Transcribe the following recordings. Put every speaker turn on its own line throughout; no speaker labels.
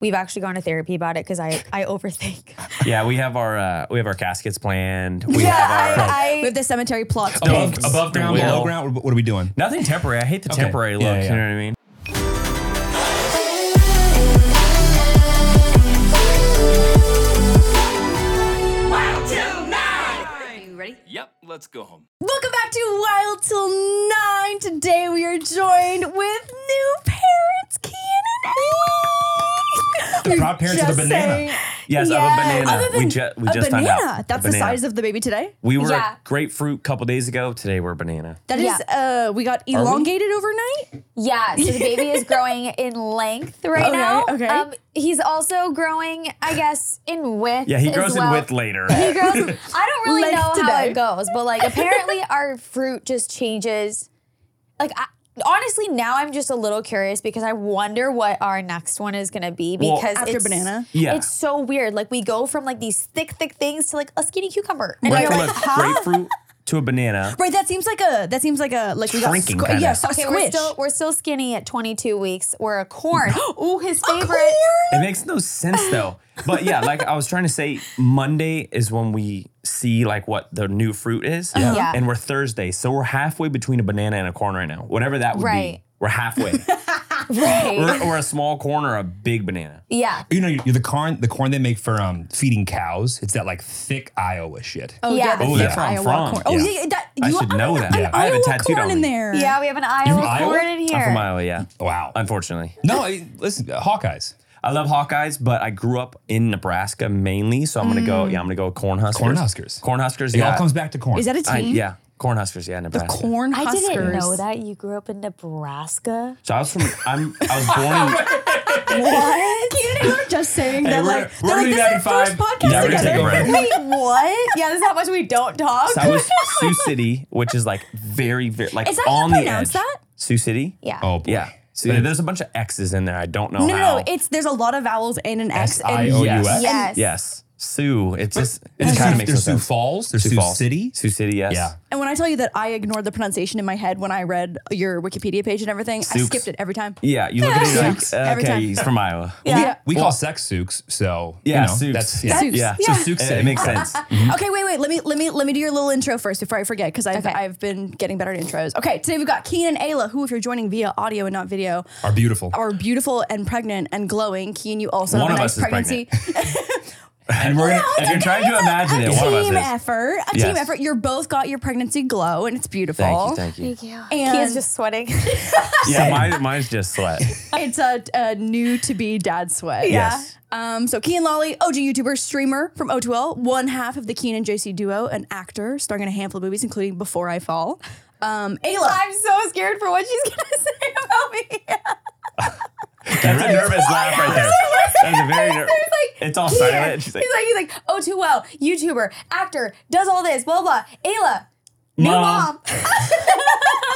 We've actually gone to therapy about it because I, I overthink.
Yeah, we have our uh, we have our caskets planned. We have our
I,
We have the cemetery
Oh,
plots.
above,
planned.
above ground, below
below
ground.
ground. What are we doing?
Nothing temporary. I hate the temporary look.
Yeah, yeah,
You know
yeah.
what I mean? Yep. Let's go home.
Welcome back to Wild Till Nine. Today we are joined with new parents, Canada.
Proud parents of the banana.
Yes, of
Yes.
a banana.
Other
we
than
ju- we
a
just
banana.
found out.
That's the size of the baby today.
We were
Yeah.
grapefruit a couple days ago. Today we're banana.
That is, uh, we got elongated overnight.
yeah, so the baby is growing in length right
Okay,
now.
okay.
Um, he's also growing, I guess, in width.
Yeah, he
as
grows
well.
in width later.
He grows. I don't really
Length
know how
today.
it goes, but like apparently our fruit just changes. Like I, honestly, now I'm just a little curious because I wonder what our next one is gonna be
Well,
because
after
it's,
banana?
Yeah.
it's so weird. Like we go from like these thick, thick things to like a skinny cucumber, and
Went
you're
from
like,
a grapefruit to a banana.
Right, that seems like a that seems like a like we got
Shrinking
squi-
kinda.
yeah, so
okay,
squish.
we're still we're still skinny at 22 weeks. We're a corn. Ooh, his favorite.
It makes no sense though. But yeah, like I was trying to say, Monday is when we see like what the new fruit is.
Yeah. Uh-huh. Yeah.
And we're Thursday. So we're halfway between a banana and a corn right now. Whatever that would
Right.
be. We're halfway.
Right.
or, or a small corn or a big banana.
Yeah.
You know, you're the corn, the corn they make for um, feeding cows. It's that like thick Iowa shit.
Oh,
Yeah.
yeah, the
Oh,
thick
that's where I'm
Iowa
from.
corn. Oh,
Yeah.
yeah, that,
I
you
should
oh,
know
yeah,
that.
an
Yeah, I have
Iowa
a tattooed
corn
on
in
me.
there.
Yeah, we have an
from
Iowa
Iowa?
corn in here.
I'm from Iowa, yeah.
Oh.
Oh,
Wow.
Unfortunately.
No, I, listen, Hawkeyes.
I love Hawkeyes, but I grew up in Nebraska mainly. So I'm gonna go,
Mm.
yeah, I'm gonna go corn huskers.
Cornhuskers.
Corn huskers,
It
yeah.
all comes back to corn.
Is that a team?
I, yeah. Corn huskers, yeah, Nebraska.
Corn
I
huskers.
didn't know that you grew up in Nebraska.
So I was from I'm I was born in
What? you were just saying that
we're-
like
we're
they're like
gonna be back
this is
in
our first
five.
podcast
Yeah, we're gonna
together.
take a break.
Wait, what? Yeah, this is how much we don't talk.
So I was Sioux City, which is like very, very like
Is that how you
on the
pronounce
edge.
that?
Sioux City.
Yeah.
oh boy.
Yeah. So there's a bunch of X's in there. I don't know
no,
how.
no, no. It's there's a lot of vowels and an X and
S-I-O-U.
yes.
OUS?
Yes.
Yes. Sioux. It's just it
There's
just kind
Sioux-
of makes no
there's Sioux
sense.
Falls. There's Sioux,
Falls.
City.
Sioux City. Yes.
Yeah.
And when I tell you that I ignored the pronunciation in my head when I read your Wikipedia page and everything, I
Souks.
skipped it every time.
Yeah. You look at it you're like,
Sioux. Every
okay,
time.
he's from Iowa.
Yeah.
We call sex souks, so
Yeah,
you know,
souks.
that's yeah.
Souks.
Yeah.
Yeah.
So Sioux City. It makes sense.
Okay, wait, wait. Let me let me let me do your little intro first before I forget because I've
Okay.
I've been getting better at intros. Okay, today we've got Keen and Ayla, who, if you're joining via audio and not video,
Are beautiful.
are beautiful and pregnant and glowing. Keen, you also
One
have
of
a
us
nice
is
pregnancy.
And we're gonna, if you're trying to imagine it,
a
one of us
team
is.
effort. A team
Yes.
effort. You're both got your pregnancy glow, and it's beautiful.
Thank you. Thank you.
you.
And-
He's just sweating.
Yeah. Mine, mine's just sweat.
It's a, a new to be dad sweat.
Yes.
Um, so Keen Lolly, OG YouTuber, streamer from O2L, one half of the Keen and JC duo, an actor starring in a handful of movies, including Before I Fall. Um, Ayla.
I'm so scared for what she's gonna say about me.
That's a nervous laugh right there. That's a very nervous. It's all silent. She's like,
he's like, he's like, oh too well, YouTuber, actor, does all this, blah blah. Ayla, new mom.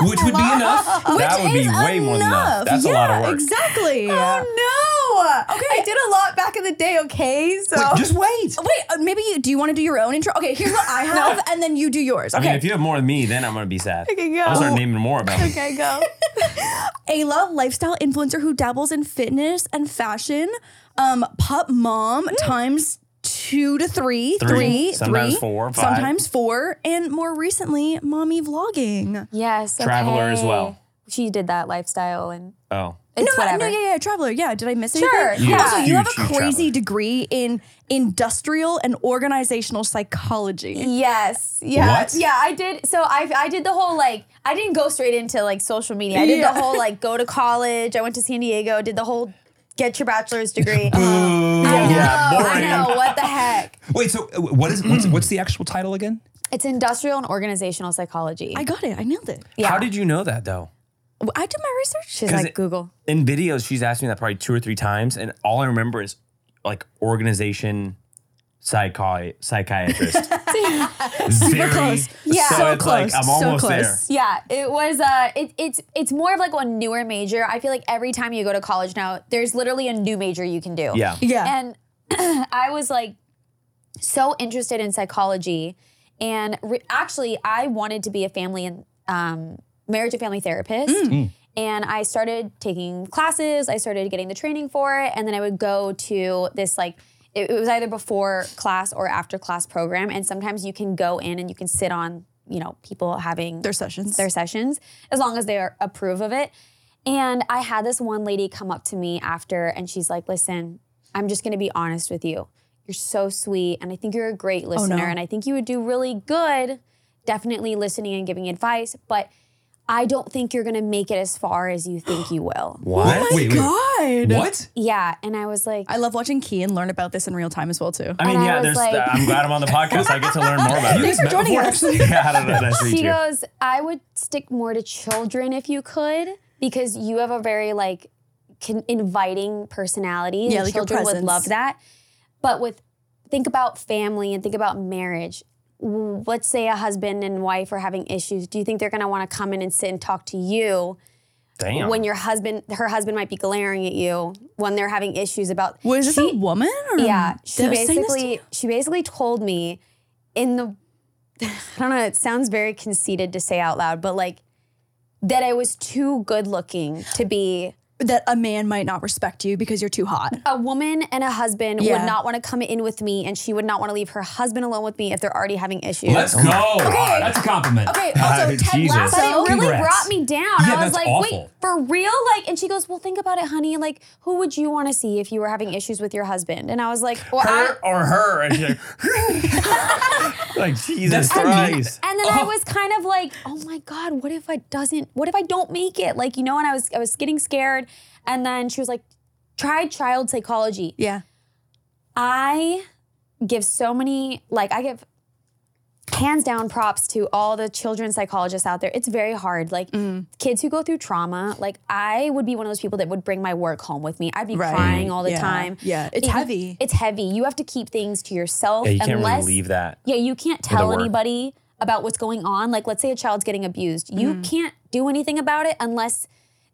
Which would be enough. that would be
is
way more than enough. That's
yeah,
a lot of work.
Exactly.
Oh no. Okay, I did a lot back in the day. Okay, so
Just wait.
Wait, uh, maybe you do you want to do your own intro? Okay, here's what I have, and then you do yours.
I
Okay.
mean, if you have more than me, then I'm gonna be sad.
Okay, go.
I'll start naming more about me.
okay, go.
Ayla, lifestyle influencer who dabbles in fitness and fashion. Um, pup mom times two to three, three,
Three. Sometimes
three,
four, five.
sometimes four, and more recently, mommy vlogging.
Yes.
Traveler as
okay.
well.
She did that lifestyle and
Oh,
it's
no,
whatever.
no, yeah, yeah, traveler. Yeah, did I miss
Sure,
anything?
yeah.
Also, you
Huge,
have a
huge
crazy
traveler.
degree in industrial and organizational psychology.
Yes. Yeah.
What?
Yeah, I did. So I I did the whole like I didn't go straight into like social media. I did
Yeah.
the whole like go to college. I went to San Diego. Did the whole get your bachelor's degree. I know. I know. What the heck?
Wait. So uh, what is what's, what's the actual title again?
It's industrial and organizational psychology.
I got it. I nailed it.
yeah.
How did you know that though?
I did my research.
She's
'Cause
like
it-
Google.
In videos, she's asked me that probably two or three times, and all I remember is like organization psychi- psychiatrist. Super
close.
Yeah.
So,
So
it's like I'm
close, so
almost there.
close.
Yeah, it was. Uh, it, it's it's more of like a newer major. I feel like every time you go to college now, there's literally a new major you can do.
Yeah.
Yeah.
And I was like so interested in psychology, and re- actually, I wanted to be a family and um, marriage and family therapist. And I started taking classes, I started getting the training for it, and then I would go to this like it, it was either before class or after class program. And sometimes you can go in and you can sit on, you know, people having
Their sessions.
their sessions as long as they are, approve of it. And I had this one lady come up to me after and she's like, "Listen, I'm just going to be honest with you. You're so sweet and I think you're a great listener and I think you would do really good definitely listening and giving advice, but I don't think you're going to make it as far as you think you will."
What?
wait, wait.
God.
What?
Yeah, and I was like,
I love watching Kian learn about this in real time as well too.
I mean,
And I
yeah,
was
there's.
like-
I'm glad I'm on the podcast. I get to learn more about it.
Thanks for joining us.
yeah, I don't know. Nice to meet
She
you.
goes, I would stick more to children if you could, because you have a very like con- inviting personality.
Yeah,
and
like your
children would
presence.
love that. But with think about family and think about marriage. W- Let's say a husband and wife are having issues. Do you think they're going to want to come in and sit and talk to you
Damn.
when your husband, her husband, might be glaring at you when they're having issues about?
Was this a woman? Or
Yeah, she
that was Um, saying this to
basically she basically told me in the I don't know, it sounds very conceited to say out loud, but like that I was too good looking to be
you? that a man might not respect you because you're too hot.
a woman and a husband
Yeah.
would not want to come in with me and she would not want to leave her husband alone with me if they're already having issues.
Let's go. That's a compliment.
Okay, also
Uh,
Ted
Jesus.
Lasso.
but it really
Congrats.
brought me down.
Yeah,
I was
that's
like, wait,
awful.
for real? Like, and she goes, well, think about it, honey. Like, who would you want to see if you were having issues with your husband? And I was like, well, I,
her or her, and she's like, like Jesus
That's the
Christ.
And then I was kind of like, oh my God, what if I doesn't, what if I don't make it? Like, you know, and I was I was getting scared. And then she was like, try child psychology.
Yeah.
I give so many, like, I give hands down props to all the children psychologists out there. It's very hard. Like,
Mm.
kids who go through trauma, like, I would be one of those people that would bring my work home with me. I'd be
Right.
crying all the
Yeah.
time.
Yeah. It's heavy.
It's heavy. You have to keep things to yourself.
Yeah, you can't
unless,
really leave that.
yeah, you can't tell
work.
anybody about what's going on. Like, let's say a child's getting abused, you
Mm-hmm.
can't do anything about it unless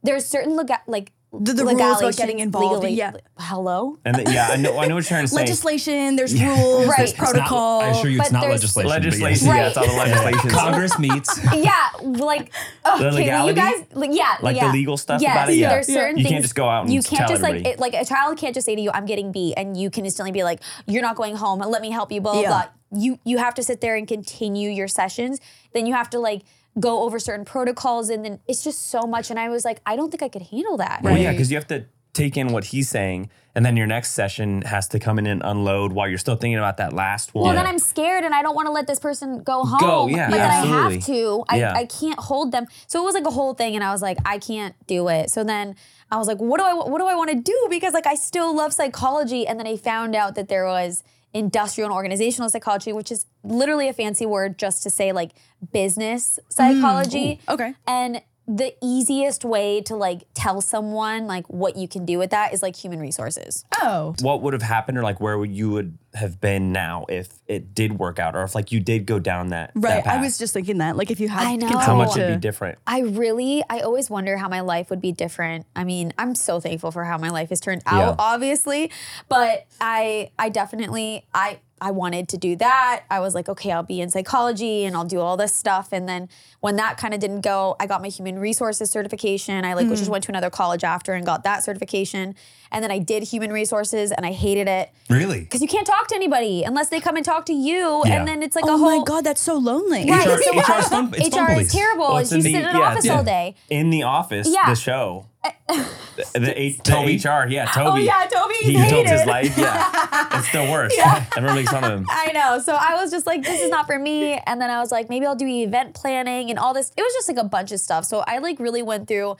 there's certain lega- like
The- the rules about
legalities,
getting involved,
legally-
yeah.
hello.
And then, yeah, I know. I know what you're trying to say.
Legislation, there's rules,
Right.
there's
It's not-
protocol.
I assure you, it's
But
not
there's-
legislation. but yes.
legislation. Yeah,
Right.
it's all the legislation.
Congress meets.
Yeah, like okay, like, you
legality?
guys, like, yeah,
Like the
yeah.
legal stuff
Yes,
about it? Yeah.
there's
Yeah.
certain
You
things
can't just go out and
you can't
tell
just like
everybody.
it, like a child can't just say to you, "I'm getting B," and you can instantly be like, "You're not going home. Let me help you." Blah blah.
Yeah.
blah. You you have to sit there and continue your sessions. Then you have to like go over certain protocols, and then it's just so much. And I was like, I don't think I could handle that.
Well, yeah, because you have to take in what he's saying, and then your next session has to come in and unload while you're still thinking about that last one.
Well, then I'm scared and I don't want to let this person go home.
yeah,
but then I have
absolutely.
to. I,
Yeah.
I can't hold them. So it was like a whole thing, and I was like, I can't do it. So then I was like, what do I what do I want to do? Because like I still love psychology, and then I found out that there was industrial and organizational psychology, which is literally a fancy word just to say like business psychology.
Mm, oh,
okay.
And the easiest way to like tell someone like what you can do with that is like human resources.
Oh.
what would have happened, or like where would you would have been now if it did work out, or if like you did go down that that
Right. I
path?
was just thinking that. Like if you had
I know.
control
how much
to,
it'd be different.
I really, I always wonder how my life would be different. I mean, I'm so thankful for how my life has turned out,
Yeah.
obviously, but I, I definitely, I, I wanted to do that. I was like, okay, I'll be in psychology and I'll do all this stuff. And then when that kind of didn't go, I got my human resources certification. I like
Mm.
just went to another college after and got that certification. And then I did human resources and I hated it
Really?
because you can't talk to anybody unless they come and talk to you.
Yeah.
And then it's like a
Oh
whole
my god, that's so lonely.
Right,
HR
so
HR is fun- it's fun
HR is
police.
terrible.
Well,
and
it's in
she's
the-
sitting in an
yeah,
office
yeah.
all day.
In the office,
Yeah.
the show. The, the, H- the
Toby?
HR, yeah, Toby.
Oh, yeah, Toby,
He
he's
built his
hated.
life. Yeah, it's the worst. Everyone makes fun of him.
I know. So I was just like, this is not for me. And then I was like, maybe I'll do event planning and all this. It was just like a bunch of stuff. So I like really went through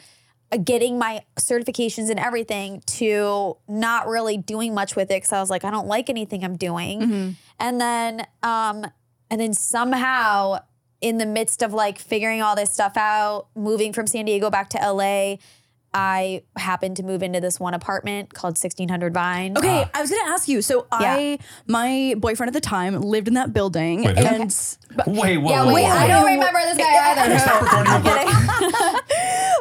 uh, getting my certifications and everything to not really doing much with it because I was like, I don't like anything I'm doing. And then, um, and then somehow in the midst of like figuring all this stuff out, moving from San Diego back to LA, I happened to move into this one apartment called 1600 Vine.
Okay, I was gonna ask you. So I, my boyfriend at the time lived in that building,
Wait, who?
and but,
Wait, whoa,
Yeah,
whoa,
wait,
whoa,
I
whoa.
don't remember this guy either.
Stop recording.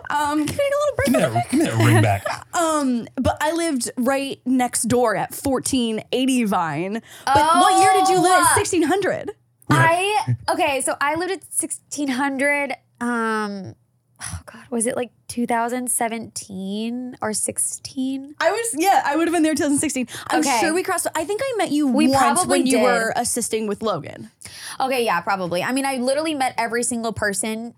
I'm kidding.
um, can I get a little break?
Give me that- Give me that ring back.
But I lived right next door at fourteen eighty Vine. But what year did you live?
fuck.
Sixteen hundred.
I okay, so I lived at sixteen hundred um oh God, was it like 2017 or 16?
I was yeah, I would have been there 2016. I'm
Okay.
sure we crossed. I think I met you
We
once
probably
when you
did.
were assisting with Logan.
Okay, yeah, probably. I mean, I literally met every single person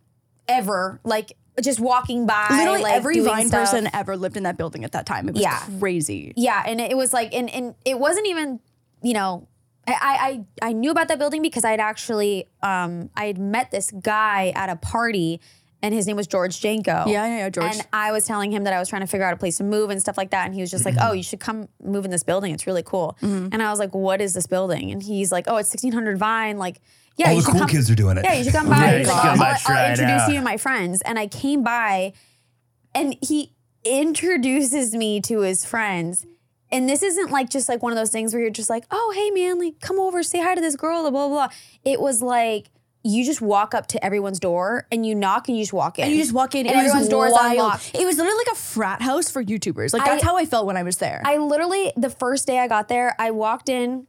ever, like just walking by.
Literally
like,
every
doing
Vine
stuff.
person ever lived in that building at that time. It was
Yeah.
crazy.
Yeah, and it was like, and and it wasn't even, you know, I I I I knew about that building because I'd actually um I had met this guy at a party, and his name was George Janko.
Yeah, yeah, yeah, George.
And I was telling him that I was trying to figure out a place to move and stuff like that. And he was just like, Oh, you should come move in this building. It's really cool. And I was like, What is this building? And he's like, Oh, it's 1600 Vine. Like, yeah,
All
you
the
should
cool
come-
kids are doing it.
Yeah, you should come by.
Yeah,
He's
you
like,
should come by,
I'll, I'll
try it
introduce
out."
you to my friends. And I came by and he introduces me to his friends. And this isn't like just like one of those things where you're just like, oh, hey, man, like come over, say hi to this girl, blah, blah, blah. It was like, you just walk up to everyone's door and you knock and you just walk in.
And you just walk in
And
it was
everyone's door is
wild.
unlocked.
It was literally like a frat house for YouTubers. Like
I-
that's how I felt when I was there.
I literally the first day I got there, I walked in,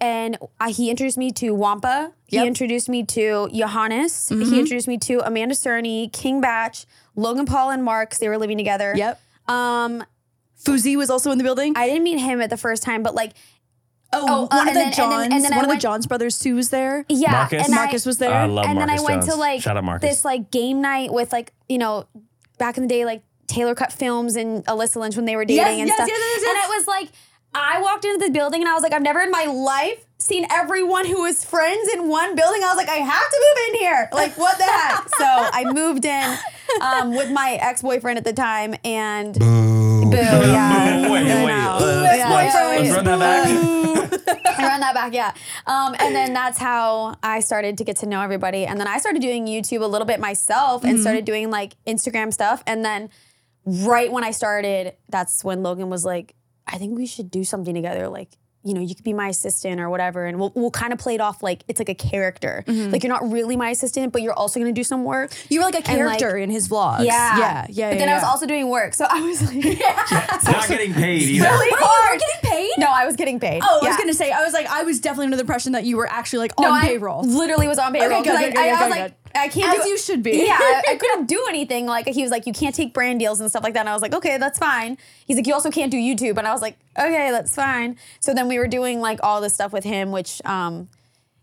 and I, he introduced me to Wampa.
Yep. Mm-hmm.
He introduced me to Johannes. He introduced me to Amanda Cerny, King Batch, Logan Paul, and Mark. 'cause They were living together.
yep.
Um,
Fuzi was also in the building.
I didn't meet him at the first time, but like,
oh, one
oh,
of
and then-
the
and then-
Johns.
and then I
one of the
went-
Johns brothers too was there.
yeah,
Marcus?
and I-
Marcus was there.
I love
and then I
Marcus
went to
Jones.
like
Shout out Marcus.
this like game night with like you know back in the day like Taylor Cut Films and Alyssa Lynch when they were dating
Yes,
and
yes,
stuff.
yes, yes, yes.
And it was like I walked into the building and I was like I've never in my life seen everyone who was friends in one building. I was like I have to move in here. Like what the heck? so I moved in um, with my ex boyfriend at the time and boo, yeah.
Wait,
I
wait.
know.
Let's-
Yeah,
let's-
yeah,
let's
yeah.
run that back.
I run that back, yeah. Um, and then that's how I started to get to know everybody. And then I started doing YouTube a little bit myself
Mm-hmm.
and started doing like Instagram stuff. And then right when I started, that's when Logan was like, I think we should do something together. Like, you know, you could be my assistant or whatever. And we'll, we'll kind of play it off like it's like a character. Like, you're not really my assistant, but you're also going to do some work.
Mm-hmm. You were like a
And, like-
character in his vlogs.
Yeah.
yeah, yeah.
But then
yeah,
I was
yeah.
also doing work. So I was like,
Not getting paid either.
really
Oh, you
hard.
were getting paid.
No, I was getting paid.
Oh, I
Yeah.
was gonna say, I was like, I was definitely under the impression that you were actually like on
No, I
payroll.
literally was on payroll
Okay, good,
because I,
good, good,
I, I
good,
was
good,
like, I can't.
As
do,
you should be.
Yeah, I, I couldn't do anything. Like he was like, you can't take brand deals and stuff like that. And I was like, okay, that's fine. He's like, you also can't do YouTube. And I was like, okay, that's fine. So then we were doing like all this stuff with him, which, um,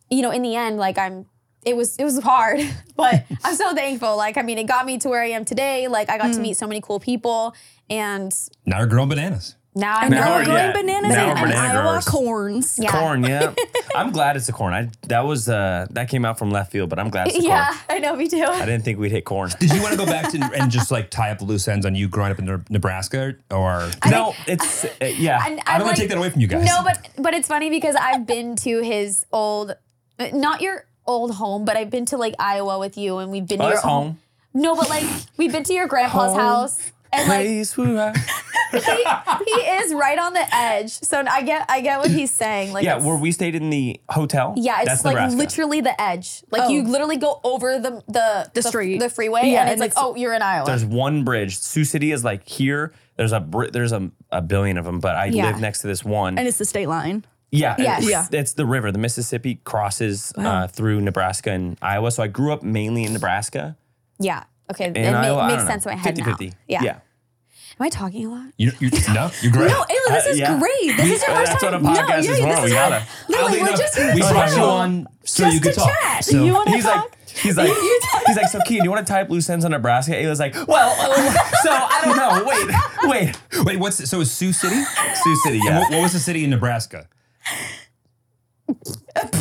you know, in the end, like I'm. It was it was hard, but I'm so thankful. Like I mean, it got me to where I am today. Like I got
Hmm.
to meet so many cool people, and
Now we're growing bananas.
now I'm
Now
growing
we're- yeah.
bananas
Now
and
we're banana
Iowa
growers.
corns.
Yeah.
Corn, yeah. I'm glad it's a corn. I that was uh that came out from left field, but I'm glad it's a
Yeah,
corn.
I know, me too.
I didn't think we'd hit corn.
Did you want to go back to and just like tie up loose ends on you growing up in Ne- Nebraska or?
no, it's uh, yeah.
And
I
I'm
don't want
like-
to take that away from you guys.
No, but but it's funny because I've been to his old, not your old home, but I've been to like Iowa with you, and we've been
Oh,
to your
that's home.
No, but like we've been to your grandpa's
Home.
house, and like
Place where I-
he is right on the edge. So I get I get what he's saying. Like
yeah,
it's-
where we stayed in the hotel.
yeah, it's
that's
like
Nebraska.
literally the edge. Like you literally go over the the
The street.
the, freeway,
Yeah,
and it's
and
like
it's-
oh, you're in Iowa.
There's one bridge. Sioux City is like here. There's a br- there's a, a billion of them, but I
Yeah.
live next to this one.
And it's the state line.
yeah, and
Yes.
it's-
Yeah.
It's the river. The Mississippi crosses uh, through Nebraska and Iowa. So I grew up mainly in Nebraska.
yeah. Okay, it
And
ma-
Iowa, I
makes
don't
sense
know,
in my head
50-50.
now. Yeah.
yeah.
Am I talking a lot?
you, you, no, you're great.
No, Ayla, this
Uh,
is
yeah. uh,
great. This is your
That's
first
what a
time.
podcast
no,
is
yeah,
for.
This
We
is
gotta-
Literally,
Oddly
we're
enough,
just
we brought you
chill.
on
so you could
to
talk.
chat.
So
You wanna
he's
talk?
like, he's like, he's like, so Keen, do you want to type loose ends on Nebraska? Ayla's like, well, uh, so I don't know. Wait, wait,
wait, what's so is Sioux City?
Sioux City, yeah.
What, what was the city in Nebraska?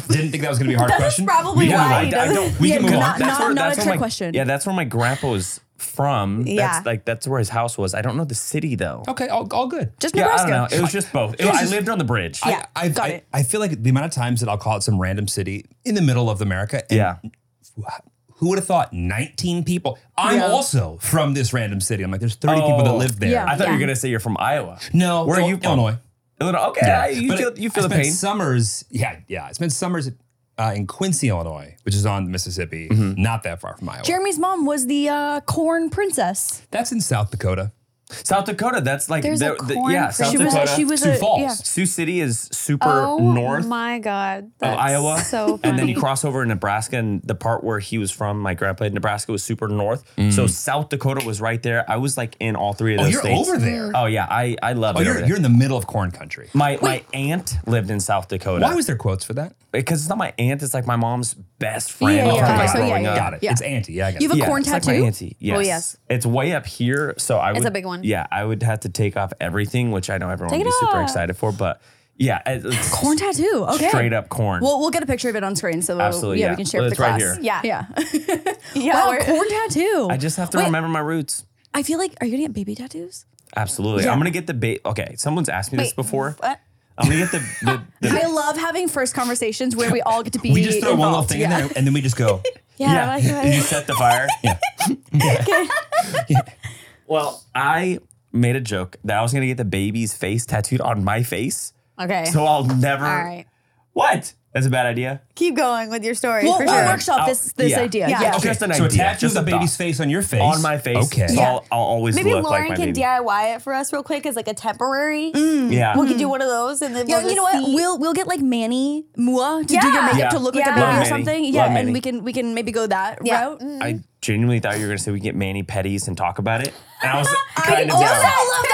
Didn't think that was gonna be a hard question.
probably
we can
why
move
he
on.
doesn't-
we can
Yeah,
move on.
not-
That's-
not- not a
where
trick
my,
question.
Yeah, that's where my grandpa was from.
Yeah.
That's like that's where his house was. I don't know the city though.
okay, all, all good.
Just
Yeah, I
Oh, Nebraska.
don't know. It was just both. It- I lived on the bridge.
Yeah,
I, I've-
got
I,
it.
I feel like the amount of times that I'll call it some random city in the middle of America. And
Yeah.
Who would have thought 19 people? I'm
Yeah.
also from this random city. I'm like, there's 30 people that
Oh.
live there.
Yeah.
I thought you
Yeah.
were gonna say you're from Iowa.
No,
Where are you from?
Illinois.
Illinois. Okay,
Yeah.
I- you
But
feel
I-
you feel
I
the
spent
pain.
Summers, yeah, yeah. I spent summers uh, in Quincy, Illinois, which is on the Mississippi, not that far from Iowa.
Jeremy's mom was the uh, corn princess.
That's in South Dakota.
South Dakota. That's like
There's a
the- the-
corn
yeah.
crop.
South
She was.
Dakota.
She was
Sioux
a,
Falls.
Yeah.
Sioux City is super
Oh
north
my god,
of
that's
Iowa.
So funny.
and then you cross over in Nebraska, and the part where he was from, my grandpa in Nebraska, was super north. So South Dakota was right there. I was like in all three of
Mm. Oh,
those
you're
states.
over there.
Oh yeah, I I love
Oh,
it.
you're,
over there.
you're in the middle of corn country.
my my aunt lived in South Dakota.
Why was there quotes for that?
because it's not my aunt. It's like my mom's best friend.
Yeah,
from
yeah,
like
yeah. So, yeah,
growing
yeah,
up.
Got it.
Yeah.
It's anti. Oh, Yeah, I got
You
it.
have a
Yeah,
corn
it's like my
tattoo.
auntie. Yes.
yes.
It's way up here, so I would.
a big one.
Yeah, I would have to take off everything, which I know everyone
Take
would be
it
super
off.
excited for, but yeah, it- it's
corn tattoo. Okay.
straight up corn.
We'll we'll get a picture of it on screen so
Absolutely,
yeah,
yeah.
we can share
Well,
with the
it's right
class.
here.
Yeah.
Yeah.
Yeah,
wow,
we're-
corn tattoo.
I just have to
Wait.
remember my roots.
I feel like are you gonna get baby tattoos?
Absolutely. I'm gonna get the bait. Okay, someone's asked me this
Wait,
before.
what?
I'm gonna get the. the, the
I love having first conversations where we all get to be.
We just throw one little
involved.
thing
yeah.
in there and then we just go.
yeah, you set the fire. yeah. Well, I made a joke that I was gonna get the baby's face tattooed on my face,
Okay.
so I'll never.
All right.
What? That's a bad idea.
Keep going with your story.
We'll,
for
we'll
sure.
workshop
I'll-
this this
yeah.
idea.
Yeah.
Yeah.
Okay.
Just an
so a
idea,
tattoo of
just
the
a
baby's
thought.
face on your face.
on my face.
Okay.
So I'll, I'll always
Maybe
look
Lauren
like my
can
baby.
DIY it for us real quick as like a temporary.
Yeah.
We could do one of those and then
Yeah,
we'll just
you know what?
see-
We'll we'll get like Manny Mua to do your
Yeah.
makeup
Yeah.
to look like
Yeah.
a baby
Love
or
Manny.
something.
Love
Yeah, and
Manny.
we can we can maybe go that
Yeah.
route.
Mm.
I genuinely thought you were gonna say we get Manny Petties and talk about it, and I was kind of
also
down.
love that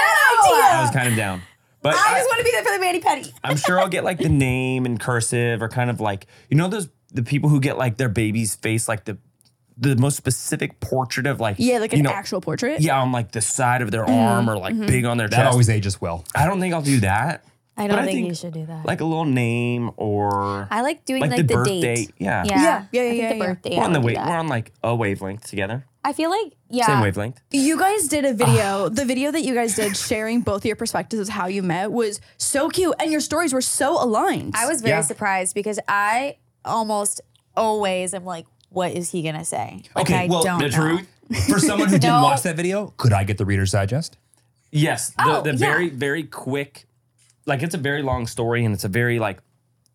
No.
idea.
Oh. I was kind of down, but
I
I-
just want to be there for the Manny Petty.
I'm sure I'll get like the name in cursive or kind of like you know those the people who get like their baby's face like the the most specific portrait of like
Yeah, like an
you know,
actual portrait.
yeah on like the side of their
Mm-hmm,
arm or like big on their
That
chest.
always ages well.
I don't think I'll do that.
I
But I think
do that.
Like a little name or
I like doing
like,
like,
the,
the,
birthday.
date.
Yeah.
Yeah.
Yeah, yeah, yeah,
I think
yeah,
the
yeah.
birthday.
We're
I
on the
would
wa-
do that. Uh,
we're on like a wavelength together.
I feel like yeah.
Same wavelength.
You guys
Ah.
did a video. the video that you guys did sharing both your perspectives of how you met was so cute, and your stories were so aligned.
I was very
Yeah.
surprised because I almost always am like, what is he gonna say? Like,
Okay,
I
well,
don't
the
know.
Truth.
For someone who didn't
No.
watch that video, could I get the Reader's Digest?
Yes. The,
Oh,
the
yeah.
very, very quick, like it's a very long story and it's a very like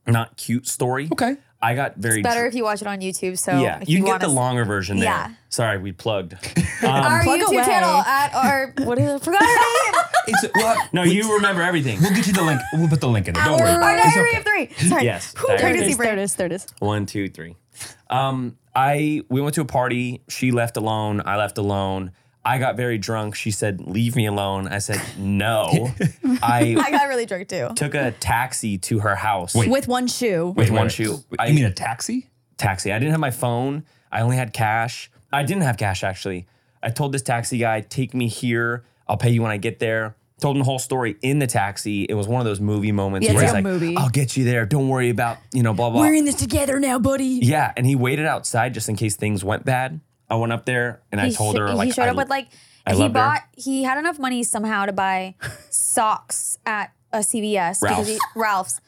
not cute story.
Okay.
I got very
Better if you watch it on YouTube. So
Yeah.
if
You, get
wanna
the
s-
longer version there.
Yeah.
Sorry, we plugged.
our
Plug
YouTube
away.
channel at our what is it? Forgot her name.
It's well,
no, you remember everything.
We'll get you the link. We'll put the link in there. Don't worry.
Our,
About it. It's
diary
okay.
of three. Sorry.
Yes,
Whew,
diary of
pregnancy
three.
brain.
is, there it is.
One, two, three. Um, I we went to a party. She left alone. I left alone. I got very drunk. She said, "Leave me alone." I said, "No."
I
I
got really drunk too.
took a taxi to her house.
With one shoe.
with
Wait,
one
wait.
shoe.
You mean a taxi?
taxi. I didn't have my phone. I only had cash. I didn't have cash actually. I told this taxi guy, take me here. I'll pay you when I get there. Told him the whole story in the taxi. It was one of those movie moments
Yeah, it's
where he's
like
like,
a movie.
I'll get you there. Don't worry about, you know, blah, blah.
We're in this together now, buddy.
yeah. And he waited outside just in case things went bad. I went up there and I
He
told
sho-
her,
he
like,
showed
I-
up with like
I
he
loved her.
bought he had enough money somehow to buy socks at a CVS because he, Ralph's.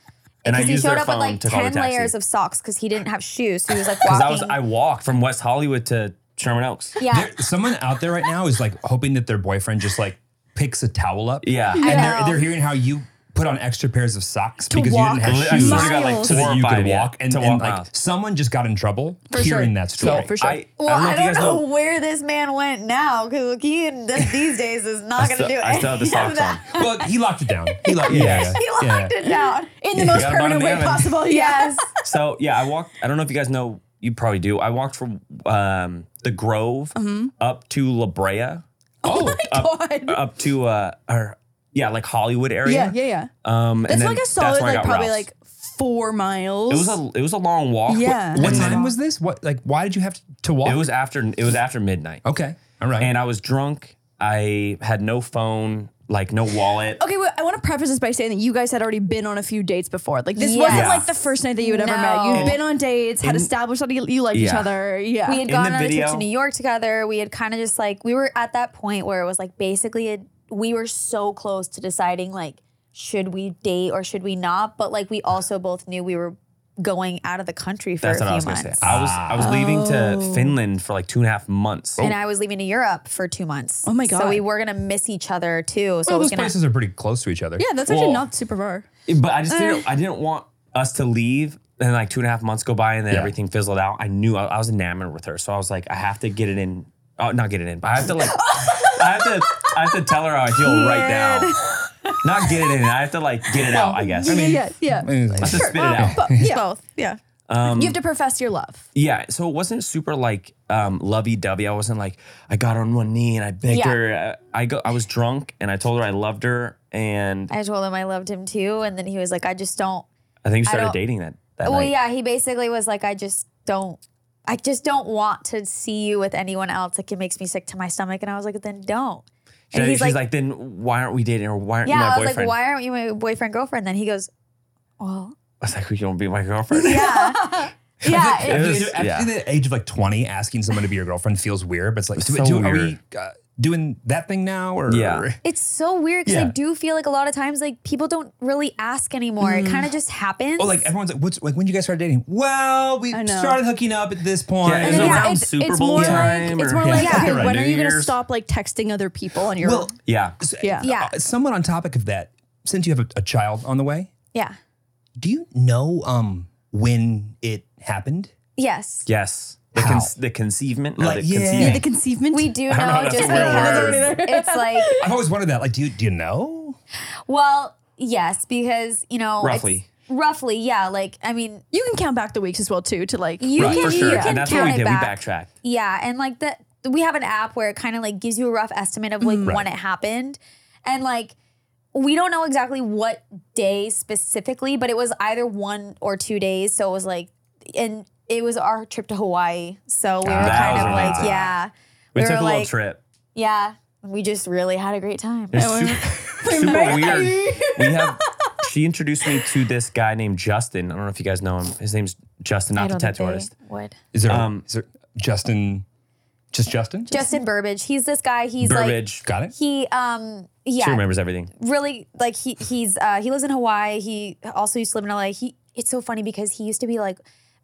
And I
Because he
used
showed
their
up with
phone,
like
took all the
ten
taxi.
layers of socks because he didn't have shoes, so he was like
Because
walking.
I was, I walked from West Hollywood to Sherman Oaks.
yeah,
There- someone out there right now is like hoping that their boyfriend just like picks a towel up.
Yeah.
And they're,
know.
they're hearing how you put on extra pairs of socks because you
walk.
didn't have
I
shoes.
swear to God, like
so
four
that
or
you
five,
could
yeah,
walk and,
to
and,
walk
like
miles.
someone just got in trouble hearing that story.
Yeah, for sure.
I,
Well, I
if you
don't
guys
know, where this man went now because he in th- these days is not going to
still-
do it.
I still have the socks on.
well, he locked it down. He locked, yeah, yeah,
he
yeah.
locked it down.
In the most
gotta bottom
permanent way
down and-
possible. Yeah.
Yes.
So yeah, I walked. I don't know if you guys know. You probably do. I walked from um, the Grove
Mm-hmm.
up to La Brea,
Oh,
God.
up to uh, or yeah, like Hollywood area.
Yeah, yeah, yeah.
Um, and
That's
then
like a
that's where
solid,
I
like
got
probably
Ralph's.
like four miles.
It was a it was a long walk.
Yeah.
what time was this? What like why did you have to, to walk?
uh, It was after it was after midnight,
okay. All right.
and I was drunk. I had no phone, like no wallet.
Okay, wait, I want to preface this by saying that you guys had already been on a few dates before. Like this
Yes.
wasn't
Yeah.
like the first night that you had ever met.
No.
You've
And-
been on dates, had
in-
established that you, you liked each
Yeah.
other. Yeah.
We had
the
gone on a trip
video-
to New York together. We had kind of just like we were at that point where it was like basically a, we were so close to deciding like should we date or should we not, but like we also both knew we were going out of the country for
That's
a
what
few
I was
months.
gonna say. I was I was leaving
Oh.
to Finland for like two and a half months.
and I was leaving to Europe for two months. Oh
my
So
God.
we were gonna miss each other too. So
Well,
it was
those
gonna
places are pretty close to each other.
yeah, that's actually
Well-
not super far.
But I just didn't. I didn't want us to leave. And like two and a half months go by, and then
Yeah.
everything fizzled out. I knew I, I uh, was enamored with her, so I was like, I have to get it in. Oh, not get it in. But I have to like. I have to I have to tell her how I feel right now. Not get it in. I have to like get it out. I Um, guess.
Yeah, yeah, yeah.
Just spit it out.
But, yeah.
Both.
Yeah. you have to profess your love.
Yeah, so it wasn't super like um, lovey-dovey. I wasn't like I got on one knee and I begged
Yeah.
her. Uh, I, I go. I was drunk and I told her I loved her, and
I told him I loved him too, and then he was like, I just don't.
I think you started
don't-
dating that. that
Well,
night.
yeah, he basically was like, I just don't. I just don't want to see you with anyone else. Like it makes me sick to my stomach. And I was like, then don't.
She-
And he's
she's
like-
like, then why aren't we dating or why aren't
Yeah,
you my
I was
boyfriend?
like, why aren't you my boyfriend girlfriend? Then he goes, well,
I was like, you don't be my girlfriend.
yeah, yeah.
It
it-
was-
After
yeah.
the age of like 20, asking someone to be your girlfriend feels weird, but it's like, do,
so
do, are we
weird.
uh, doing that thing now? Or
Yeah.
it's so weird because I
Yeah.
do feel like a lot of times like people don't really ask anymore. It kind
Mm.
of just happens.
Oh, like everyone's like, what's like when you guys started dating? Well, we
I know.
started hooking up at this point.
Yeah,
And
it was
then, yeah,
around
it's-
Super
it's
Bowl
more
time.
Like, it's
or-
more like,
Yeah.
okay,
Around
when are
New
you going to
Year's.
stop like texting other people on your
Well,
Yeah.
Yeah.
Yeah.
Uh, somewhat on topic of that, since you have a, a child on the way,
yeah.
do you know um when it happened?
Yes.
Yes. The,
How?
con- the conceivement. or
Like,
the
yeah.
conceivement.
Yeah,
The conceivement?
We do know,
don't know if that's
just
a real
because
word.
it's like,
I've always wondered that. Like, do you do you know?
well, yes, because you know, it's-
Roughly.
roughly, yeah. Like, I mean,
you can count back the weeks as well too to like
you
Right,
can,
for sure.
you can
and that's
count
what we
it
did.
back.
We backtracked.
Yeah, and like the we have an app where it kind of like gives you a rough estimate of like
Mm-hmm.
when
Right.
it happened, and like we don't know exactly what day specifically, but it was either one or two days. So it was like, and it was our trip to Hawaii, so we were
Ah,
kind
that
of
was a good
like,
time.
yeah,
We,
We
took
were
a little
like-
trip.
yeah, we just really had a great time.
It's super, super weird. We have. She introduced me to this guy named Justin. I don't know if you guys know him. His name's Justin,
I
not the
don't think
tattoo
they
artist.
would.
Is there
Um,
is there Justin? Just Justin?
Justin Burbage. He's this guy. He's
Burbage.
Got it.
like he um yeah
She remembers everything.
really like he he's uh he lives in Hawaii. He also used to live in LA. He it's so funny because he used to be like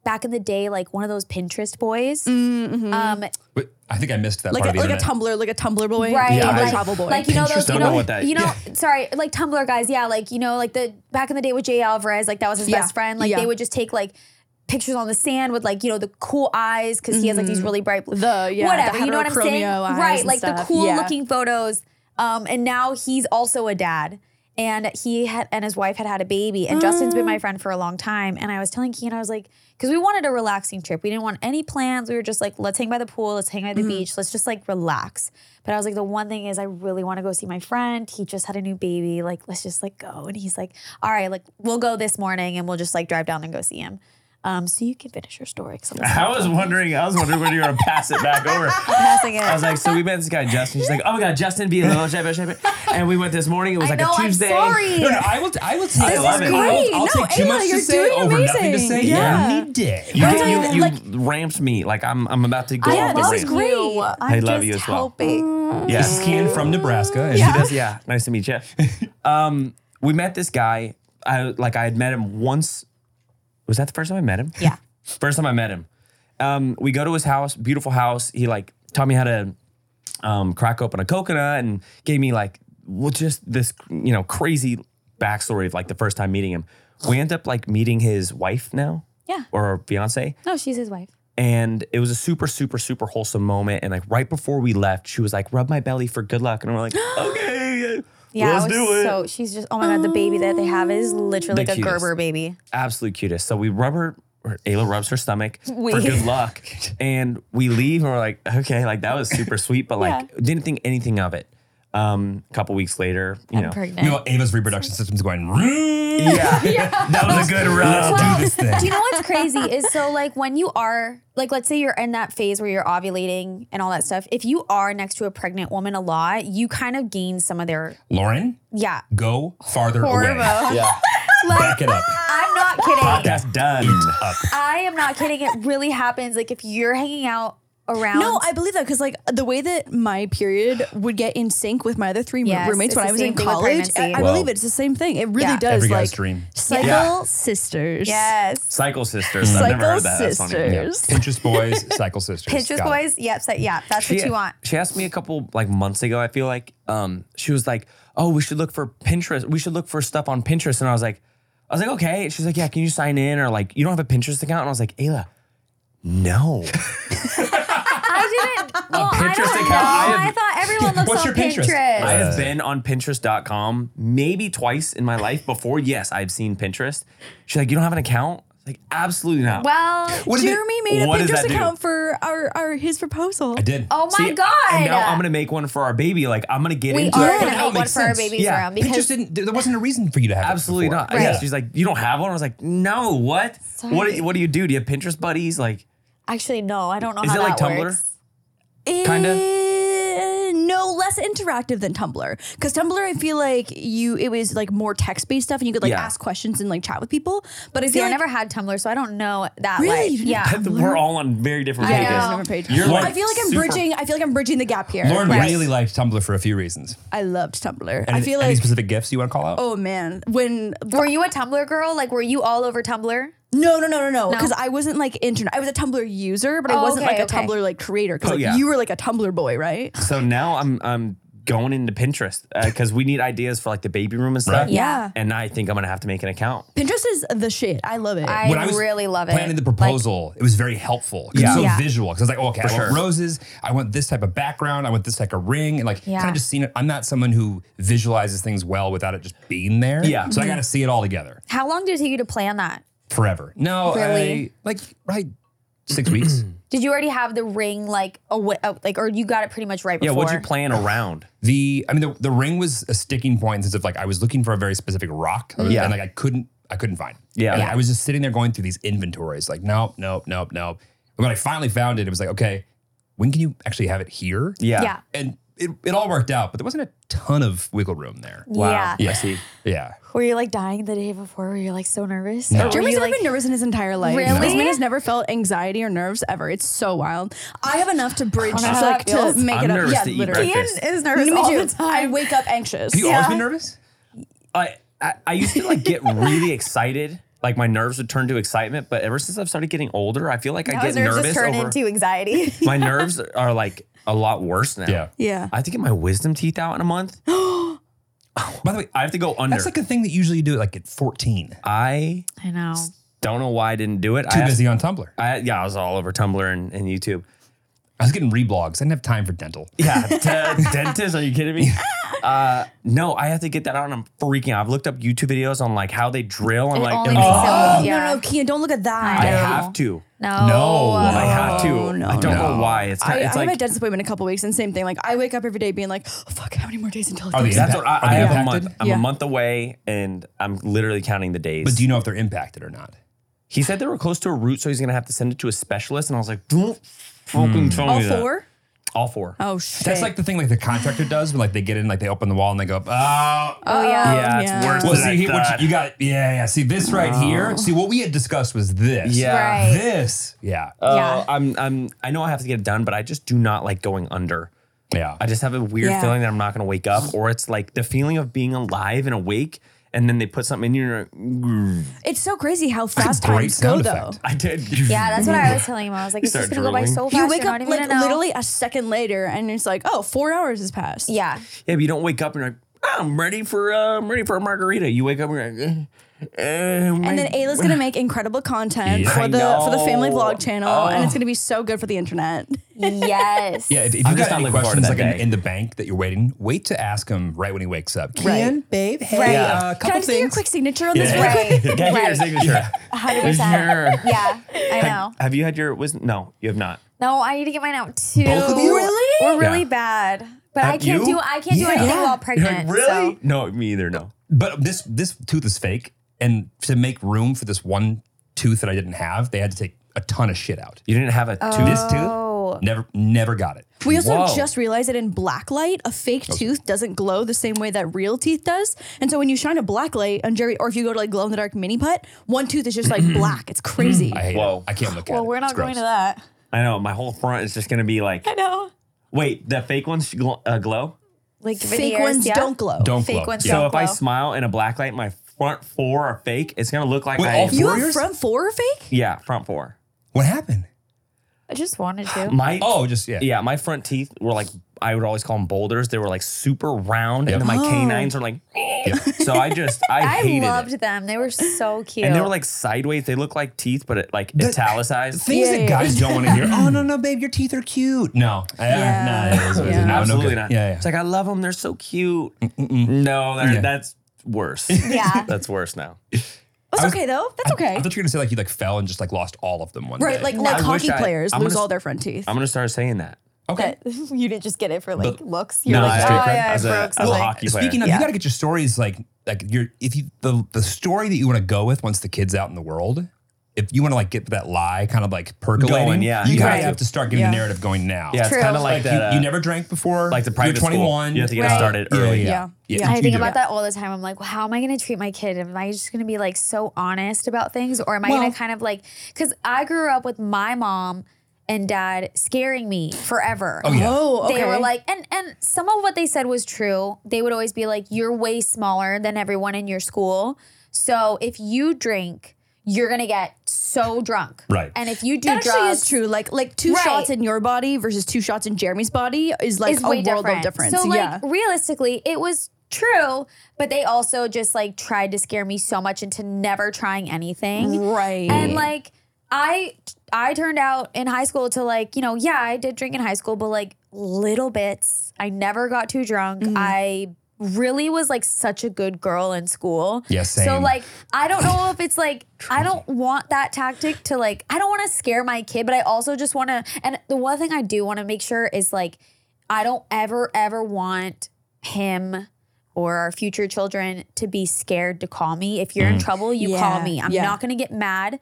back in the day like one of those Pinterest boys.
Mm, mm-hmm.
Um
Wait, I think I missed that
like
part
a,
of the
like a
internet.
Tumblr like a Tumblr boy,
right
Tumblr
I-
like,
travel boy.
like you know those
Pinterest, I
you
don't
know,
know what that-
you know sorry like Tumblr guys yeah like you know like the back in the day with Jay Alvarez like that was his
Yeah.
best friend like
Yeah.
they would just take like pictures on the sand with like you know the cool eyes because he has like these really bright blue
Mm. the yeah,
whatever
the
you know what I'm saying
heterochromio eyes
right
and
like the
stuff.
cool
Yeah.
looking photos um and now he's also a dad and he had and his wife had had a baby and Justin's been
Mm.
my friend for a long time and I was telling Keenan I was like because we wanted a relaxing trip we didn't want any plans we were just like let's hang by the pool let's hang by the
Mm-hmm.
beach let's just like relax but I was like the one thing is I really want to go see my friend he just had a new baby like let's just like go and he's like all right like we'll go this morning and we'll just like drive down and go see him um so you can finish your story 'cause I'm just
I was wondering. I was wondering when you were gonna pass it back over.
passing it
I was like, so we met this guy Justin. She's like, oh my god, Justin be a little shabby, shabby. And we went this morning. It was
I
like
know
a
I'm
Tuesday.
sorry
No, no, I will. I will take.
I love it.
I
great.
will, I'll
No,
take too
Ayla,
much
you're
to say
doing
over nothing to
amazing.
say.
Yeah.
Any day.
You,
Right.
you, you
Like-
ramped me like I'm. I'm about to go.
Yeah,
off the
this
ramp.
is great.
I'm
I love
just
you as well.
helping.
Yes.
This is Keenan from Nebraska. And
She does. Yeah. Nice to meet you. Um, we met this guy. I like I had met him once. Was that the first time I met him?
Yeah.
First time I met him. Um, we go to his house, beautiful house. He like taught me how to um, crack open a coconut and gave me like well, just this you know crazy backstory of like the first time meeting him. We end up like meeting his wife now.
Yeah.
Or fiance.
No, she's his wife.
And it was a super, super, super wholesome moment. And like right before we left, she was like, rub my belly for good luck. And we're like, okay,
Yeah,
let's
I was
do it.
so she's just oh my god, the baby that they have is literally
The
like a
cutest.
Gerber baby.
Absolute cutest. So we rub her, or Ayla rubs her stomach for
We-
good luck. And we leave and we're like, okay, like that was super sweet, but like didn't think anything of it. Um, a couple weeks later, you know.
Pregnant.
You know, Ava's reproduction system's going. "Vroom."
Yeah. That was a good rub.
Let's do this
Do
thing.
you know what's crazy is so like when you are like let's say you're in that phase where you're ovulating and all that stuff. If you are next to a pregnant woman a lot, you kind of gain some of their
Lauren,
yeah.
go farther away.
Horrible.
Yeah.
Back it up.
I'm not kidding.
That's done.
Up.
I am not kidding. It really happens. Like if you're hanging out around
No, I believe that because like the way that my period would get in sync with my other three roo-
Yes,
roommates
it's
when
the
I was in
same thing with
college, I,
pregnancy.
I
Well,
believe it. It's the same thing. It really
yeah.
does.
Every
like
guy's dream.
Cycle
Yeah.
sisters.
yes.
Cycle sisters. I've never
Cycle
heard that. That's funny.
Yeah.
sisters.
Pinterest boys, cycle sisters.
Pinterest
Got it.
boys, yep, so, yeah, that's what you want.
She asked me a couple like months ago. I feel like um, she was like, "Oh, we should look for Pinterest. We should look for stuff on Pinterest." And I was like, "I was like, okay." She's like, "Yeah, can you sign in?" Or like, "You don't have a Pinterest account?" And I was like, "Ayla, no."
I didn't well, I
Pinterest
don't
account?
know.
I
I,
have-
thought everyone looks
What's
on
your Pinterest?
Pinterest.
I have been on Pinterest.com maybe twice in my life before. Yes, I've seen Pinterest. She's like, you don't have an account? It's like, absolutely not.
well,
What is it-
Jeremy made a
what does
Pinterest
that do?
account for our, our his proposal.
I did.
oh my
See,
god.
And now I'm gonna make one for our baby. Like I'm gonna get
we
into
are
it.
gonna
Now it
make one
makes
for our
sense.
babies
Yeah.
room
Pinterest
because
didn't. There there wasn't a reason for you to have. it
Absolutely
before.
not.
Right.
Yeah. She's like, you don't have one. I was like, no. What? What?
Sorry.
do- What do you do? Do you have Pinterest buddies? Like,
actually no, I don't know
is
how
it like
Uh-huh, that
Tumblr?
works.
Kinda?
Eh, no less interactive than Tumblr because Tumblr I feel like you it was like more text based stuff and you could like
Yeah.
ask questions and like chat with people but I
See,
feel
I
like
never had Tumblr, so I don't know that.
Really?
life.
You didn't
Yeah.
We're all on very different
I
pages.
know.
Never paid.
You're
um, I
like
feel like I'm
super-
bridging I feel like I'm bridging the gap here
Lauren
Right.
really liked Tumblr for a few reasons.
I loved Tumblr I
Any-
feel
any
like
specific gifts you want to call out?
oh man when
Were you a Tumblr girl? Like, were you all over Tumblr?
No, no, no, no, no.
No?
Because I wasn't like internet. I was a Tumblr user, but I
Oh,
wasn't
okay,
like a
okay.
Tumblr like creator. Because
Oh,
like,
yeah.
you were like a Tumblr boy, right?
So now I'm I'm going into Pinterest because we need ideas for like the baby room and stuff.
Right.
Yeah.
And I think I'm gonna have to make an account.
Pinterest is the shit. I love it.
I,
when I was
really love it.
planning the proposal, it was very helpful. 'cause It
Yeah.
was so
Yeah.
visual. Because I was like, oh, okay, I want
sure.
roses. I want this type of background. I want this type of ring. And like,
Yeah.
kind of just seeing it. I'm not someone who visualizes things well without it just being there.
Yeah.
So I got to see it all together
Like, how long did it take you to plan that?
forever. No,
Really?
I- like, right, six weeks.
Did you already have the ring like awa- uh, like or you got it pretty much right
Yeah.
before?
What'd you plan around?
The, I mean, the, the ring was a sticking point in the sense of like, I was looking for a very specific rock.
Mm-hmm. Yeah.
And like, I couldn't, I couldn't find it.
Yeah.
And
Yeah.
I was just sitting there going through these inventories, like, nope, nope, nope, nope. And when I finally found it, it was like, okay, when can you actually have it here?
Yeah.
Yeah.
and it, it all worked out, but there wasn't a ton of wiggle room there.
Wow.
Yeah.
I see.
Yeah.
Were you like dying the day before? Were you like so nervous?
No.
Or were
Jeremy's
you,
never
like,
been nervous in his entire life.
Really?
This man has never felt anxiety or nerves ever. It's so wild. I have enough to bridge
know how
like
that feels.
to make
I'm
it up.
nervous
Yeah,
to eat
literally.
breakfast.
Ian is nervous
Me
all
too.
the
I
time.
wake up anxious.
Have you always
Yeah.
been nervous?
I, I I used to like get really excited. Like my nerves would turn to excitement, but ever since I've started getting older, I feel like I
Those
get
nerves
nervous.
just turn
over,
into anxiety.
my nerves are like a lot worse now.
Yeah.
Yeah.
I have to get my wisdom teeth out in a month.
By the way,
I have to go under.
that's like a thing that usually you do like at 14.
I
I know.
don't know why I didn't do it. I
Too
asked-
busy on Tumblr.
I, yeah, I was all over Tumblr and, and YouTube.
I was getting reblogs. I didn't have time for dental.
Yeah, d- dentist, are you kidding me? Uh, no, I have to get that out. and I'm freaking out. I've looked up YouTube videos on like how they drill. I'm
It
like,
only makes
oh,
it-
No,
yeah.
no, Kian, don't look at that.
I
No.
have to.
No.
No.
I have to.
No, no,
I don't
Oh, no.
know why. It's, not,
I,
it's
I have a
like,
dentist appointment in a couple weeks, and same thing. Like I wake up every day being like, oh, "Fuck, how many more days until?" it
Are they
comes
that's
impact-
what I,
are
I
they
have a
impacted?
month. I'm
Yeah.
a month away and I'm literally counting the days.
But do you know if they're impacted or not?
he said they were close to a root, so he's going to have to send it to a specialist. And I was like, don't
Hmm.
fucking tell
All
me that.
four?
All four.
Oh shit!
That's like the thing like the contractor does when like they get in, like they open the wall and they go, oh,
Oh yeah.
yeah, it's
yeah.
worse
well,
than I
see, he, what
thought.
you, you got, yeah, yeah. See this right here. See what we had discussed was this.
Oh. yeah.
Right.
This. Yeah.
Uh,
Yeah.
I'm, I'm, I know I have to get it done, but I just do not like going under.
yeah.
I just have a weird
Yeah.
feeling that I'm not going to wake up, or it's like the feeling of being alive and awake, and then they put something in your.
It's so crazy how fast
great
times go
sound
though.
effect.
I did.
Yeah, that's what I was telling him. I was like, it's
start
just gonna go by
drooling.
so fast.
You wake
are not
up like
even gonna know.
literally a second later, and it's like, "Oh, four hours has passed."
Yeah.
Yeah, but you don't wake up and you're like, "Ah, I'm ready for, uh, I'm ready for a margarita. You wake up and you're like, "Eh, eh, my-"
And then Ayla's gonna make incredible content
Yeah.
for
I
the for the family
know. Oh.
vlog channel, and it's gonna be so good for the internet.
Yes.
Yeah, if, if
I'm
you
just not
got any
looking forward to
questions
that
like in,
day.
in the bank that you're waiting, wait to ask him right when he wakes up.
Right.
Can, babe, hey,
Right.
uh, a
Can
couple
I just get your
things.
quick signature on this?
Yeah.
real quick?
Can I
Right.
get your
right.
signature?
Hundred percent. Yeah. I know.
Have you had your wisdom? No, you have not.
No, I need to get mine out too.
Both of you?
Really?
We're really
Yeah.
bad. But I
Have
can't
you?
do I can't
Yeah.
do anything
Yeah.
while
You're
pregnant.
like,
so-
really? No, me either. No.
But this this tooth is fake, and to make room for this one tooth that I didn't have, they had to take a ton of shit out.
You didn't have a
Oh.
tooth.
This tooth never never got it.
We also
Whoa.
just realized that in black light, a fake tooth doesn't glow the same way that real teeth does. And so when you shine a black light on Jerry, or if you go to like glow in the dark mini putt, one tooth is just like black. It's crazy.
I hate
Whoa.
it. I can't look at it.
Well, we're
It's
not going
gross.
to that.
I know. My whole front is just going to be like,
I know.
wait, the fake ones gl- uh, glow?
Like
Fake
veneers,
ones
yeah.
don't glow.
Don't
Fake
glow.
ones
Yeah.
So
don't
if I
glow.
smile in a black light, my front four are fake. It's gonna look like
Wait,
I am.
all four?
You have
Warriors?
front four fake?
Yeah, front four.
What happened?
I just wanted to.
My
Oh, just yeah.
yeah, my front teeth were like I would always call them boulders. They were like super round,
Yep.
and then my canines are like. So I just I,
I
hated
loved
it.
them. They were so cute.
And they were like sideways. They look like teeth, but it, like italicized.
Things
Yeah,
that
yeah,
guys don't want to hear. Oh no, no, babe, your teeth are cute. No,
Yeah.
yeah. no, it is- it is-
Yeah.
no, no
Absolutely
good.
not.
Yeah, yeah.
It's like I love them. They're so cute. No, they're-
Yeah.
that's worse.
Yeah.
that's worse now.
That's
I was-
okay though. That's
I
okay.
thought you were gonna say like you like fell and just like lost all of them one
Right,
day.
like like
I
hockey
wish I-
players
I'm
lose
gonna-
all their front teeth.
I'm gonna start saying that.
okay.
That- you didn't just get it for like looks. You're
No,
like,
I-
oh
I-
yeah,
as
I
a- as
broke
a
something.
hockey player.
Speaking of,
Yeah.
you gotta get your stories like like your if you the the story that you want to go with once the kid's out in the world. If you want to like get that lie kind of like percolating,
Going, yeah,
you
you
kind
have
of
to.
have to start getting
Yeah.
the narrative going now.
Yeah,
True.
it's kind of
like,
like, that.
you, you
uh,
never drank before.
like the private
You're
school.
21.
You have to get
Right.
started
Yeah,
early.
Yeah.
I
you
think
do
about that all the time. I'm like, well, how am I going to treat my kid? Am I just going to be like so honest about things? Or am I going
Well-
to kind of like, because I grew up with my mom and dad scaring me forever.
Oh, yeah.
Oh, okay.
They were like, and and some of what they said was true. They would always be like, "You're way smaller than everyone in your school, so if you drink, you're gonna get so drunk,
Right.
And if you do
that actually
drugs,
is true. Like like two
Right.
shots in your body versus two shots in Jeremy's body is like
is
a
way
world
different.
of difference.
So like
yeah.
realistically, it was true, but they also just like tried to scare me so much into never trying anything.
Right.
And like I I turned out in high school to like, you know, yeah, I did drink in high school, but like little bits. I never got too drunk. I really was like such a good girl in school.
Yeah,
So
same.
like I don't know if it's like I don't want that tactic to like I don't want to scare my kid, but I also just want to and the one thing I do want to make sure is like I don't ever ever want him or our future children to be scared to call me. If you're in trouble, you
Yeah,
call me. I'm
yeah.
not going to get mad.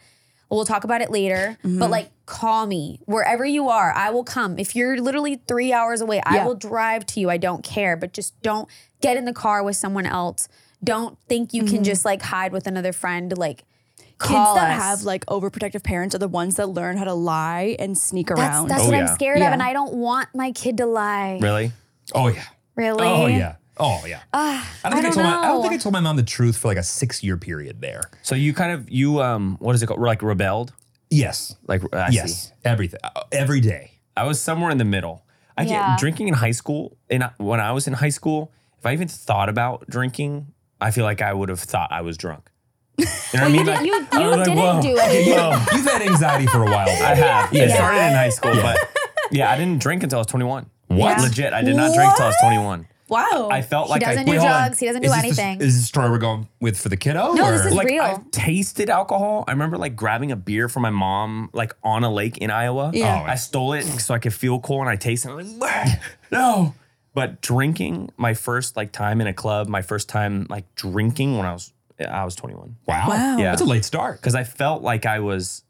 We'll talk about it later, but like call me wherever you are. I will come. If you're literally three hours away,
Yeah.
I will drive to you. I don't care, but just don't get in the car with someone else. Don't think you can just like hide with another friend. Like call
kids that
us.
have like overprotective parents are the ones that learn how to lie and sneak
that's
around.
that's
Oh,
what I'm
yeah.
scared of,
Yeah.
and I don't want my kid to lie.
Really?
Oh yeah.
Really?
Oh yeah. Oh yeah. I don't think I,
I
told
don't
my I don't
know.
think I told my mom the truth for like a six year period there.
So you kind of you um what is it called? Like rebelled?
Yes.
Like I see.
yes. Everything. Uh, Every day.
I was somewhere in the middle. I can't,
Yeah.
drinking in high school. And I- when I was in high school, if I even thought about drinking, I feel like I would have thought I was drunk. You know what I mean?
did-
Like,
you-
I
you
was
didn't
"Whoa."
do it.
Whoa.
You've had anxiety for a while.
I
though.
have. It
Yeah.
started in high school, but yeah, I didn't drink until I was 21.
What? Yeah.
Legit, I did not drink until I was 21.
wow.
I felt
He
like I
doesn't do
Wait, hold on.
drugs. He doesn't do
Is this the-
anything.
is this the story we're going with for the kiddo?
No, this
or-
is
like
real.
I've tasted alcohol. I remember like grabbing a beer from my mom like on a lake in Iowa.
Yeah.
I stole it so I could feel cool and I tasted it. I'm like, "Bleh, no. But drinking my first like time in a club, my first time like drinking when I was I was 21.
wow.
Wow.
Yeah.
That's a late start.
Cause I felt like I was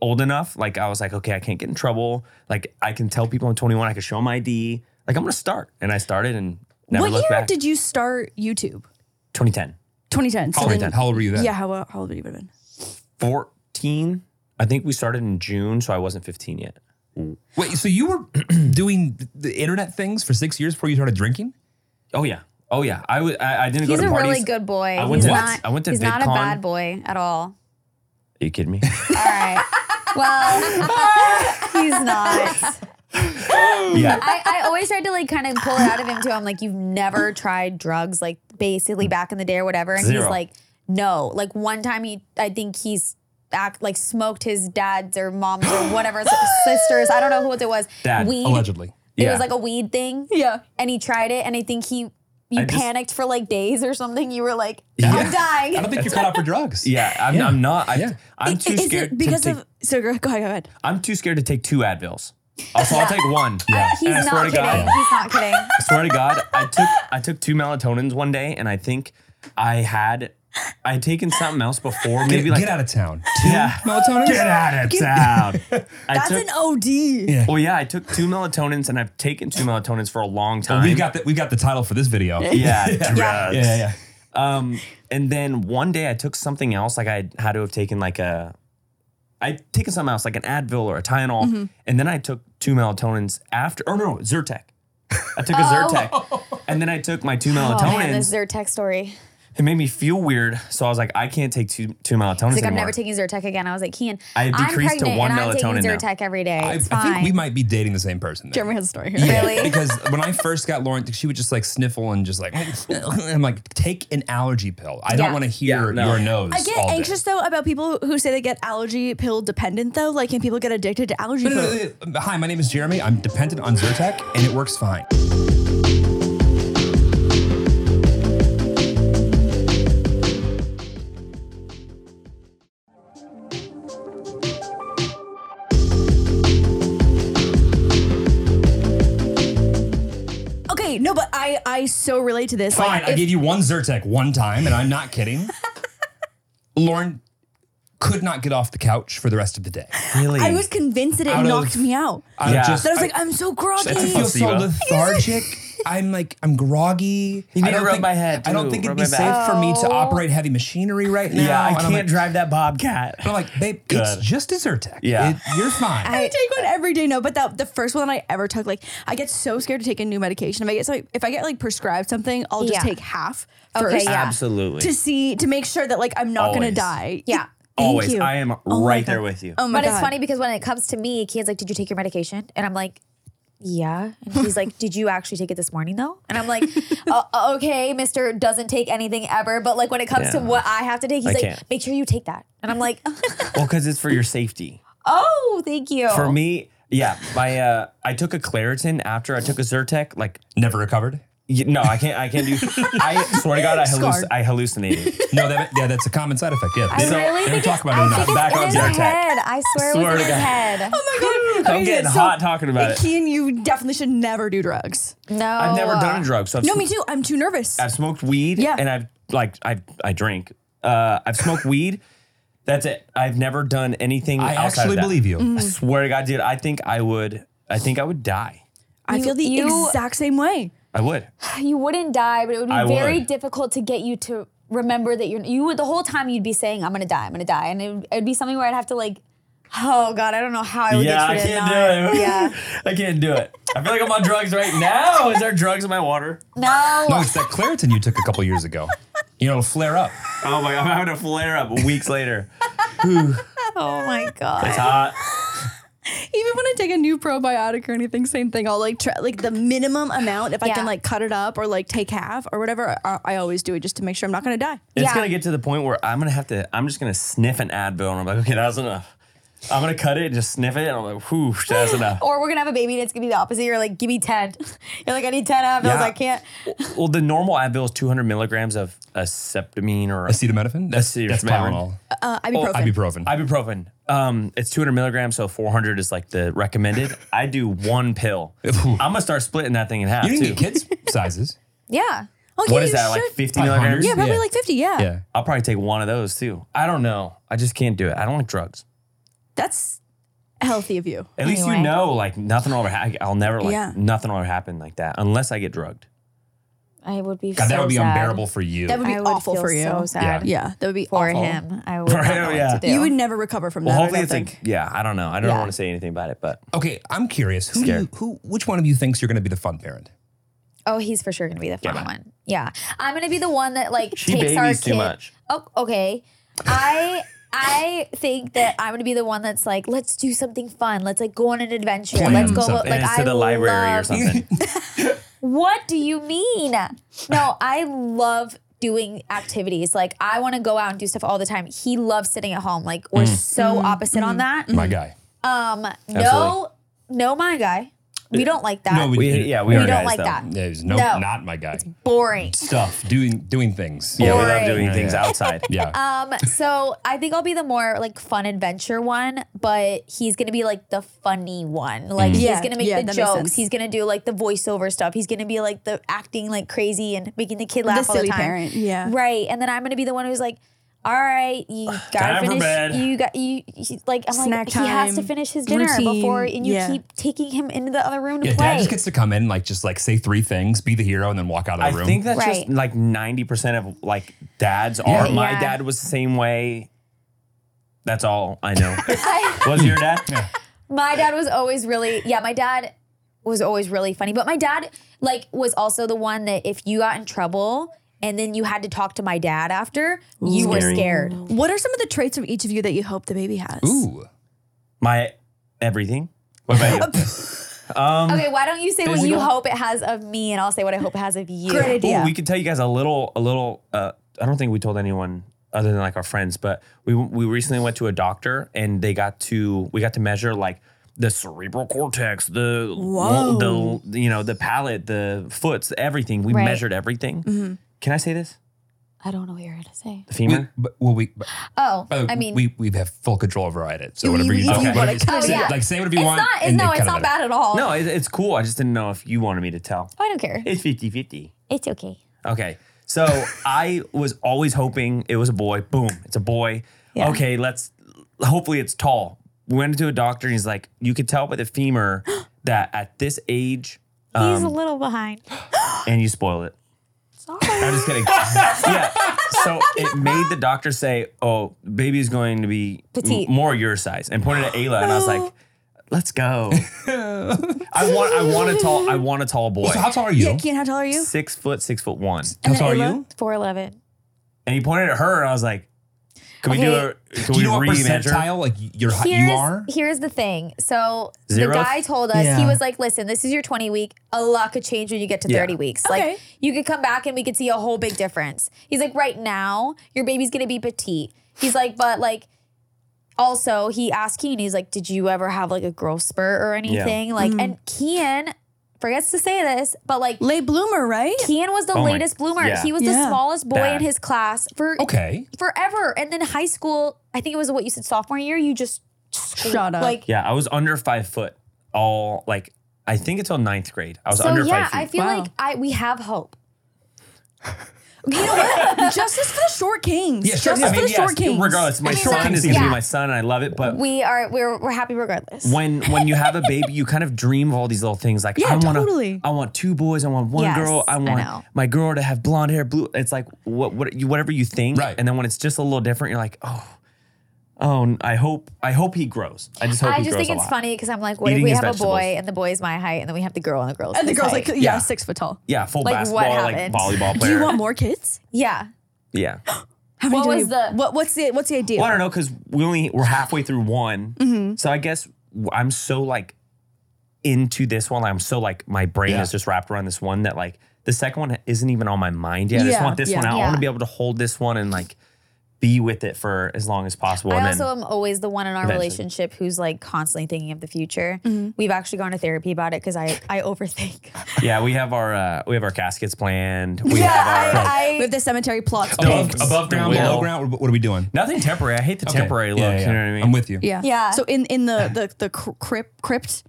old enough. Like I was like, okay, I can't get in trouble. Like I can tell people I'm 21, I can show 'em my ID. Like I'm gonna start. And I started and never
what year
looked back.
did you start YouTube?
2010.
2010. So
How old,
then-
how old were you then?
yeah, how, how old would you have been?
14. I think we started in June, so I wasn't 15 yet.
Wait, so you were doing the internet things for six years before you started drinking?
Oh yeah. Oh yeah. I would. I, I didn't
He's
go to
a
parties.
really good boy.
I went
he's
to-
not,
I went to
he's not a
VidCon.
bad boy at all.
Are you kidding me?
All right. Well, he's not.
yeah.
I, I always tried to like kind of pull it out of him too. I'm like, you've never tried drugs, like basically back in the day or whatever. And he's
Zero.
like, no. Like one time he, I think he's act like smoked his dad's or mom's or whatever sisters. I don't know what it was.
Dad,
weed.
Allegedly.
It
Yeah.
was like a weed thing.
Yeah.
And he tried it, and I think he. You
I just-
panicked for like days or something. You were like,
Yeah.
I'm dying.
I don't think you're cut out for drugs.
Yeah. I'm, I'm not. I,
Yeah.
I'm
Is
too
it
scared.
because
to take,
of. So go, go ahead, go ahead.
I'm too scared to take two Advils. Also, I'll take one. Yeah.
He's
and I swear
not
to
kidding.
God.
He's not kidding.
I swear to God, I took I took two melatonins one day, and I think I had I had taken something else before. Maybe
Get,
like
get out of town.
yeah.
Melatonin? Get out of town.
I
That's
took.
an OD. Yeah.
well, yeah, I took two melatonins, and I've taken two melatonins for a long time.
we got the we got the title for this video. Yeah,
yeah, drugs.
yeah, yeah.
Um, and then one day I took something else. Like I had to have taken like a, I'd taken something else, like an Advil or a Tylenol.
Mm-hmm.
And then I took two melatonins after, or no,
Oh.
Zyrtec. I took a Zyrtec. And then I took my two
Oh man,
melatonins.
this is their tech story.
It made me feel weird. So I was like, I can't take two, two melatonin
He's like, I'm
anymore.
never taking Zyrtec again. I was like, Kean,
I
I'm
have decreased to
pregnant
one
and I'm taking
melatonin now.
Zyrtec every day.
I, I
It's
think
fine.
we might be dating the same person. there.
Jeremy has a story here.
Yeah,
Really?
because when I first got Lauren, she would just like sniffle and just like, I'm like, take an allergy pill. I
Yeah.
don't want to hear
Yeah, no.
your nose.
I get
all day."
anxious though about people who say they get allergy pill dependent though. Like, can people get addicted to allergy
No, no,
pills?
no, no, no. uh, Hi, my name is Jeremy. I'm dependent on Zyrtec, and it works fine.
Okay, no, but I I so relate to this.
Fine.
Like,
I
if-
gave you one Zyrtec one time, and I'm not kidding. Lauren could not get off the couch for the rest of the day.
Really?
I was convinced that it
Out of-
knocked me out.
I
Yeah.
just
That I was like, I'm so groggy.
I feel so
Placebo.
lethargic. I'm like, I'm groggy.
You need
I
to
don't
rub
think-
my head,
I don't
too.
think it'd
Rub
be
my back.
safe for me
Oh.
to operate heavy machinery right now.
yeah, I
And I'm
can't
like-
drive that bobcat.
I'm like, babe,
Good.
it's just a Zyrtec.
Yeah.
It- you're fine.
I take one every day, no, but that the first one that I ever took, like I get so scared to take a new medication. If I get so if I get like prescribed something, I'll just
Yeah.
take half
Okay,
first
yeah.
Absolutely.
to see to make sure that like I'm not gonna
Always.
die.
Yeah.
Thank
Always.
you.
I am
Oh my
right
God.
there with you.
Oh my
but
god.
it's funny because when it comes to me, Kian's like, Did you take your medication? And I'm like, Yeah. And he's like, Did you actually take it this morning though? And I'm like, "Uh, Okay, Mister doesn't take anything ever. But like when it comes to
Yeah.
what I have to take, he's
I
like,
can't.
Make sure you take that. And I'm like,
Well, because it's for your safety.
Oh, thank you.
For me, yeah, my uh, I took a Claritin after I took a Zyrtec. Like,
Never recovered.
y- no, I can't. I can't do. I swear to God, I, halluc-
Scarred.
I hallucinated.
No, that, yeah, that's a common side effect. Yeah,
I
they don't,
really
they don't
think it's,
talk about it
I
enough.
think it's
Back
in
on
his
Zyrtec.
head. I
Swear
swear, it
to
was in his
God.
head.
Oh my god.
I'm getting hot talking about it.
Keen, you definitely should never do drugs.
No,
I've never done a drug, so I've
No,
sm-
me too. I'm too nervous.
I've smoked weed.
Yeah.
and I've like I I drink. Uh, I've smoked weed. That's it. I've never done anything.
I
outside
actually
of that.
believe you.
I swear to God, dude, I think I would. I think I would die.
I
You-
feel the
you- Oh
exact same way.
I would.
You wouldn't die, but it would be
I
very
would.
difficult to get you to remember that you're. You would the whole time you'd be saying, "I'm gonna die. I'm gonna die," and it, it'd be something where I'd have to like. Oh God, I don't know how I would
Yeah, I
get you to
can't
not-
do it.
Yeah,
I can't do it. I feel like I'm on drugs right now. Is there drugs in my water?
no.
No, it's that Claritin you took a couple years ago. You know, it'll flare up.
Oh my! I'm having a flare up weeks later.
Oh my
It's
God.
hot.
Even when I take a new probiotic or anything, same thing. I'll like try like the minimum amount if I
Yeah.
can like cut it up or like take half or whatever. I, I always do it just to make sure I'm not gonna die.
It's
Yeah.
gonna get to the point where I'm gonna have to. I'm just gonna sniff an Advil, and I'm like, okay, that was enough. I'm gonna cut it and just sniff it, and I'm like, whew, that's enough.
Or we're gonna have a baby and it's gonna be the opposite. You're like, give me ten. You're like, I need ten Advils.
Yeah.
I can't.
Well, the normal Advil is 200 milligrams of a septamine or
Acetaminophen? That's,
Acetaminophen.
that's Tylenol.
Uh,
Oh,
Ibuprofen.
ibuprofen.
ibuprofen. Um, it's 200 milligrams, so 400 is like the recommended. I do one pill. I'm gonna start splitting that thing in half
you didn't
too.
get kids' sizes.
Yeah.
Okay,
What is
you
that? Like
should-
50
Like
milligrams?
hundred?
yeah, probably
Yeah.
like 50.
Uh,
Yeah.
Yeah.
I'll probably take one of those too. I don't know. I just can't do it. I don't like drugs.
That's healthy of you.
At least you
Anyway.
know, like nothing will ever. Ha- I'll never like
Yeah.
nothing will ever happen like that unless I get drugged.
I would be.
God,
so
that would be
sad.
unbearable for you.
That would be
I would
awful
feel
for you.
So sad.
Yeah, that would be
For
awful.
him, I would. For
him, yeah.
To do.
You would never recover from
Well,
that.
hopefully
I
it's
don't think.
like yeah. I don't know. I don't
Yeah.
want to say anything about it, but
okay, I'm curious. Who, do
Scared.
you, who, which one of you thinks you're going to be the fun parent?
Oh, he's for sure gonna be the fun
Yeah.
one. Yeah, I'm gonna be the one that like
She
takes our
babies
kid.
too much.
Oh, okay. I I think that I'm gonna be the one that's like, let's do something fun. Let's like go on an adventure.
Plan
let's go
something.
like
and it's to
I
the library or
love-
something.
What do you mean? No, I love doing activities. Like I want to go out and do stuff all the time. He loves sitting at home. Like
Mm.
we're so
Mm.
opposite on that.
My guy.
Um,
Absolutely. Uh,
no, no, my guy. We don't like that.
No,
we,
Mm. we, yeah, we,
We
are
don't
guys,
like
though.
that.
There's no,
No.
not my guy.
Boring.
Stuff, doing doing things.
Yeah, we love
Boring.
doing things
Yeah.
outside.
Yeah.
Um, so I think I'll be the more like fun adventure one, but he's gonna be like the funny one.
Mm.
Like he's
Yeah,
gonna make
yeah,
the
that makes
jokes.
sense.
He's gonna do like the voiceover stuff. He's gonna be like the acting like crazy and making the kid laugh all
silly
the time.
parent, yeah.
Right. And then I'm gonna be the one who's like, all right, you gotta
Time for
finish.
bed."
You got you. He, like I'm
Snack
like he has to
time,
finish his dinner
routine,
before, and you
yeah.
keep taking him into the other room to
Yeah,
play.
dad just gets to come in, like just like say three things, be the hero, and then walk out of the
I
room.
think that's just
Right.
like 90% of like dads are.
Yeah.
My
Yeah.
dad was the same way. That's all I know.
I-
was your dad?
My dad was always really, yeah, my dad was always really funny. But my dad, like, was also the one that if you got in trouble, and then you had to talk to my dad after, you were
Scary.
scared.
What are some of the traits of each of you that you hope the baby has?
Ooh.
My everything. What about you?
Okay, why don't you say what you
Physical?
hope it has of me, and I'll say what I hope it has of you.
Great
Ooh,
idea.
we could tell you guys a little, a little. Uh, I don't think we told anyone other than like our friends, but we we recently went to a doctor and they got to we got to measure like the cerebral cortex, the
Whoa.
the you know the palate, the foots, everything. We
Right.
measured everything. Can I say this?
I don't know what you're gonna say.
The
We,
femur.
but, well, we, but,
Oh,
by the way,
I
Uh,
mean,
we, we have full control over our edit. So
You-
whatever
you-
you, do,
you
wanna
whatever you
cut
it
say-
out.
like say whatever you
it's
want.
not. It's,
and
no,
they
it's
cut it
not
out.
bad at all.
no, it, it's cool. I just didn't know if you wanted me to tell.
I don't care.
It's 50-50.
It's okay.
Okay. So I was always hoping it was a boy. Boom, it's a boy. Okay, let's hopefully it's tall. We went to a doctor and he's like, you could tell by the femur that at this age,
Um,
He's a little behind.
and you spoil it.
Sorry.
I'm just kidding. yeah. So it made the doctor say, "Oh, baby's going to be
Petite.
m- more your size," and pointed at Ayla, and I was like, "Let's go." I want, I want a tall, I want a tall boy,
So how tall are you?
Yeah, Kian, how tall are you?
six foot, six foot one.
how
And
tall are
Ayla?
you?
Four eleven.
And he pointed at her, and I was like, "Can we do
Okay.
a? Can
Do
we
you know what
re-measure?"
percentile like your height
Here's,
you are?
here's the thing. So
Zeroth?
the guy told us he
Yeah.
was like, "Listen, this is your 20 week. A lot could change when you get to
Yeah.
30 weeks.
Okay.
Like you could come back and we could see a whole big difference." He's like, "Right now, your baby's gonna be petite." He's like, "But like." Also, he asked Keen, he's like, Did you ever have like a growth spurt or anything? Like,
Mm-hmm.
and Keen forgets to say this, but like,
Late bloomer, right?
Kian was the
Oh my-
latest bloomer.
yeah.
He was the
Yeah.
smallest boy
Bad.
in his class for
Okay.
forever. And then high school, I think it was what you said sophomore year, you just
Shut up.
Like
Yeah, I was under five foot all like I think until ninth grade. I was
so
under
yeah,
five feet.
I feel
Wow.
like I we have hope.
You know what? Justice for the short kings.
Yeah, sure,
Justice
yeah, I
for
mean,
the short kings.
regardless, my
I mean,
son
that's-
is gonna
yeah.
be my son, and I love it. But
We are we're we're happy regardless.
when when you have a baby, you kind of dream of all these little things. Like
Yeah,
I want
totally.
I want two boys. I want one
Yes,
girl. I
I
want
know.
my girl to have blonde hair, blue. It's like what what you whatever you think.
Right.
And then when it's just a little different, you're like, oh, oh, I hope I hope he grows. I just hope
I
he
just
grows
think
a
it's
lot.
funny because I'm like, what
Eating
if we
his
have a boy
vegetables.
and the boy is my height and then we have the girl and the girl is
And the
his
girl's like,
height.
yeah,
Yeah.
six foot tall.
Yeah, full
Like, what
basketball, like
happened?
volleyball player.
Do you want more kids?
yeah.
yeah.
How many
What
do
was
you-
the-
what, what's the what's the idea?
Well, I don't know because we only we're halfway through one,
Mm-hmm.
so I guess w- I'm so like into this one. I'm so like my brain
Yeah.
is just wrapped around this one that like the second one isn't even on my mind yet. I just
Yeah,
want this one
yeah.
out. I want
Yeah.
to be able to hold this one and like be with it for as long as possible.
I
and
also am always the one in our
Eventually.
relationship who's like constantly thinking of the future.
Mm-hmm.
We've actually gone to therapy about it because I I overthink.
then yeah, we have our uh, we have our caskets planned. We have our
I,
With the cemetery plots.
Above,
Pigs.
above ground,
The
below
will.
ground. What what are we doing?
nothing temporary. I hate the
Okay.
temporary look.
Yeah, yeah,
You know
yeah.
what I mean?
I'm with you.
Yeah.
Yeah.
So in in the the the cr- crypt crypt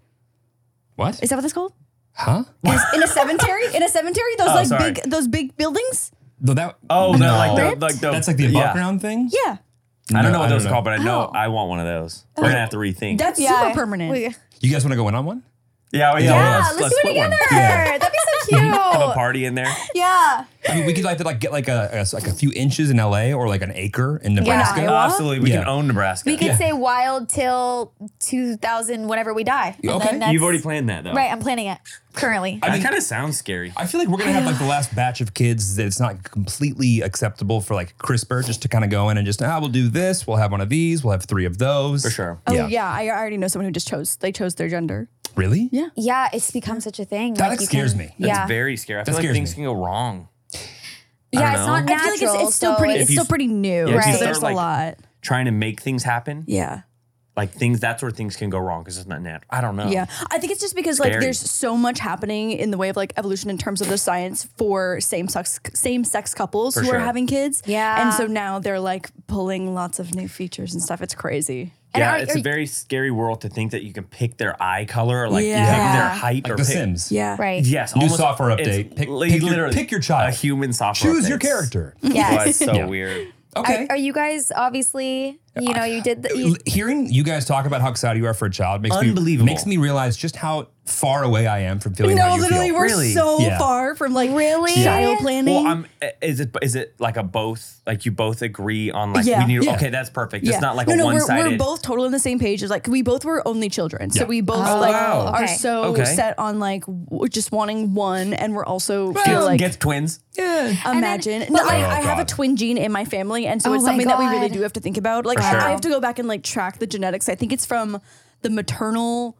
What?
is that what that's called?
Huh?
Oh,
In a, in a cemetery? In a cemetery? Those like
sorry.
big those big buildings?
No, that.
Oh,
no.
no, like the, like the
that's like the above
yeah.
ground thing.
Yeah.
I don't
No,
know
I
what
don't
those are
know.
called, but I know I want one of those. We're gonna have to rethink.
That's
Yeah.
super permanent.
We-
You guys want to go in on one?
yeah, well, yeah,
Yeah,
well,
let's, do it
split one.
together. That'd be
Have a
Oh,
so cute.
party in there.
yeah.
I mean, we could like to like get like a, a like a few inches in LA or like an acre in Nebraska.
Iowa.
Absolutely, we
Yeah.
can own Nebraska.
We could say wild till 2000, whenever we die. And
Okay.
that's-
You've already planned that though,
Right, I'm planning it currently.
Oh. I mean, kind of sounds scary.
I feel like we're gonna have like the last batch of kids that it's not completely acceptable for like CRISPR just to kind of go in and just ah, we'll do this, we'll have one of these, we'll have three of those.
For sure.
Oh yeah. I already know someone who just chose they chose their gender.
Really?
Yeah.
Yeah, it's become such a thing.
That
you
scares
can-
me.
That's
Yeah,
very scary. I feel
That
like
scares
things
me.
can go wrong.
yeah,
don't
it's
know.
not
I
natural.
I feel like it's, it's still
so
pretty
it's-
it's
you-
still pretty new.
Yeah,
if you
so
start,
there's
like-
a lot.
Trying to make things happen,
Yeah.
like things that's where things can go wrong because it's not natural. I don't know.
Yeah. I think it's just because like
Oh. Scary.
there's so much happening in the way of like evolution in terms of the science for same sex same sex couples who
sure.
are having kids.
Yeah.
And so now they're like pulling lots of new features and stuff. It's crazy.
And
yeah,
are-
it's
are
a
you-
very scary world to think that you can pick their eye color, or like pick their
Yeah.
height,
Like
or
the
pick,
Sims.
Yeah.
right.
Yes,
New
almost-
software
it's
update. Pick-
li-
pick your-
literally
pick your
A
child.
human software.
Choose your
update.
character.
Oh, it's
Yes.
so
Yeah.
weird.
Okay.
Are, are you guys obviously? You know, you did. The, you,
L- Hearing you guys talk about how excited you are for a child makes me
Unbelievable.
makes me realize just how far away I am from feeling how
No,
you
literally,
feel.
we're
Really?
so
Yeah.
far from like really
Yeah.
child planning.
Well, I'm. Is it is it like a both? Like you both agree on like
Yeah.
we need?
Yeah.
Okay, that's perfect.
yeah.
It's not like
no,
a
no,
one
we're,
sided.
we're both totally on the same page. It's like we both were only children, so
Yeah.
we both
Oh,
like
wow.
are
Okay.
so
Okay.
set on like w- just wanting one, and we're also feel
Oh,
gets,
like
gets twins.
imagine.
but
no,
like-
I, I
Oh,
have a
God.
twin gene in my family, and so
Oh
it's
my
something that we really
God.
do have to think about. Like
sure.
I, I have to go back and like track the genetics. I think it's from the maternal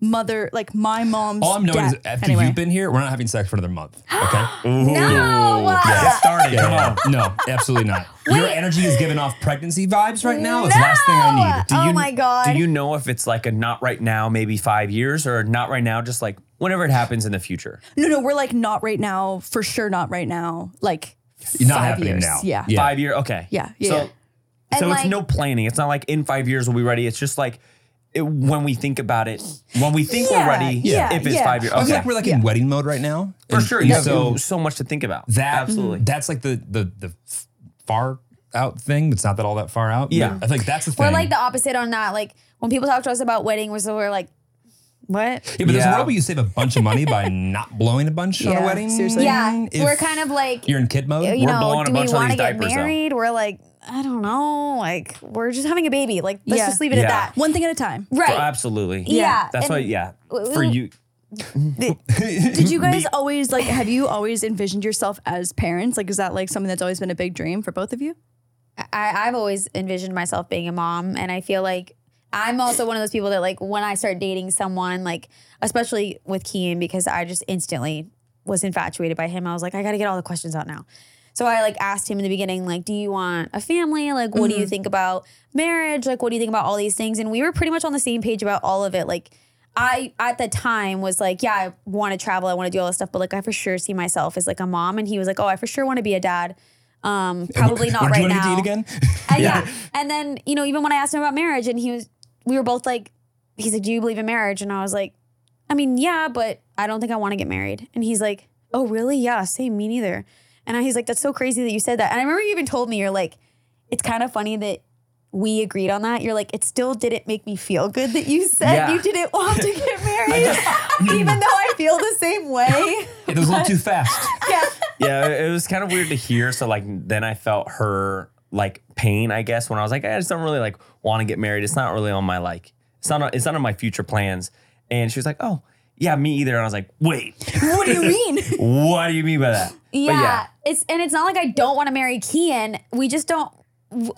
mother, like my mom's.
All I'm knowing
dad.
is uh, after
anyway.
you've been here, we're not having sex for another month. Okay.
No.
Get started. Come on. No, absolutely not. Your energy is giving off pregnancy vibes right now. It's the last thing I need.
Do
Oh
you,
my God.
Do you know if it's like a not right now, maybe five years, or not right now, just like whenever it happens in the future?
no, no, we're like not right now, for sure, not right now. Like
Not
five
happening
years.
now.
Yeah.
Yeah.
Five year. Okay.
Yeah, yeah,
So,
yeah.
so
And,
it's
like-
no planning. It's not like in five years we'll be ready. It's just like it, when we think about it, when we think
Yeah,
we're ready.
yeah,
if it's
yeah.
five years.
I feel
Okay.
like we're like in wedding mode right now.
For
And-
sure.
and
You have
so
so, so much to think about.
that
Absolutely.
That's like the the the f- far out thing. It's not that all that far out.
Yeah.
I think that's the thing.
We're like the opposite on that. Like when people talk to us about wedding, we're, so we're like, what?
yeah, but there's a
Yeah.
world where you save a bunch of money by not blowing a bunch on a
Yeah,
wedding.
seriously.
Yeah.
If
we're kind of like,
You're in kid mode.
you
we're
know,
blowing a
do we
bunch on
want
these
to get
diapers, though.
married? We're like, I don't know. Like we're just having a baby. Like let's
Yeah.
just leave it
Yeah.
at that.
One thing at a time.
Mm-hmm.
Right.
Absolutely.
Yeah,
That's
and-
why. Yeah.
w-
For you.
Did you guys always like? Have you always envisioned yourself as parents? Like, is that like something that's always been a big dream for both of you?
I, I've always envisioned myself being a mom, and I feel like I'm also one of those people that like when I start dating someone, like especially with Keen, because I just instantly was infatuated by him. I was like, I got to get all the questions out now. So I like asked him in the beginning, like, do you want a family? Like, what do
Mm-hmm.
you think about marriage? Like, what do you think about all these things? And we were pretty much on the same page about all of it. Like, I at the time was like, yeah, I want to travel, I want to do all this stuff, but like, I for sure see myself as like a mom. And he was like, oh, I for sure want to be a dad. Um, probably not
What
right
did you want
now.
to eat again?
And yeah. And then, you know, even when I asked him about marriage and he was, we were both like, he's like, do you believe in marriage? And I was like, I mean, yeah, but I don't think I want to get married. And he's like, oh, really? Yeah, same, me neither. And I, he's like, that's so crazy that you said that. And I remember you even told me, you're like, it's kind of funny that we agreed on that. You're like, it still didn't make me feel good that you said
Yeah.
you didn't want to get married, even though I feel the same way.
It was a little too fast.
yeah.
yeah, it it was kind of weird to hear. So like then I felt her like pain, I guess, when I was like, I just don't really like want to get married. It's not really on my like it's not it's not on my future plans. And she was like, Oh, yeah, me either. And I was like, wait,
What do you mean?
what do you mean by that?
Yeah,
But yeah.
It's and it's not like I don't want to marry Kian. We just don't.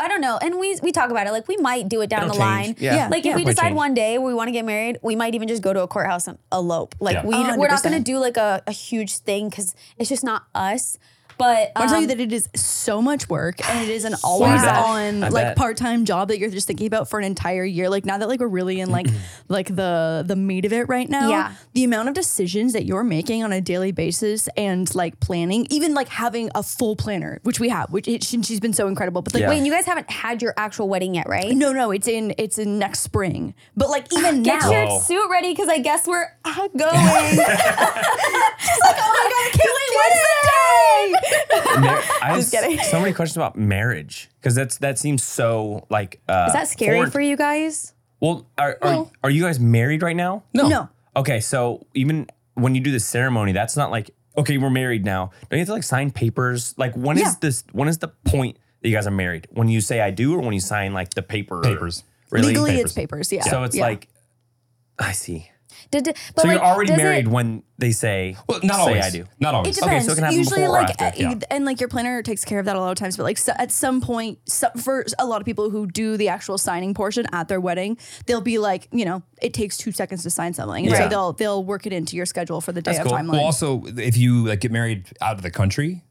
I don't know. And we we talk about it. Like we might do it down
It'll
the
change.
line.
Yeah. Yeah.
Like
Yeah.
if we
Might
decide
change.
one day we want to get married, we might even just go to a courthouse and elope. Like
Yeah.
we we're not
Oh,
gonna
100%.
do like a, a huge thing because it's just not us. But
I'll tell you
um,
that it is so much work and it is an always
bet.
on
I
like
bet.
part time job that you're just thinking about for an entire year. Like now that like we're really in like like the the meat of it right now.
Yeah.
The amount of decisions that you're making on a daily basis and like planning, even like having a full planner, which we have, which it, she, she's been so incredible. But like
Yeah.
wait, and you guys haven't had your actual wedding yet, right?
no, no, it's in it's in next spring. But like even
Get
now,
your
Whoa.
suit ready because I guess we're uh, going. She's like, oh my god, I can't wait. What's the day?
Mar- I have
Just kidding.
so many questions about marriage. Cause that's that seems so like uh
Is that scary
foreign-
for you guys?
Well, are, are, are you guys married right now?
no. no.
Okay, so even when you do the ceremony, that's not like okay, we're married now. Don't you have to like sign papers? Like when is
Yeah.
this? When is the point that you guys are married? When you say I do, or when you sign like the paper
Papers.
Really?
Legally it's papers, yeah.
So it's
Yeah.
like, I see.
Did, did- but
So
like,
you're already
does it-
married when they say.
Well, not
say
always.
I do.
Not always.
It
Okay,
depends.
so it can happen
Usually,
before or
like,
after,
uh,
yeah.
and like your planner takes care of that a lot of times. But like, so, at some point, so, for a lot of people who do the actual signing portion at their wedding, they'll be like, you know, it takes two seconds to sign something, and so
Yeah.
they'll they'll work it into your schedule for the day
That's
of
cool.
timeline.
Well, also, if you like get married out of the country,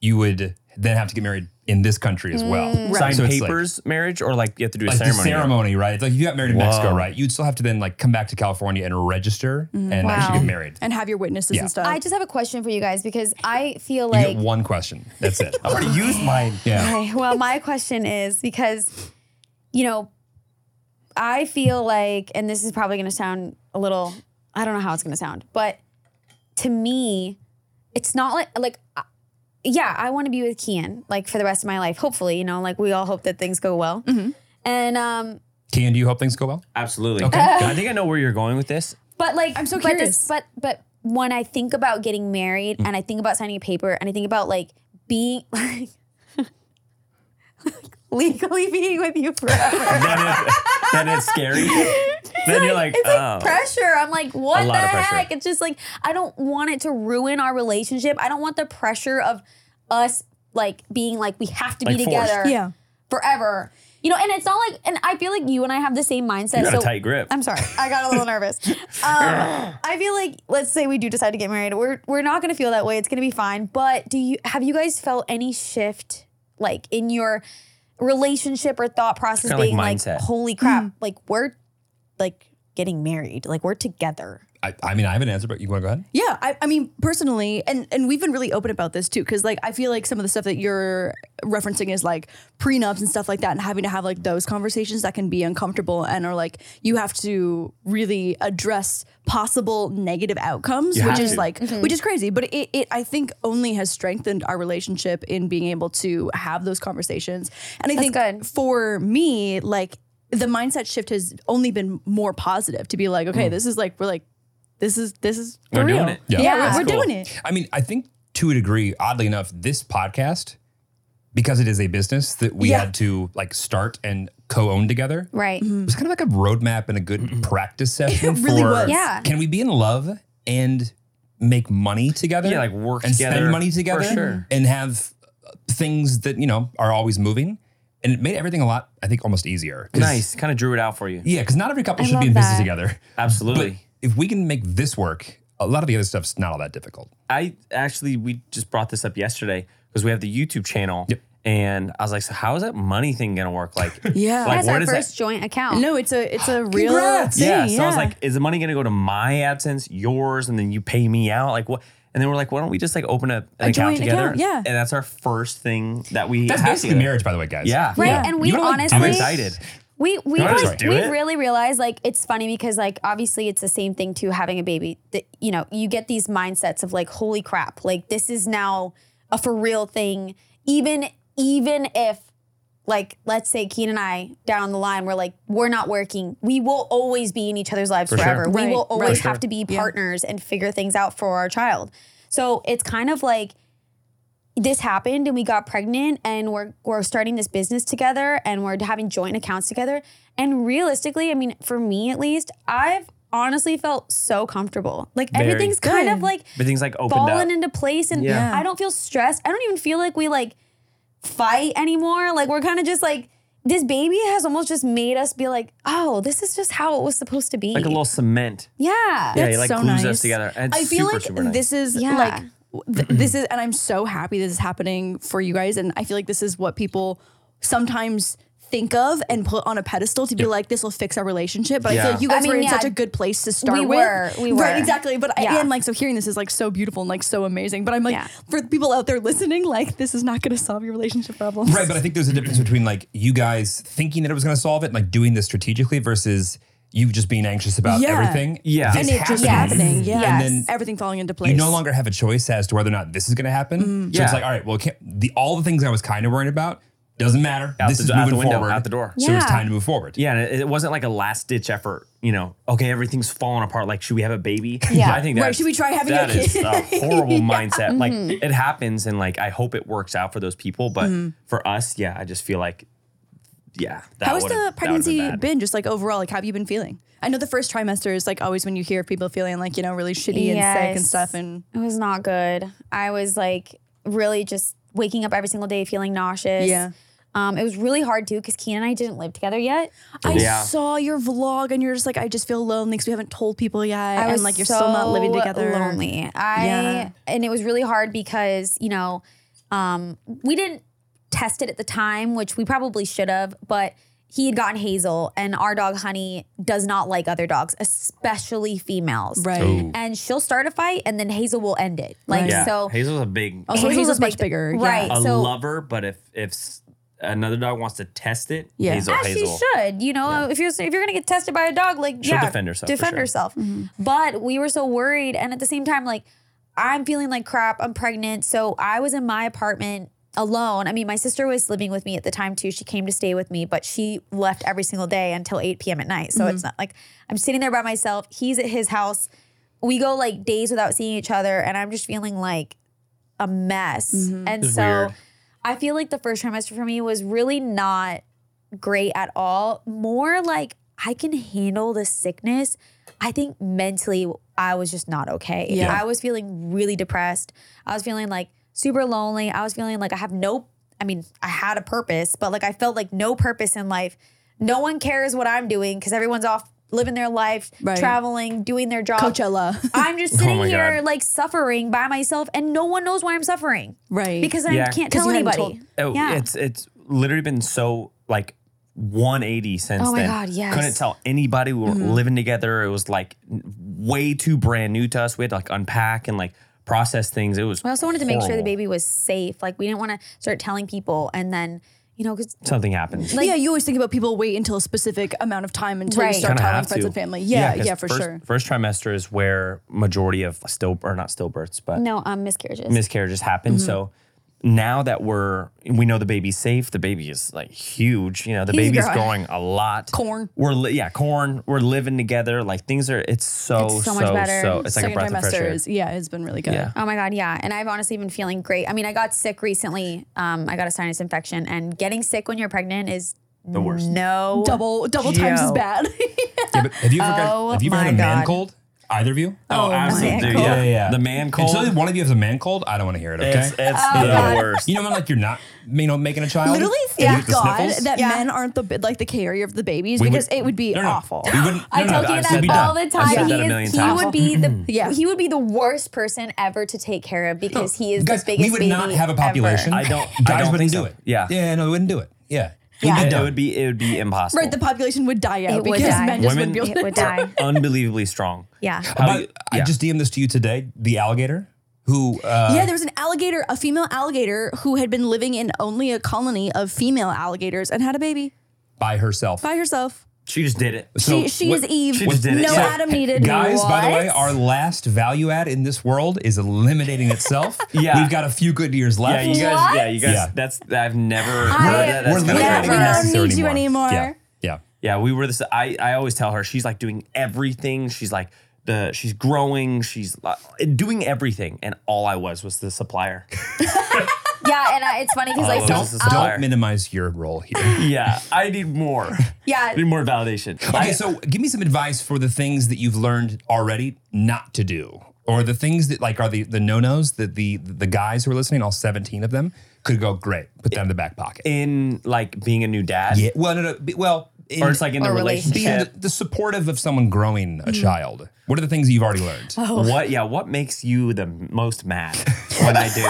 you would then have to get married in this country as well.
Sign
So it's like-
papers, marriage, or like you have to do a
Like the
ceremony.
ceremony, right? It's like if you got married in Mexico,
Whoa.
right? You'd still have to then like come back to California and register and actually get married.
and have your witnesses
Yeah.
and stuff.
I just have a question for you guys because I feel
Um, You
like
get one question. That's it.
I already used mine.
yeah.
Okay, well, my question is because you know, I feel like and this is probably going to sound a little I don't know how it's going to sound, but to me, it's not like like uh, yeah, I want to be with Kian like for the rest of my life, hopefully, you know, like we all hope that things go well.
Mm-hmm.
And um
Kian, do you hope things go well?
Absolutely.
Okay.
I think I know where you're going with this.
But like,
I'm so
but
curious.
but but when I think about getting married
Mm.
and I think about signing a paper and I think about like being like legally being with you forever.
that, is, that is scary. then you're like,
it's
oh.
like pressure. I'm like, what
A
the
lot of pressure.
heck? It's just like I don't want it to ruin our relationship. I don't want the pressure of us like being like we have to be
Like forced.
together
Yeah.
forever. You know, and it's not like, and I feel like you and I have the same mindset.
You got a
so
tight grip.
I'm sorry, I got a little nervous. Um, I feel like, let's say we do decide to get married, we're we're not gonna feel that way. It's gonna be fine. But do you have you guys felt any shift like in your relationship or thought process
Kinda like
being like,
mindset.
holy crap, like we're like getting married, like we're together.
I, I mean, I have an answer, but you want to go ahead?
Yeah, I, I mean personally, and and we've been really open about this too, because like I feel like some of the stuff that you're referencing is like prenups and stuff like that, and having to have like those conversations that can be uncomfortable and are like you have to really address possible negative outcomes,
You
which
have
is
to.
like which is crazy, but it, it I think only has strengthened our relationship in being able to have those conversations, and I think
good.
for me like the mindset shift has only been more positive to be like
Mm.
okay, this is like we're like. This is this is for
We're
real.
doing it.
Yeah.
Yeah,
Yeah.
we're, we're
That's cool.
doing it.
I mean, I think to a degree, oddly enough, this podcast, because it is a business that we
Yeah.
had to like start and co-own together,
Right.
it was kind of like a roadmap and a good practice session
really
for
was.
Yeah.
can we be in love and make money together?
Yeah, like work
and
together,
spend money
for
together
sure.
and have uh, things that, you know, are always moving. And it made everything a lot, I think, almost easier. 'Cause-
Nice. Kind of drew it out for you.
Yeah, because not every couple
I
should be
love
in business
that.
together.
Absolutely.
But if we can make this work, a lot of the other stuff's not all that difficult.
I actually we just brought this up yesterday because we have the YouTube channel.
Yep.
And I was like, so how is that money thing gonna work? Like,
Yeah.
like
That's
where
our
does
first
that?
joint account.
No, it's a it's a real
Congrats.
thing.
yeah. So I was
yeah.
like, is the money gonna go to my AdSense, yours, and then you pay me out? Like what? And then we're like, why don't we just like open a, an account
joint
together?
account, yeah.
And that's our first thing that we.
That's
have
basically
together.
marriage, by the way, guys.
Yeah.
Right.
Yeah.
And we
You don't, like, do
honestly
I'm excited.
We we
wanna
like,
just do
we
it?
really realize like it's funny because like obviously it's the same thing to having a baby. That you know you get these mindsets of like holy crap like this is now a for real thing. Even even if like let's say Keen and I down the line we're like we're not working, we will always be in each other's lives
sure.
forever. We
Right,
will
right.
always
For
have to be partners and figure things out for our child. So it's kind of like this happened and we got pregnant and we're we're starting this business together and we're having joint accounts together. And realistically, I mean, for me at least, I've honestly felt so comfortable. Like
Very.
everything's kind
Good.
of like
Everything's like opened
fallen
up.
into place and
Yeah.
I don't feel stressed. I don't even feel like we like fight anymore. Like we're kind of just like this baby has almost just made us be like, oh, this is just how it was supposed to be.
like a little cement.
yeah.
Yeah,
That's
it like
so
glues us
nice.
together. And it's
I feel
super,
like
super nice.
this is
Yeah.
like th- this is, and I'm so happy this is happening for you guys. And I feel like this is what people sometimes think of and put on a pedestal to be like, this will fix our relationship. But I
Yeah.
feel like you guys
I mean,
were in
yeah.
such a good place to start
We
with.
were, we
Right,
were.
exactly. But I
Yeah.
and like, so hearing this is like so beautiful and like so amazing. But I'm like,
Yeah.
for the people out there listening, like, this is not going to solve your relationship problems.
Right, but I think there's a difference between like you guys thinking that it was going to solve it, and, like doing this strategically, versus you just being anxious about
Yeah.
everything.
Yeah.
this
and it just
happening,
happening. Yeah.
Yes.
And then
Everything falling into place.
you no longer have a choice as to whether or not this is going to happen.
Mm.
So
Yeah.
it's like, all right, well, it can't, the all the things I was kind of worried about doesn't matter.
Out
this
the-
is
out the
moving
window,
forward.
out the door.
So it's
Yeah.
time to move forward.
Yeah, and it, it wasn't like a last ditch effort. You know, okay, everything's falling apart. Like, should we have a baby?
Yeah.
I think
Right,
that's,
should we try having a
that
kid? Mm-hmm.
is horrible mindset. Like, it happens, and like, I hope it works out for those people. But for us, yeah, I just feel like, yeah, that
How's
would've-
the
that would've
pregnancy
bad.
been? Just like overall, like how have you been feeling? I know the first trimester is like always when you hear people feeling like you know really shitty and sick and
Yes.
stuff, and
It was not good. I was like really just waking up every single day feeling nauseous.
Yeah.
Um, it was really hard too because Keenan and I didn't live together yet.
I
Oh, Yeah.
saw your vlog and you're just like I just feel lonely because we haven't told people yet,
I
and
was
like you're
so
still not living together.
Lonely. I
Yeah.
and it was really hard because you know um, we didn't test it at the time, which we probably should have, but. He had gotten Hazel, and our dog Honey does not like other dogs, especially females.
Right.
Oh.
And she'll start a fight, and then Hazel will end it. Like
Right.
Yeah,
so,
Hazel's a big,
Also,
Hazel's
Hazel's,
a
much
big-
bigger, yeah.
right.
a
so-
lover. But if if s- another dog wants to test it,
Yeah. Ah,
Hazel,
As
Hazel,
she should. You know, if you're if you're gonna get tested by a dog, like
She'll
yeah,
defend herself, for
Defend
sure.
herself. But we were so worried, and at the same time, like I'm feeling like crap. I'm pregnant, so I was in my apartment alone. I mean, my sister was living with me at the time too. She came to stay with me, but she left every single day until 8 p.m. at night. So it's not like I'm sitting there by myself. He's at his house. We go like days without seeing each other, and I'm just feeling like a mess. And so
weird.
I feel like the first trimester for me was really not great at all. More like I can handle the sickness. I think mentally I was just not okay.
Yeah.
I was feeling really depressed. I was feeling like super lonely. I was feeling like I have no I mean, I had a purpose, but like I felt like no purpose in life. No one cares what I'm doing because everyone's off living their life,
Right.
traveling, doing their job.
Coachella.
I'm just sitting
Oh my
here
God.
like suffering by myself and no one knows why I'm suffering.
Right.
Because I
Yeah.
can't
'Cause
tell
you haven't
anybody.
told-
Oh,
Yeah.
It's it's literally been so like 180 since
Oh my
then.
God, yes. Mm-hmm.
Couldn't tell anybody. We were living together. It was like n- way too brand new to us. We had to like unpack and like process things. It was.
I also wanted to make sure the
horrible.
baby was safe. Like we didn't want to start telling people and then, you know, because
something happened.
Like-
yeah, you always think about people wait until a specific amount of time until
Right.
you start
Kinda
telling
have
friends
to.
and family. Yeah, yeah,
'cause
for
first,
sure.
First trimester is where majority of still or not stillbirths, but
no, um, miscarriages.
miscarriages happen. So now that we're we know the baby's safe, the baby is like huge. You know, the
He's
baby's
growing.
growing a lot.
Corn.
We're li- yeah, corn. We're living together. Like things are. It's so
It's
so
so much
so.
better.
it's like a breath of fresh
trimester
air.
is yeah, it's been really good.
Yeah.
oh my God, yeah. And I've honestly been feeling great. I mean, I got sick recently. Um, I got a sinus infection, and getting sick when you're pregnant is the
worst.
No,
Double double times as
Yo.
bad.
Yeah, but have you ever, got-
Oh
have you ever had
my
a man
God.
cold? Either of you?
Oh,
man
absolutely. dude.
cold.
Yeah, yeah. The man cold.
Until one of you has a man cold, I don't want to hear it. Okay. Oh,
It's, it's the
Oh, God.
worst.
you know when like you're not, you know, making a child.
Literally
and you
thank
get the
God
sniffles?
that
Yeah.
men aren't the bi- like the carrier of the babies
We would-
because it would be
No, no, no.
awful.
We wouldn't-
I
no, no,
told
no,
you
I'd still
that
be
all
done.
the
I've said
time. He,
that a
is-
million
he
times.
would be the
Yeah.
he would be the worst person ever to take care of because he is
Guys,
the biggest
we would
baby
not have a
ever.
population.
I don't- I
Guys
don't
wouldn't
think
do
so.
it.
Yeah.
Yeah. No, they wouldn't do it. Yeah.
Yeah.
We'd be
It
done.
would be it would be impossible.
Right, the population would die out
It would
because
die.
men just
Women
would be
It would die.
unbelievably strong.
Yeah.
How
But
you-
I
yeah.
just DM'd this to you today. The alligator who. Uh,
yeah, there was an alligator, a female alligator who had been living in only a colony of female alligators and had a baby
by herself.
by herself.
she just did it.
So
she she
what-
is Eve.
she just did it.
no
So,
Adam needed.
Guys, by the way,
What?
our last value add in this world is eliminating itself.
Yeah.
We've got a few good years
Yeah,
left.
you guys.
What?
Yeah, you guys.
Yeah.
That's I've never.
I-
that- that's kinda
We're literally
crazy.
never
not necessary
need you
Yeah.
anymore.
yeah.
Yeah, we were this. I I always tell her she's like doing everything. She's like the she's growing. She's uh, doing everything, and all I was was the supplier.
Yeah, and I, it's funny because
Oh,
like
this
so
is
I'll-
dire.
Don't minimize your role here.
yeah, I need more.
yeah,
I need more validation.
Okay, so give me some advice for the things that you've learned already not to do, or the things that like are the the no nos that the the guys who are listening, all seventeen of them, could go great. Put that in the back pocket.
in like being a new dad,
yeah. Well, no, no. be- Well, in,
or it's like in the
Or
relationship.
being the, the supportive of someone growing a child. What are the things that you've already learned?
oh.
What? Yeah. What makes you the most mad when I do?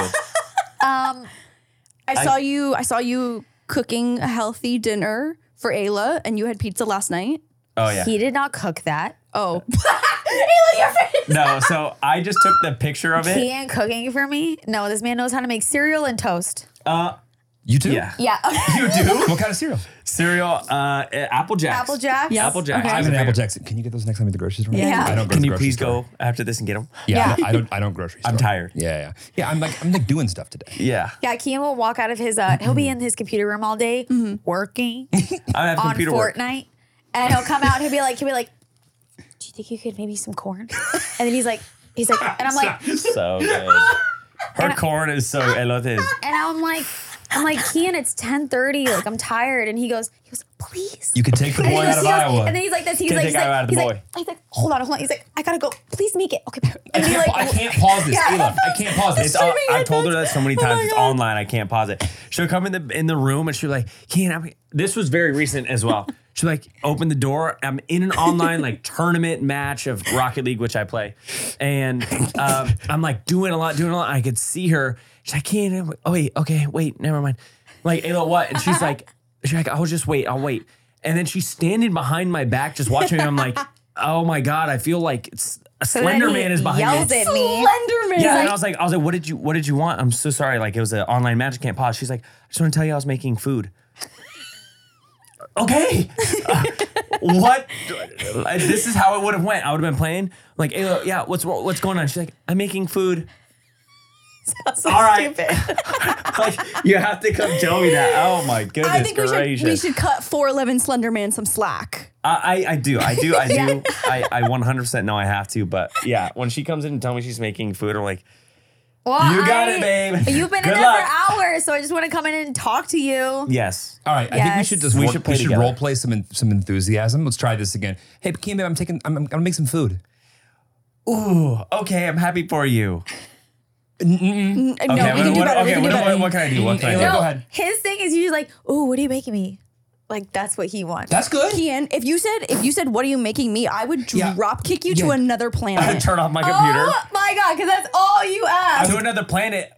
I saw you. I saw you cooking a healthy dinner for Ayla, and you had pizza last night.
Oh yeah.
he did not cook that.
Oh, Ayla, your face.
No. So I just took the picture of
He
it.
ain't cooking for me. No, this man knows how to make cereal and toast.
You too.
Yeah.
Yeah,
You do. what kind of cereal?
Cereal. Uh, Apple Jacks.
Apple Jacks?
Yeah.
Yes.
Apple Jacks.
I'm an Apple Jackson. Can you get those next time at the grocery store?
Yeah.
I don't go to
Can
the
you
grocery
please
store.
go after this and get them?
Yeah,
Yeah.
I don't. I don't grocery. Store.
I'm tired.
Yeah, yeah, yeah. I'm like, I'm like doing stuff today.
Yeah.
yeah. Kian will walk out of his. Uh, he'll
Mm-hmm.
be in his computer room all day working
I have
on
computer work.
Fortnite, and he'll come out and he'll be like, he'll be like, "Do you think you could maybe some corn?" And then he's like, he's like, and I'm like, and
so good. Her corn is so. I love his.
I'm like, I'm like, Kian, it's 10:30. Like I'm tired, and he goes, he goes, please.
You could take the
and, he
boy out
goes,
of
he goes-
Iowa.
and then he's like this. He's
Can't
like,
take
he's like,
Iowa out of the
he's,
boy.
like, he's like, hold on, hold on. He's like, I gotta go. Please make it. Okay. And he
can't,
like,
pa- I can't pause this.
Yeah.
Ayla, I can't pause
It's
this.
on,
streaming
I've told her that
headphones.
so many
Oh my
times. it's
God.
online. I can't pause it. She'll come in the in the room and she'll be like, "Can I?" This was very recent as well. She like open the door. I'm in an online like tournament match of Rocket League, which I play, and um, I'm like doing a lot, doing a lot. I could see her. She's like, "Can I?" Oh wait, okay, wait, never mind. Like, Ayla, what? And she's like, she's like, "I'll just wait. I'll wait." And then she's standing behind my back, just watching me. I'm like, "Oh my god, I feel like it's."
then
Slender
he
Man is behind
yells
me.
at me.
Slenderman.
Yeah,
Like,
and I was like, I was like, what did you, what did you want? I'm so sorry. Like it was an online magic can't pause. She's like, I just want to tell you I was making food. okay, Uh, what? Uh, This is how it would have went. I would have been playing like, hey, look, yeah, what's what's going on? She's like, I'm making food.
sounds so
All right.
stupid.
like, you have to come tell me that. Oh my goodness
I think we
gracious!
should, we should cut 411 Slender Man some slack.
I, I, I do, I do, I do. I, I 100% know I have to, but yeah, when she comes in and tells me she's making food, I'm like,
Well,
You got it, babe.
You've been in
Good
there
luck.
for hours, so I just want to come in and talk to you.
yes.
All right, I think we
Yes.
should just
We
work-
should play
we should
together.
role play some en- some enthusiasm. Let's try this again. Hey, Kim, babe, I'm taking I'm, I'm gonna make some food.
Ooh, okay, I'm happy for you.
Uh, No, we
what-
can do
what-
better. we
okay,
can do
what,
better.
what- what can I do? What can I
No.
do?
Go ahead.
Oh, His thing is usually like, "Oh, what are you making me?" Like that's what he wants.
That's good.
Kian, if you said if you said what are you making me, I would
Yeah.
drop kick you to
Yeah.
another
I had
planet.
to turn off my computer.
oh my god, because that's all you ask.
to another planet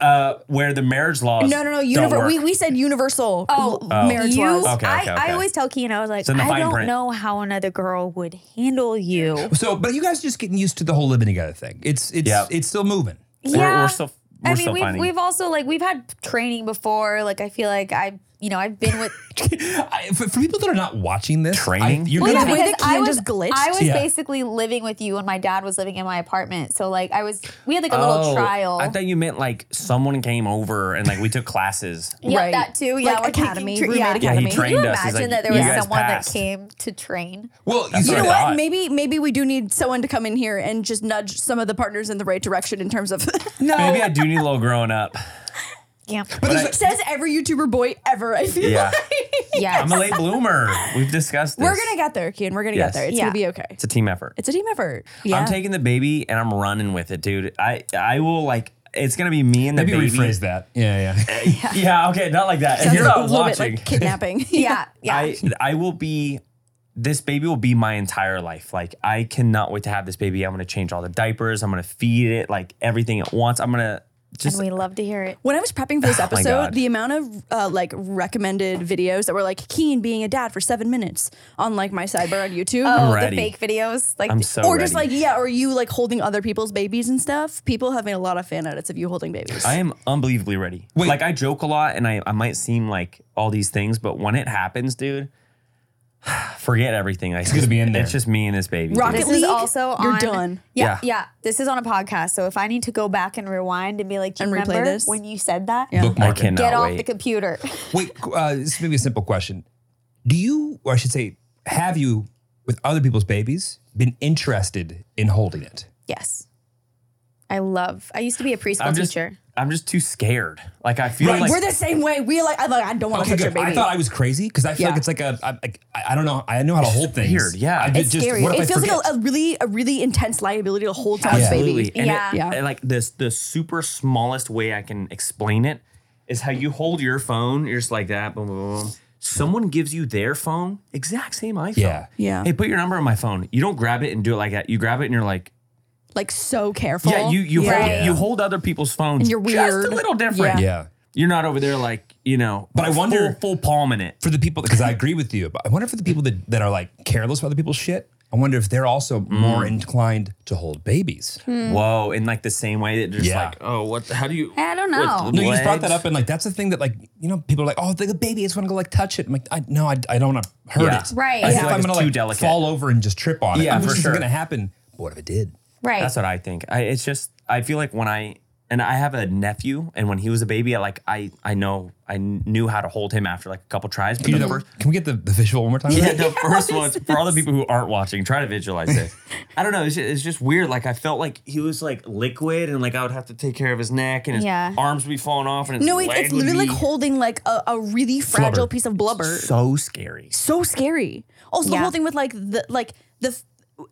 uh, where the marriage laws.
No, no, no.
don't
Univer-
work.
we, we said universal
Oh.
l- marriage
you,
laws.
Okay,
I,
okay,
I
okay.
always tell Keenan, I was like,
in the
I
fine
don't
print.
know how another girl would handle you.
So, but you guys are just getting used to the whole living together thing. It's it's
Yeah.
it's still moving.
We're- we're still-
I
we're
mean,
still
we've
finding-
we've also like we've had training before. Like I feel like I, you know, I've been with.
I, for, for people that are not watching this,
Training?
I, you're
Well,
gonna
yeah,
be-
way
because
that Keenan just glitched.
I was
Yeah.
basically living with you when my dad was living in my apartment. So like I was, we had like a little
Oh,
trial.
I thought you meant like someone came over and like we took classes.
yeah,
Right.
that too. Yeah,
Like
like we-
academy,
tr-
roommate
Yeah, he
academy. Can
Can
you
you
trained us. He's
imagine
like,
that there
"You
was
guys
someone
passed."
that came to train?
well.
That's
you
You
know
Right.
know
what?
what?
Not.
Maybe maybe we do need someone to come in here and just nudge some of the partners in the right direction in terms of no.
Maybe I do need a little growing up.
Yeah.
says every YouTuber boy ever. I feel
Yeah.
like
Yes.
I'm a late bloomer. We've discussed this.
we're gonna get there, Kian. We're gonna
Yes.
get there. It's
Yeah.
gonna be okay.
It's a team effort.
It's a team effort. Yeah.
I'm taking the baby and I'm running with it, dude. I I will like. It's gonna be me and the
Maybe
baby.
rephrase that. Yeah, yeah.
Yeah. Okay. Not like that. If
Sounds
you're
like
not
a little
watching,
bit like kidnapping.
yeah. Yeah.
I I will be this baby will be my entire life. Like I cannot wait to have this baby. I'm gonna change all the diapers. I'm gonna feed it like everything at once. I'm gonna
and
just
we love to hear it.
When I was prepping for this
Oh my
episode,
God.
the amount of uh, like recommended videos that were like Keen being a dad for seven minutes on like my sidebar on YouTube,
Oh,
ready.
the fake videos. Like
I'm so
or just like
ready.
yeah, or you like holding other people's babies and stuff. People have made a lot of fan edits of you holding babies.
I am unbelievably ready.
Wait.
Like I joke a lot and I, I might seem like all these things, but when it happens, dude, forget everything. I it's
gonna be in there.
It's just me and this baby.
Rocket
dude.
this
League,
is also
you're
on,
done.
yeah,
Yeah.
This is on a podcast, so if I need to go back and rewind and be like, "Do you
And replay
remember
this?
when you said that?
I
Bookmark it.
cannot
Get off
wait.
the computer."
Wait, uh, this is maybe a simple question. Do you, or I should say, have you, with other people's babies, been interested in holding it?
yes, I love. I used to be a preschool
I'm just
teacher.
I'm just too scared. Like I feel
Right.
like
we're the same way. We like I like I don't want to
Okay,
touch your
good.
baby.
I thought I was crazy because I feel
Yeah.
like it's like a, I, like, I I don't know, I know how to hold things.
weird, yeah.
I
It's
just-
Scary.
what if
It
I
feels
forget?
like a, a really a really intense liability to hold someone's
Absolutely.
baby.
And
Yeah.
It,
Yeah.
and, like this, the super smallest way I can explain it is how you hold your phone. You're just like that. Boom, boom, boom, boom. Someone gives you their phone, exact same iPhone.
Yeah.
Yeah.
Hey, put your number on my phone. You don't grab it and do it like that. You grab it and you're like,
Like so careful.
yeah, you you
Yeah.
hold
Right.
you hold other people's phones.
you're
Just
weird.
a little different.
Yeah.
yeah.
You're not over there like you know.
But I wonder-
full, full palm in it.
for the people because I agree with you, but I wonder for the people that, that are like careless about other people's shit. I wonder if they're also more
Hmm.
inclined to hold babies.
Hmm.
Whoa! In like the same way that just
Yeah.
like, oh, what? the- How do you?
I don't
what,
know.
No, you just brought that
legs?
up, and like that's the thing that like you know people are like, oh, the baby, I just want to go like touch it. I'm like, I no, I, I don't want to hurt
Yeah.
it.
Right.
I
Yeah.
feel
It's
like I'm gonna
too
like
delicate.
fall over and just trip on it.
Yeah,
which
for
isn't
sure.
gonna happen. But what if it did?
Right.
That's what I think. I, it's just I feel like when I and I have a nephew, and when he was a baby, I like I I know I knew how to hold him after like a couple tries. But the first,
Can we get the, the visual one more time?
yeah, the first one for all the people who aren't watching, try to visualize this. I don't know. It's just, it's just weird. Like I felt like he was like liquid, and like I would have to take care of his neck, and his
Yeah.
arms would be falling off, and his
no, it's,
leg
it's
would
literally
be
like holding like a, a really fragile
Flubber.
piece of blubber.
so scary.
so scary. Also,
Yeah.
the whole thing with like the like the f-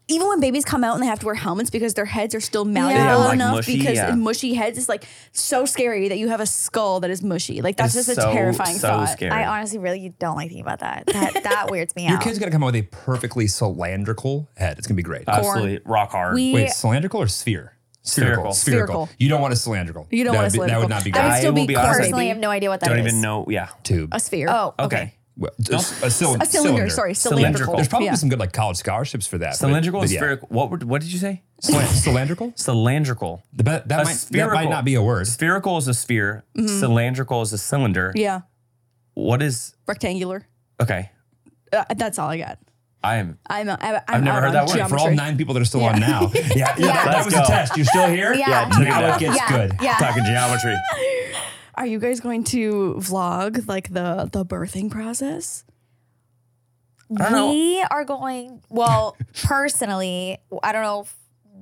even when babies come out and they have to wear helmets because their heads are still malleable
Yeah,
like
enough
mushy,
because
yeah.
mushy heads is like so scary that you have a skull that is mushy. Like that's
It's
just
so,
a terrifying
so
thought.
Scary.
I honestly really don't like thinking about that. That that weirds me
Your
out.
kid's gonna come out with a perfectly cylindrical head. It's gonna be great.
Uh,
Absolutely rock hard.
We-
Wait, cylindrical or sphere?
Spherical.
Spherical.
You don't want a cylindrical.
You don't
that
want a
would be- That would not be good.
cylindrical. I would still
I will
be,
be honest,
corn
Personally, I have
baby.
no idea what that is.
don't even know. Yeah.
Tube.
a sphere.
Oh, okay.
Okay.
Well, a, a, cylind-
a cylinder. Sorry, cylindrical.
Cylindrical.
There's probably
Yeah.
some good like college scholarships for that. but-
Cylindrical,
but
and
yeah.
spherical. What were, What did you say?
Cyl- cylindrical?
Cylindrical.
The be- that,
A
might, that might not be a word.
Spherical is a sphere. Cylindrical is a cylinder.
Yeah,
What is
rectangular.
okay?
Uh, that's all I got.
I am.
I'm, I'm, I'm
never
out
heard that
on
word.
For all
geometry.
nine people that are still on now. Yeah, yeah, that- That,
Let's
was a
go.
test. You're still here?
Yeah.
Yeah,
Now it
do
gets
Yeah.
good.
Yeah.
Talking geometry.
Are you guys going to vlog like the the birthing process?
I don't know.
We are going, well, personally, I don't know if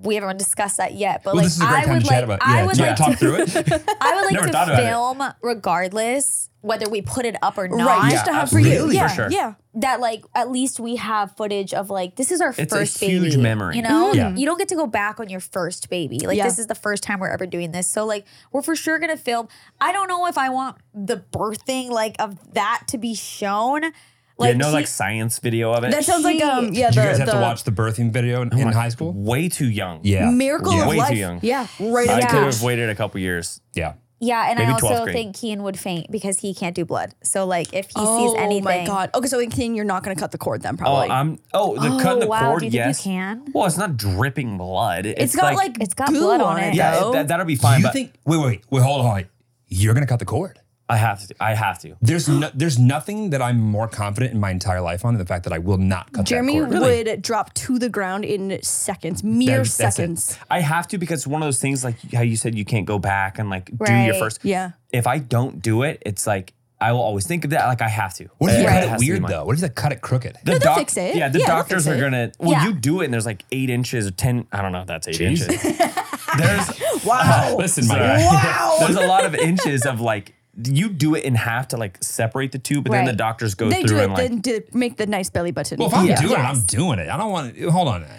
we haven't discussed that yet, but
Well,
like
this is a great
I
time
would
to chat
like
about
I would
do you
like
wanna talk
to
through it?
I would
Never
like
thought
to
about it.
film regardless whether we put it up or not.
Right,
Yeah,
just to have for you.
absolutely,
Yeah,
for sure.
yeah.
That like at least we have footage of like this is our
It's a
first
huge
baby.
memory.
You know,
Yeah.
you don't get to go back on your first baby. Like
Mm-hmm. Yeah.
this is the first time we're ever doing this. So like we're for sure gonna film. I don't know if I want the birthing like of that to be shown.
Yeah, no
he-
like science video of it.
That sounds like um yeah.
Did
The,
you guys have
the
to watch the birthing video in, in high school?
Way too young.
Yeah.
miracle
Yeah.
of
Way too
life.
young.
Yeah, right.
I
on
Yeah.
could
top.
have waited a couple years.
Yeah.
Yeah, and I
Maybe 12th
also
grade.
think Kean would faint because he can't do blood. So like if he sees
Oh
anything,
my god. Okay, so in King, you're not going to cut the cord then
Oh,
probably.
I'm. Oh, the cut in the
Oh, wow.
cord.
Do you think you
yes.
can?
Well, it's not dripping blood.
it's got like,
it's got
goo
blood on it,
yeah.
though.
it- that, that'll be fine.
you
but
think, wait, wait, wait, hold on. You're going to cut the cord.
I have to. I have to.
There's no, there's nothing that I'm more confident in my entire life on than the fact that I will not cut
Jeremy
that cord.
would drop to the ground in seconds, mere
That- that's it.
seconds.
I have to because it's one of those things like how you said you can't go back and like do your
Right.
first.
Yeah.
If I don't do it, it's like I will always think of that. Like I have to.
What if you
It
cut
has
it
to be
weird
mine.
though? What if they cut it crooked?
The
they'll fix it.
Yeah, the
Yeah, they'll
doctors
fix
are
it.
gonna. Well,
Yeah.
you do it, and there's like eight inches or ten. I don't know if that's eight inches. There's
Wow.
Listen, my
Oh, Sorry.
guy.
there's a lot of inches of like you do it in half to like separate the two, but then the
Right.
doctors go
They
through
do it,
and like
then do, make the nice belly button.
Well, if I'm
Yeah.
doing
Yes.
it, I'm doing it. I don't want to. Hold on.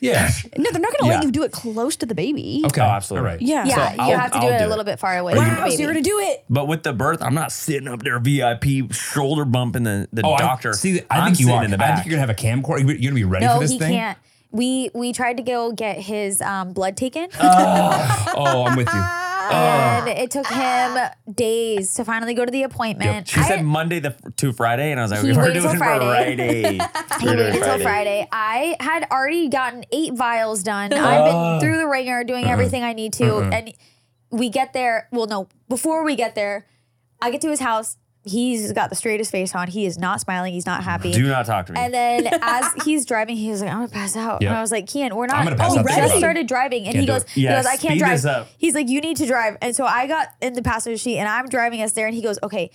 Yeah.
No, they're not going to
Yeah.
let you do it close to the baby.
Okay.
Oh, absolutely.
All right.
Yeah.
Yeah,
So
you
I'll-
have to
I'll
do it
do
a little
it.
bit far away. from the
Wow, so
baby.
you're going to do it.
But with the birth, I'm not sitting up there VIP shoulder bumping the, the
Oh, I-
doctor.
see, I
I'm
think you
sitting
are.
in the
I
back.
think you're gonna have a camcorder. You're gonna be ready
no,
for this
he
thing.
can't. We we tried to go get his um, blood taken,
Oh, I'm with you.
and it took him days to finally go to the appointment.
she
I-
said Monday the, to Friday, and I was like,
He
we're
waited
doing
till
it for Friday.
he
We're doing
waited
it
until Friday. I had already gotten eight vials done. I've
Ah.
been through the ringer, doing everything I need to,
Uh-huh.
and we get there. Well, no, before we get there, I get to his house. He's got the straightest face on. He is not smiling. He's not happy.
Do not talk to me.
And then as he's driving, he was like, I'm gonna pass out.
Yep.
And I was like, Kian, we're not
I'm gonna pass
oh,
out
we
too.
just started driving. And
Can't
he
do
goes,
it.
he
Yeah,
goes, I can't
speed
drive.
this up.
He's like, You need to drive. And so I got in the passenger seat and I'm driving us there. And he goes, Okay,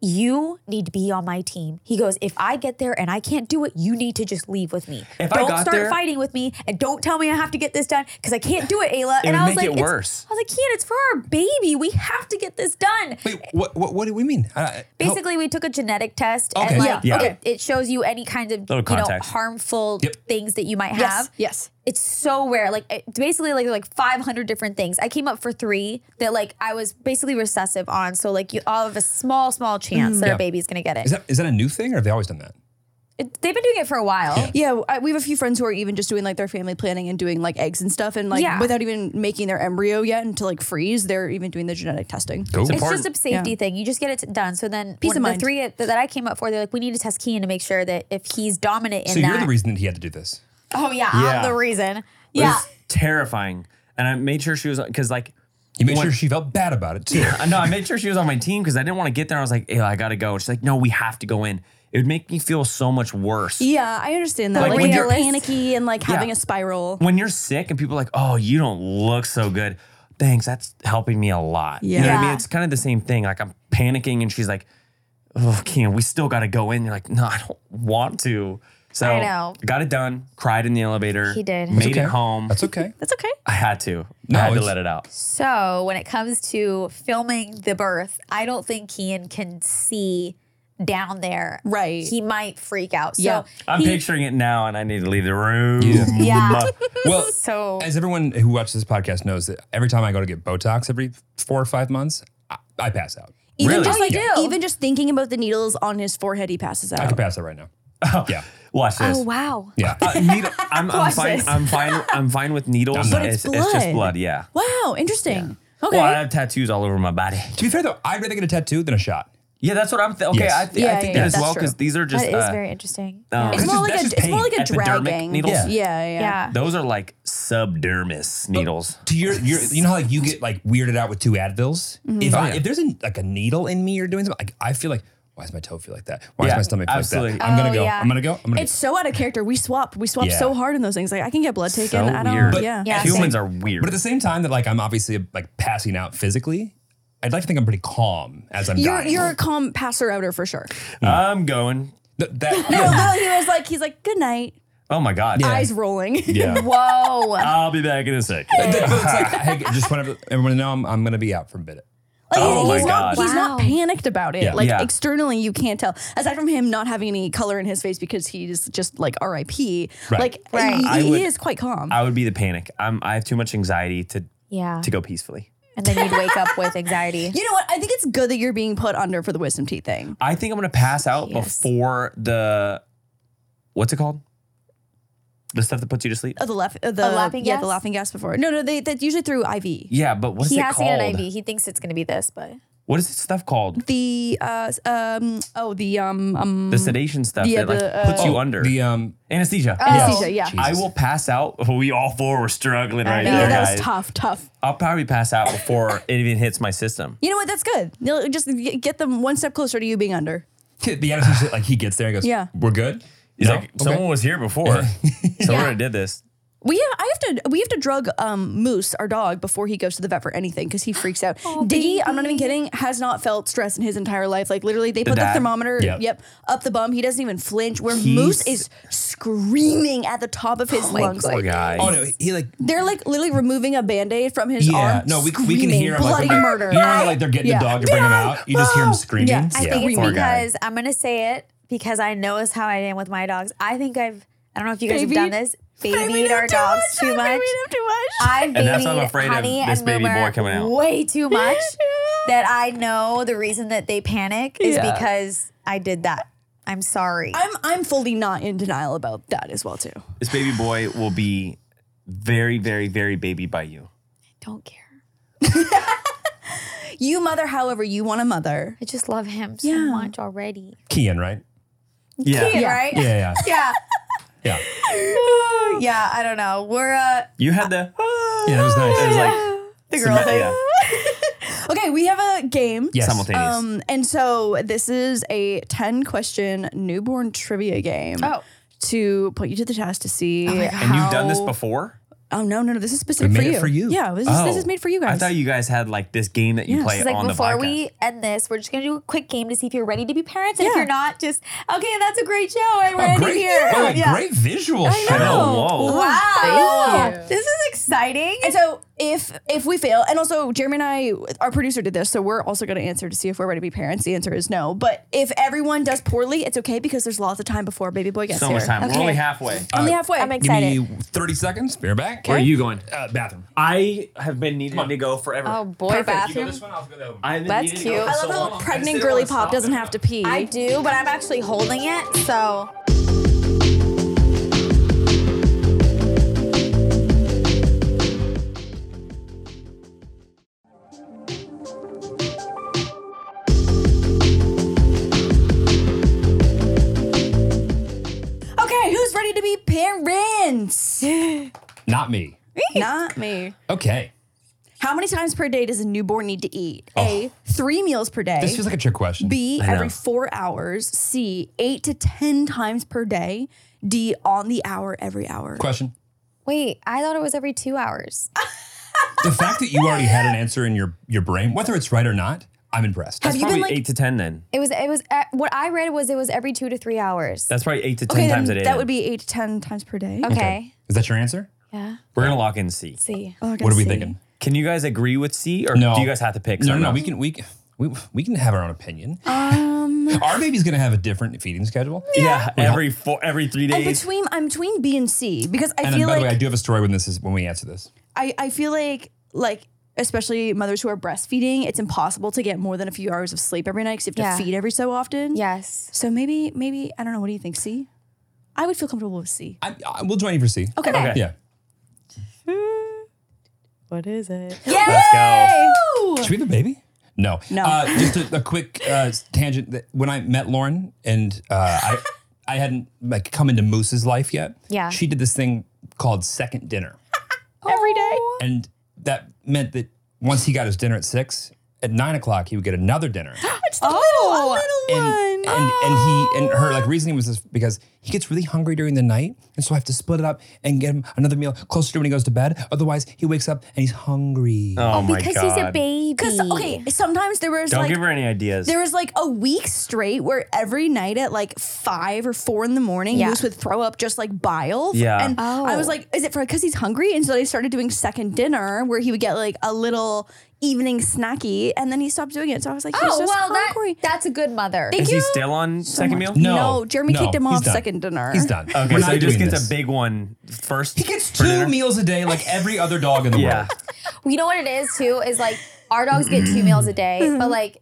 you need to be on my team. He goes, If I get there and I can't do it, you need to just leave with me.
If I
don't
got
start
there-
fighting with me and don't tell me I have to get this done because I can't do it, Ayla. and
would
I
make
was like,
it
"It's-"
worse.
I was like, Kian, it's for our baby. We have to get this done.
Wait, what? What, what do we mean? I- I- how-
Basically, we took a genetic test
Okay.
and like
Yeah.
It, it shows you any kind of
Little
you know
context.
harmful
Yep.
things that you might have.
Yes. Yes.
It's so rare. Like it, basically like like 500 different things. I came up for 3 that like I was basically recessive on, so like you all have a small small chance
Mm.
that our baby's going to get it.
is that is that a new thing, or have they always done that?
It- They've been doing it for a while.
Yeah, I, we have a few friends who are even just doing like their family planning and doing like eggs and stuff, and like
Yeah.
without even making their embryo yet until like freeze, they're even doing the genetic testing.
It's
It's
important.
just a safety thing. You just get it done. So then
Peace
when
of
the
mind.
three that I came up for, they're like, we need to test Keen to make sure that if he's dominant in
So
that.
you're the reason that he had to do this.
oh yeah,
Yeah.
I'm the reason.
It
Yeah.
was terrifying. And I made sure she was because like
You made
What-
sure she felt bad about it too.
I know I made sure she was on my team because I didn't want to get there. I was like, Ayla, I gotta go. She's like, No, we have to go in. It would make me feel so much worse.
Yeah, I understand that.
Like,
Like,
when
when you're
realist-
panicky and like having
Yeah.
a spiral.
When you're sick and people are like, Oh, you don't look so good. Thanks, that's helping me a lot. You know what I mean?
Yeah.
It's kind of the same thing. Like I'm panicking and she's like, Oh, Kian, we still gotta go in. You're like, No, I don't want to. So
I know.
got it done, cried in the elevator.
He did.
Made
Okay.
it home.
That's okay.
That's okay.
I had to.
No,
I had to
it's-
let it out.
So when it comes to filming the birth, I don't think Kian can see down there.
Right.
He might freak out. So
Yeah.
I'm
he-
picturing it now and I need to leave the room.
Yeah.
Well,
So
as everyone who watches this podcast knows, that every time I go to get Botox every four or five months, I, I pass out.
Even
Really?
just
Oh,
like
you do?
even just thinking about the needles on his forehead, he passes out.
I could pass out right now. Yeah.
Watch this.
oh wow.
Yeah.
Uh, needle, I'm, I'm
Watch
fine.
this.
I'm fine. I'm fine with needles.
But
it's
just
blood.
blood. Yeah.
Wow, interesting. Okay.
Well, I have tattoos all over my body.
to be fair though, I'd rather get a tattoo than a shot.
Yeah, that's what I'm. Th- okay,
Yes.
I, th- I
Yeah,
think
yeah,
that as
that's
well
true.
because these are just
that is
uh,
very interesting.
Uh-huh.
um,
it's
That's
more like a
just
it's
pain.
more like a
epidermic
dragging.
needles.
Yeah.
Yeah, yeah.
yeah.
Those are like subdermis needles.
To your, your you know how like you
Mm-hmm.
Oh,
get like weirded out with two Advils. If I, if there's a, like a needle in me or doing something, like I feel like why does my toe feel like that? Why
Yeah,
does my stomach feel like
absolutely.
that? I'm gonna
Oh,
go.
yeah.
I'm gonna go. I'm gonna.
It's so out of character. We swap. We swap
Yeah.
so hard in those things. Like I can get blood taken.
So
I don't.
weird. But-
yeah.
Yeah.
Humans
same.
are weird.
but at the same time that like I'm obviously like passing out physically, I'd like to think I'm pretty calm as I'm
You're
dying.
you're a calm passer outer for sure.
I'm going.
Th- that,
No,
yeah.
literally, he was like, he's like, good night,
Oh my god.
eyes rolling.
Yeah.
Whoa.
I'll be back in a second.
But it's like, hey, just whenever everyone know I'm, I'm gonna be out for a bit.
Like,
Oh
he's,
my
he's not,
God.
he's not
Wow.
panicked about it.
Yeah.
Like
Yeah.
externally, you can't tell. Aside from him not having any color in his face because he's just like RIP.
Right.
Like
Right.
he,
I
he
would-
is quite calm.
I would be the panic. I'm. I have too much anxiety to
yeah.
to go peacefully.
And then you'd wake up with anxiety.
you know what? I think it's good that you're being put under for the wisdom teeth thing.
I think I'm gonna pass out
Yes.
before the. What's it called? The stuff that puts you to sleep.
Oh, the laugh, uh, the
laughing
yeah,
gas?
the laughing gas before. No, no, they that's usually through IV.
Yeah, but what's
He
it
has
called?
to get an IV. He thinks it's going to be this, but
What is this stuff called?
The uh s- um oh the um um
The sedation stuff
yeah,
that like
the, Oh,
puts you
Oh,
under
the um.
anesthesia.
anesthesia, yeah.
I will pass out. We all four were struggling right
know.
Yeah,
there,
that
guys.
was tough, tough.
I'll probably pass out before it even hits my system.
You know what? That's good. You'll just g- get them one step closer to you being under.
The anesthesia, like he gets there and goes,
Yeah.
we're good."
He's
No?
like,
Okay.
someone was here before. someone already did this.
We have, I have to we have to drug um, Moose, our dog, before he goes to the vet for anything because he freaks out.
Oh,
Diggy, I'm not even kidding, has not felt stress in his entire life. Like literally, they put
dad?
the thermometer,
Yep.
yep. up the bum. He doesn't even flinch. Where
He's-
Moose is screaming at the top of his lungs,
Poor
like
guy.
Oh no, he like
they're like literally removing a band-aid from his
yeah.
arm.
No, we, we can hear him
bloody
like, when they're-
murder.
You know when like they're getting
Yeah.
the dog to bring him out, you just hear him screaming.
Yeah.
I
Yeah.
think it's
Poor
because
guy.
I'm going to say it because I know is how I am with my dogs. I think I've, I don't know if you guys
Babied-
have done this, babied
Babied
our
him
dogs
I
too much.
babied him too much.
I've
And
babied
that's why I'm afraid of
Honey
this
and
baby boy
Wilbur
coming out.
way too much that I know the reason that they panic is
Yeah.
because I did that. I'm sorry.
I'm I'm fully not in denial about that as well too.
This baby boy will be very, very, very baby by you.
don't care.
You mother, however you want to mother.
I just love him so
Yeah.
much already.
Kian, right?
Yeah.
Yeah. Right?
Yeah, yeah,
Yeah.
yeah.
yeah, I don't know. We're uh
You had the.
Yeah, that was nice.
It was like
The girl thing.
Yeah.
Okay, we have a game.
Yes.
simultaneous.
Um, and so this is a 10 question newborn trivia game.
Oh.
To put you to the test to see.
and you've done this
how-
before?
Oh, no, no, no. This is specific
We
for
made
you.
it for you.
Yeah, this is, this
Oh.
is made for you guys.
I thought you guys had like this game that you
Yeah.
play
She's
on
like,
the
before
podcast.
we end this, we're just gonna do a quick game to see if you're ready to be parents. And if
Yeah.
you're not, just okay, that's a great show. I'm ready
great,
here.
oh,
Yeah.
great visual. I
know. Oh, Whoa.
Wow.
Thank you.
This is exciting.
And so if if we fail, and also Jeremy and I, our producer did this, so we're also going to answer to see if we're ready to be parents. The answer is no. But if everyone does poorly, it's okay because there's lots of time before baby boy gets
So
here.
much time.
Okay.
We're only halfway.
Only halfway.
I'm
Give
excited.
me 30 seconds. Be right back.
Where are you going?
Uh, bathroom.
I have been needing to go forever.
Oh boy,
Perfect.
bathroom.
one. I'll go the other one.
I've been
That's
needing to go
cute.
for
I
so
love how
long.
a
I
pregnant
still
girly
wanna
pop
stop.
doesn't have to pee.
I do, but I'm actually holding it. So
okay, who's ready to be parents?
Not me.
Not me.
Okay.
How many times per day does a newborn need to eat? A, three meals per day.
This feels like a trick question.
B,
know.
every four hours. C, eight to 10 times per day. D, on the hour, every hour.
question.
wait, I thought it was every two hours.
The fact that you already had an answer in your, your brain, whether it's right or not, I'm impressed.
Have
That's
you been
probably
like
eight to ten then.
It was. It was. Uh, what I read was it was every two to three hours.
That's probably eight to ten
Okay,
times a
then
day.
That
then.
would be eight to ten times per day.
Okay.
Is that your answer?
Yeah.
We're gonna lock in C.
See.
Oh, I gotta
What are we
see.
thinking?
Can you guys agree with C, or
No.
do you guys have to pick?
No, no,
something
no.
else?
We can we we we can have our own opinion.
Um,
our baby's gonna have a different feeding schedule.
Yeah, every four, every three
I'm
days.
between I'm between B and C because I
And then,
feel
by
like
the way, I do have a story when this is when we answer this.
I, I feel like like especially mothers who are breastfeeding, it's impossible to get more than a few hours of sleep every night because you have
Yeah.
to feed every so often.
Yes.
So maybe maybe I don't know. What do you think? C. I would feel comfortable with C.
I, I we'll join you for C.
Okay.
Okay.
Yeah.
What is it?
Let's go.
Should we have a baby? No.
No.
Uh, just a, a quick uh, tangent. that When I met Lauren, and uh, I, I hadn't like come into Moose's life yet.
Yeah.
She did this thing called second dinner,
Every day.
and that meant that once he got his dinner at six, at nine o'clock, he would get another dinner.
oh,
and, and and he and her like reasoning was this because he gets really hungry during the night, and so I have to split it up and get him another meal closer to when he goes to bed. Otherwise, he wakes up and he's hungry.
Oh, my
because
god.
he's a baby.
Because okay, sometimes there was
Don't
like
give her any ideas.
there was like a week straight where every night at like five or four in the morning,
Yeah.
Moose would throw up just like bile.
Yeah.
And I was like, is it for because he's hungry? And so they started doing second dinner where he would get like a little evening snacky, and then he stopped doing it. So I was like, he's
Oh
just
well, that,
hungry.
that's a good mother.
Is he
you
still on second meal?
No,
no, Jeremy
no,
kicked him
he's
off
done.
second dinner.
He's done.
Okay,
We're
so
not
he just
doing
gets
this.
a big one first.
He gets
for
two
dinner?
meals a day, like every other dog in the
Yeah.
world.
You know what it is too is like our dogs get two meals a day, but like,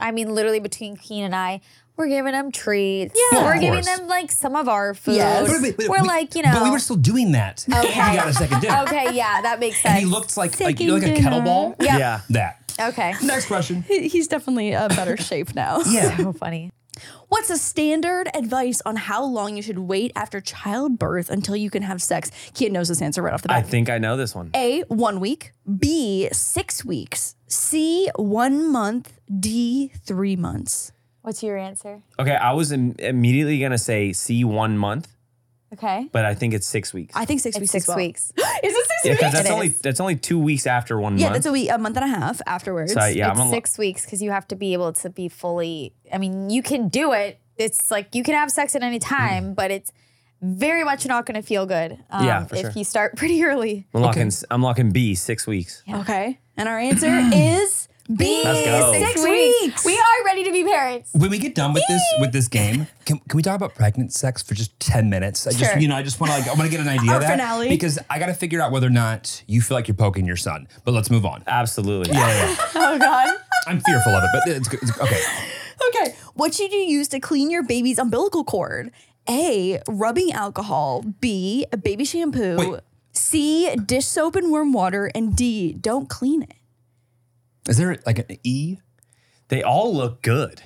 I mean, literally between Keen and I, we're giving them treats.
Well, of
we're giving
course.
them like some of our food.
Yes.
Wait, wait, wait,
we're
we-
like you know.
but we were still doing that. Okay. He got a second dinner,
okay, yeah, that makes sense.
and he looked like like you know, like a
Second
kettleball.
Yeah.
Yeah.
That.
okay.
Next question.
He- He's definitely a better shape now.
Yeah.
So funny.
What's the standard advice on how long you should wait after childbirth until you can have sex? Kian knows this answer right off the bat.
I think I know this one.
A, one week. B, six weeks. C, one month. D, three months.
What's your answer?
Okay, I was im- immediately gonna say C one month,
Okay.
but I think it's six weeks.
I think six
It's
weeks.
six
as well.
weeks.
Is it six
yeah,
weeks?
because
It
that's only
is.
that's only two weeks after one
yeah,
month.
that's a week, a month and a half afterwards.
so I- Uh, yeah, I'm
it's
gonna,
six weeks because you have to be able to be fully. I mean, you can do it. It's like you can have sex at any
Mm-hmm.
time, but it's very much not going to feel good um,
Yeah, for
if
sure.
you start pretty early.
I'm locking. s- I'm locking B six weeks.
Okay. And our answer is B,
Let's go.
six weeks.
We are ready to be parents.
When we get done with this with this game, can, can we talk about pregnant sex for just ten minutes? I
Sure.
just you know I just want to like I want to get an idea
Our
of that
finale.
because I got to figure out whether or not you feel like you're poking your son. But let's move on.
Absolutely.
Yeah, yeah, yeah.
oh, God.
I'm fearful of it, but it's, good- it's okay.
Okay. What should you use to clean your baby's umbilical cord? A. Rubbing alcohol. B. Baby shampoo.
Wait.
C. Dish soap and warm water. And D. Don't clean it.
Is there like an E?
They all look good.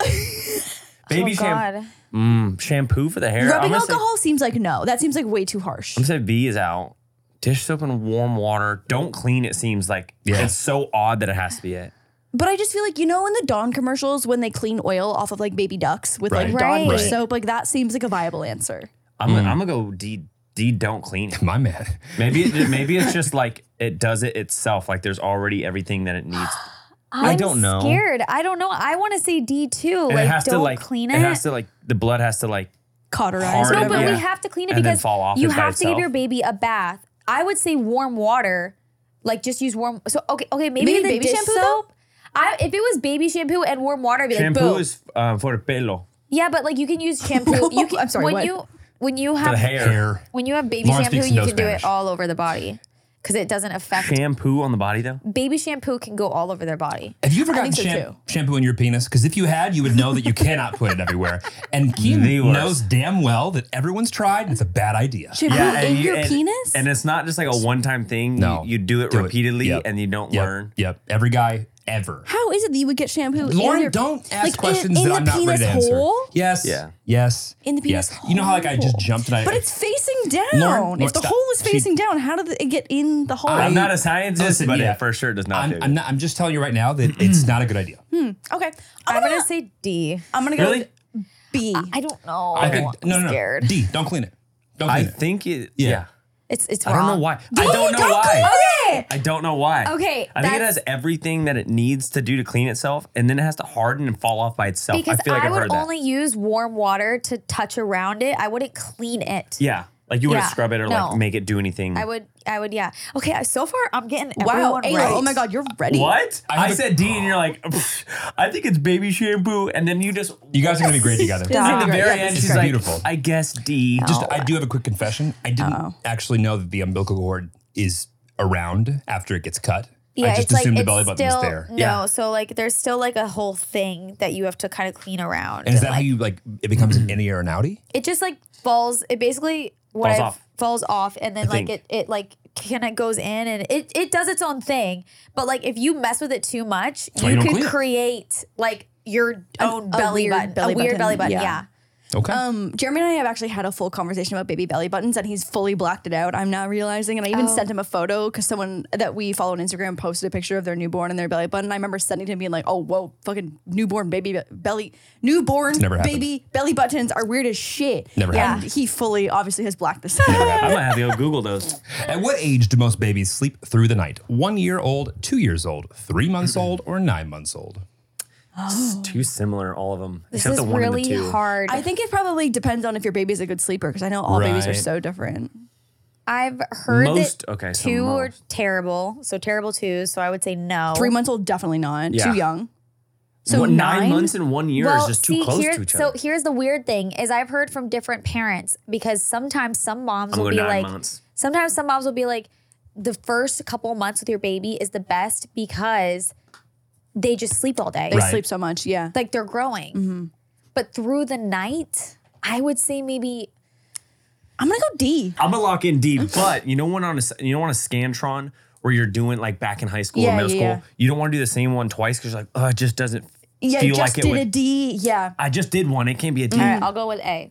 Baby
oh
sham-
God.
mm, shampoo for the hair.
Rubbing
I'm gonna say-
alcohol seems like no. That seems like way too harsh.
I'm gonna say B is out. Dish soap and warm water. Don't clean. It seems like
Yeah.
it's so odd that it has to be it.
But I just feel like you know in the Dawn commercials when they clean oil off of like baby ducks with like
Right.
Dawn dish
Right.
soap, like that seems like a viable answer.
I'm
Mm.
gonna, I'm gonna go D. D. Don't clean it.
My man.
Maybe it, maybe it's just like it does it itself. Like there's already everything that it needs.
I'm
don't know.
Scared. I don't know. I want to say D too.
And
Like,
it has
don't
to like
clean it.
it has to like the blood has to like
Cauterize.
Hard
no,
Right,
but
yeah.
we have to clean it
And then
because
fall off
you
it by
have to give
itself.
your baby a bath. I would say warm water, like just use warm. So okay, okay, maybe,
Maybe
the
baby
dish
shampoo, though?
soap. I, if it was baby shampoo and warm water, I'd be
shampoo
like, boom.
is um, for pelo
yeah, but like you can use shampoo. You can,
I'm sorry,
When
what?
you when you
for
have
the hair.
Hair.
when you have baby
Lauren
shampoo,
speaks
you
no
can do it
Spanish.
all over the body because it doesn't affect.
Shampoo on the body though.
baby shampoo can go all over their body.
Have you ever gotten
think so,
sham-
too.
shampoo in your penis? Because if you had, you would know that you cannot put it everywhere. And
The
Keem
worst.
knows damn well that everyone's tried. and It's a bad idea.
Shampoo Oh, in your
and,
penis?
and it's not just like a one time thing.
No,
you, you do it
do it.
repeatedly
Yep.
and you don't
Yep,
learn.
Yep. Every guy ever.
How is it that you would get shampoo? in
Lauren,
your-
don't ask
like, in-
questions
in
that
the
I'm not
penis
ready to answer.
hole.
Yes.
Yeah.
Yes.
In the penis
Yes. You know how like I just
hole.
jumped and I.
But it's facing down.
Lauren, Lauren,
if the
stop.
hole is
She-
facing down, how did it get in the hole?
I'm
I-
not a scientist,
Listen,
but
yeah.
it for sure does not do.
I'm,
it.
I'm not. I'm just telling you right now that
Hmm.
it's not a good idea.
okay,
I'm
I'm
gonna,
gonna
say D.
I'm gonna go
really?
with B.
I don't know.
I
I
think
am
no, no, no.
scared.
D. Don't clean it. Don't
I
clean it.
think it.
Yeah.
Yeah.
It's it's
I
wrong.
don't know why. I don't know
don't
why.
Okay.
I don't know why.
Okay,
I think it
that's-
has everything that it needs to do to clean itself, and then it has to harden and fall off by itself.
Because
I
I,
feel like I have
would
heard that.
only use warm water to touch around it. I wouldn't clean it.
Yeah. Like you wouldn't
Yeah,
scrub it or
no.
like make it do anything.
I would. I would. Yeah. Okay. I- So far, I'm getting
Wow,
everyone
Ayla,
right.
oh my God, you're ready.
What?
I
I,
have a-
said D, and you're like, "Pfft, I think it's baby shampoo, and then you just
You guys are gonna be great together.
Stop.
at the
Yeah,
very
this
end,
is
she's
kinda
like,
beautiful.
I guess D.
Just, I do have a quick confession. I didn't actually know that the umbilical cord is around after it gets cut.
Yeah,
I just
it's like
assumed
it's
the belly button
still
was there.
no.
Yeah.
So like, there's still like a whole thing that you have to kind of clean around.
And is that how you like it becomes an innie or an outie?
it just like falls. It basically what
Falls
I've-
off.
falls off, and then like
think.
it it like kind of goes in, and it it does its own thing. But like if you mess with it too much,
why
you
you don't
could
clean it.
create like your own
a
belly
weird
button,
belly
a weird
button,
belly button.
yeah.
Yeah.
Okay.
Jeremy and I have actually had a full conversation about baby belly buttons, and he's fully blacked it out. I'm now realizing, and I even sent him a photo because someone that we follow on Instagram posted a picture of their newborn and their belly button. I remember sending him being like, "Oh, whoa, fucking newborn baby be- belly, newborn
Never happened.
baby belly buttons are weird as shit."
Never
And
happened.
he fully obviously has blacked this out.
I might have to go Google those.
At what age do most babies sleep through the night? One year old, two years old, three months old, or nine months old?
It's too similar, all of them.
This
except
is
the one
really
and the two.
hard.
I think it probably depends on if your baby's a good sleeper because I know all babies are
Right.
so different.
I've heard
Most-
that
okay, so
two are
most.
terrible. So terrible two. So I would say no.
Three months old, definitely not.
Yeah.
Too young.
So nine,
nine?
months and one year is just too
see,
close
here-
to each
So
other.
here's the weird thing is I've heard from different parents because sometimes some moms
I'm
will
going
be
nine
like
months.
sometimes some moms will be like the first couple months with your baby is the best because they just sleep all day.
They
Right.
sleep so much. Yeah.
Like they're growing. But through the night, I would say maybe
I'm gonna go D.
I'm gonna lock in D, but you know when on a you know on a scantron where you're doing like back in high school or
Yeah,
middle
yeah,
school,
yeah.
you don't want to do the same one twice because you're like, oh, it just doesn't
Yeah,
feel
just
like it
did
would.
a D. Yeah.
I just did one. It can't be a D.
all right, I'll go with A.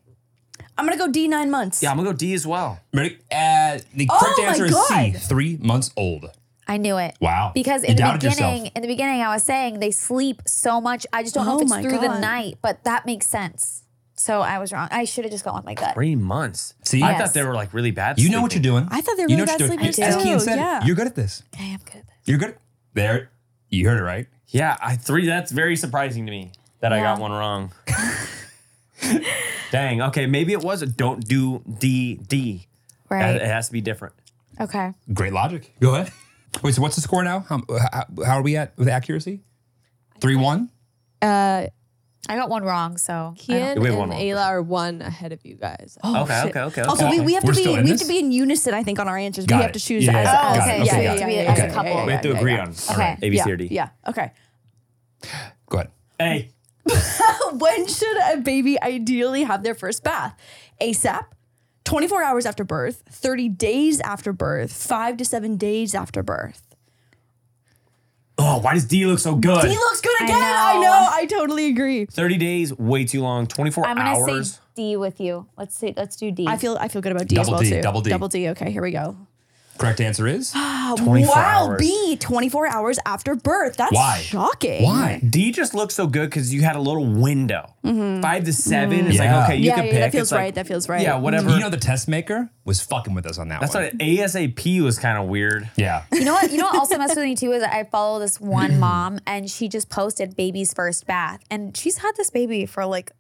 I'm gonna go D nine months.
Yeah, I'm gonna go D as well.
Ready? Uh, the
Oh
correct
my
answer is C,
God.
three months old.
I knew it.
Wow.
Because
You
in the
doubted yourself.
beginning, in the beginning, I was saying they sleep so much. I just don't know
Oh
if it's
my
through the
God.
night, but that makes sense. So I was wrong. I should have just gone with my gut.
Three months.
See?
I
Yes.
thought they were like really bad.
You know what you're
sleeping.
doing.
I thought they were
you know
really
what you're
bad
doing.
sleepers
As Keen
too,
said,
yeah.
you're good at this.
I am good at this.
You're good at There. You heard it right.
Yeah, I three. That's very surprising to me that I got
Yeah.
one wrong. Dang. Okay, maybe it was a don't do D D. It
Right.
has to be different.
Okay.
Great logic. Go ahead. Wait, so what's the score now? How, how, how are we at with accuracy? 3 1?
Uh,
I got one wrong, so I don't-
Kian
We have one
and
more.
Ayla are one ahead of you guys.
okay, okay, okay,
Oh, Also,
okay.
we, we have
We're
to be
still
we
in
have
this?
to be in unison. I think on our answers.
Got
we have
it.
to choose
Yeah,
as
yeah,
Oh,
yeah.
as
Got
okay.
it.
Yeah,
Okay,
yeah,
got
yeah, as
it.
a
Okay.
couple.
Yeah, yeah,
we have to
yeah,
agree
yeah.
on.
Okay.
All right, A B
yeah,
C or D.
Yeah. Okay.
Go ahead.
A.
When should a baby ideally E have their first bath? ASAP. 24 hours after birth, 30 days after birth, 5 to 7 days after birth.
Oh, why does D look so good?
He looks good again. I
know.
know. I totally agree.
30 days, way too long. 24
I'm gonna
hours.
say D with you. Let's see. Let's do D.
I feel I feel good about D as
Double
well
D,
too.
double D.
Double D. Okay, here we go.
Correct answer is
wow,
hours.
B, 24 hours after birth. That's
Why?
shocking.
why?
D just looks so good because you had a little window. Five to 7 It's
Yeah.
like, okay, you
Mm-hmm. Yeah,
can
yeah,
pick.
that feels
It's like,
right. That feels right.
Yeah, whatever.
You know, the test maker was fucking with us on that
That's
one.
what ASAP was kind of weird.
yeah.
You know what? You know what also messed with me too is I follow this
Hmm.
one mom and she just posted baby's first bath and she's had this baby for like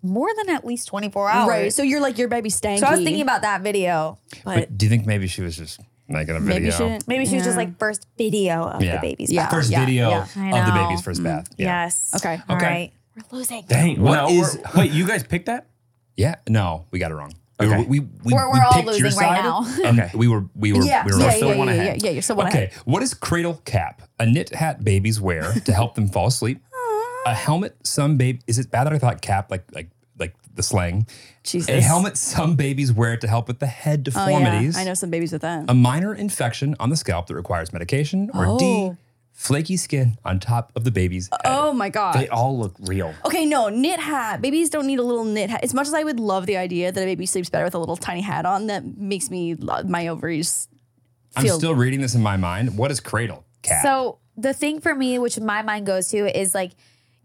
more than at least 24 hours.
Right. So you're like your baby stanky.
So I was thinking about that video, but
But do you think maybe she was just making a video?
maybe shouldn't.
maybe she was just like first video of
Yeah.
the baby's
Yeah.
bath.
First
Yeah,
video Um,
yeah.
I
of the
know.
baby's
Mm,
first bath. Yeah.
Yes.
Okay.
All
Okay.
right. We're losing.
Dang.
What
no, we're-
is-
wait, you guys picked that?
Yeah. No, we got it wrong. We
Okay.
were, we, we,
We're-
we
we're all
picked your
losing right
side,
now.
and
Okay.
We were we were
Yeah,
we were
yeah,
off.
yeah,
still
yeah,
one
yeah, yeah,
ahead.
yeah. You're still one ahead.
Okay. What does cradle cap? A knit hat babies wear to help them fall asleep. a helmet some baby is it bad that I thought cap like like like the slang?
Jesus.
A helmet some babies wear to help with the head
Oh, yeah.
deformities.
I know some babies with that.
A minor infection on the scalp that requires medication, or D,
Oh.
flaky skin on top of the baby's head.
oh my god.
They all look real.
okay, no, knit hat. Babies don't need a little knit hat. As much as I would love the idea that a baby sleeps better with a little tiny hat on, that makes me lo- my ovaries
I'm
feel
still reading this in my mind. What is cradle cap?
So the thing for me, which my mind goes to, is like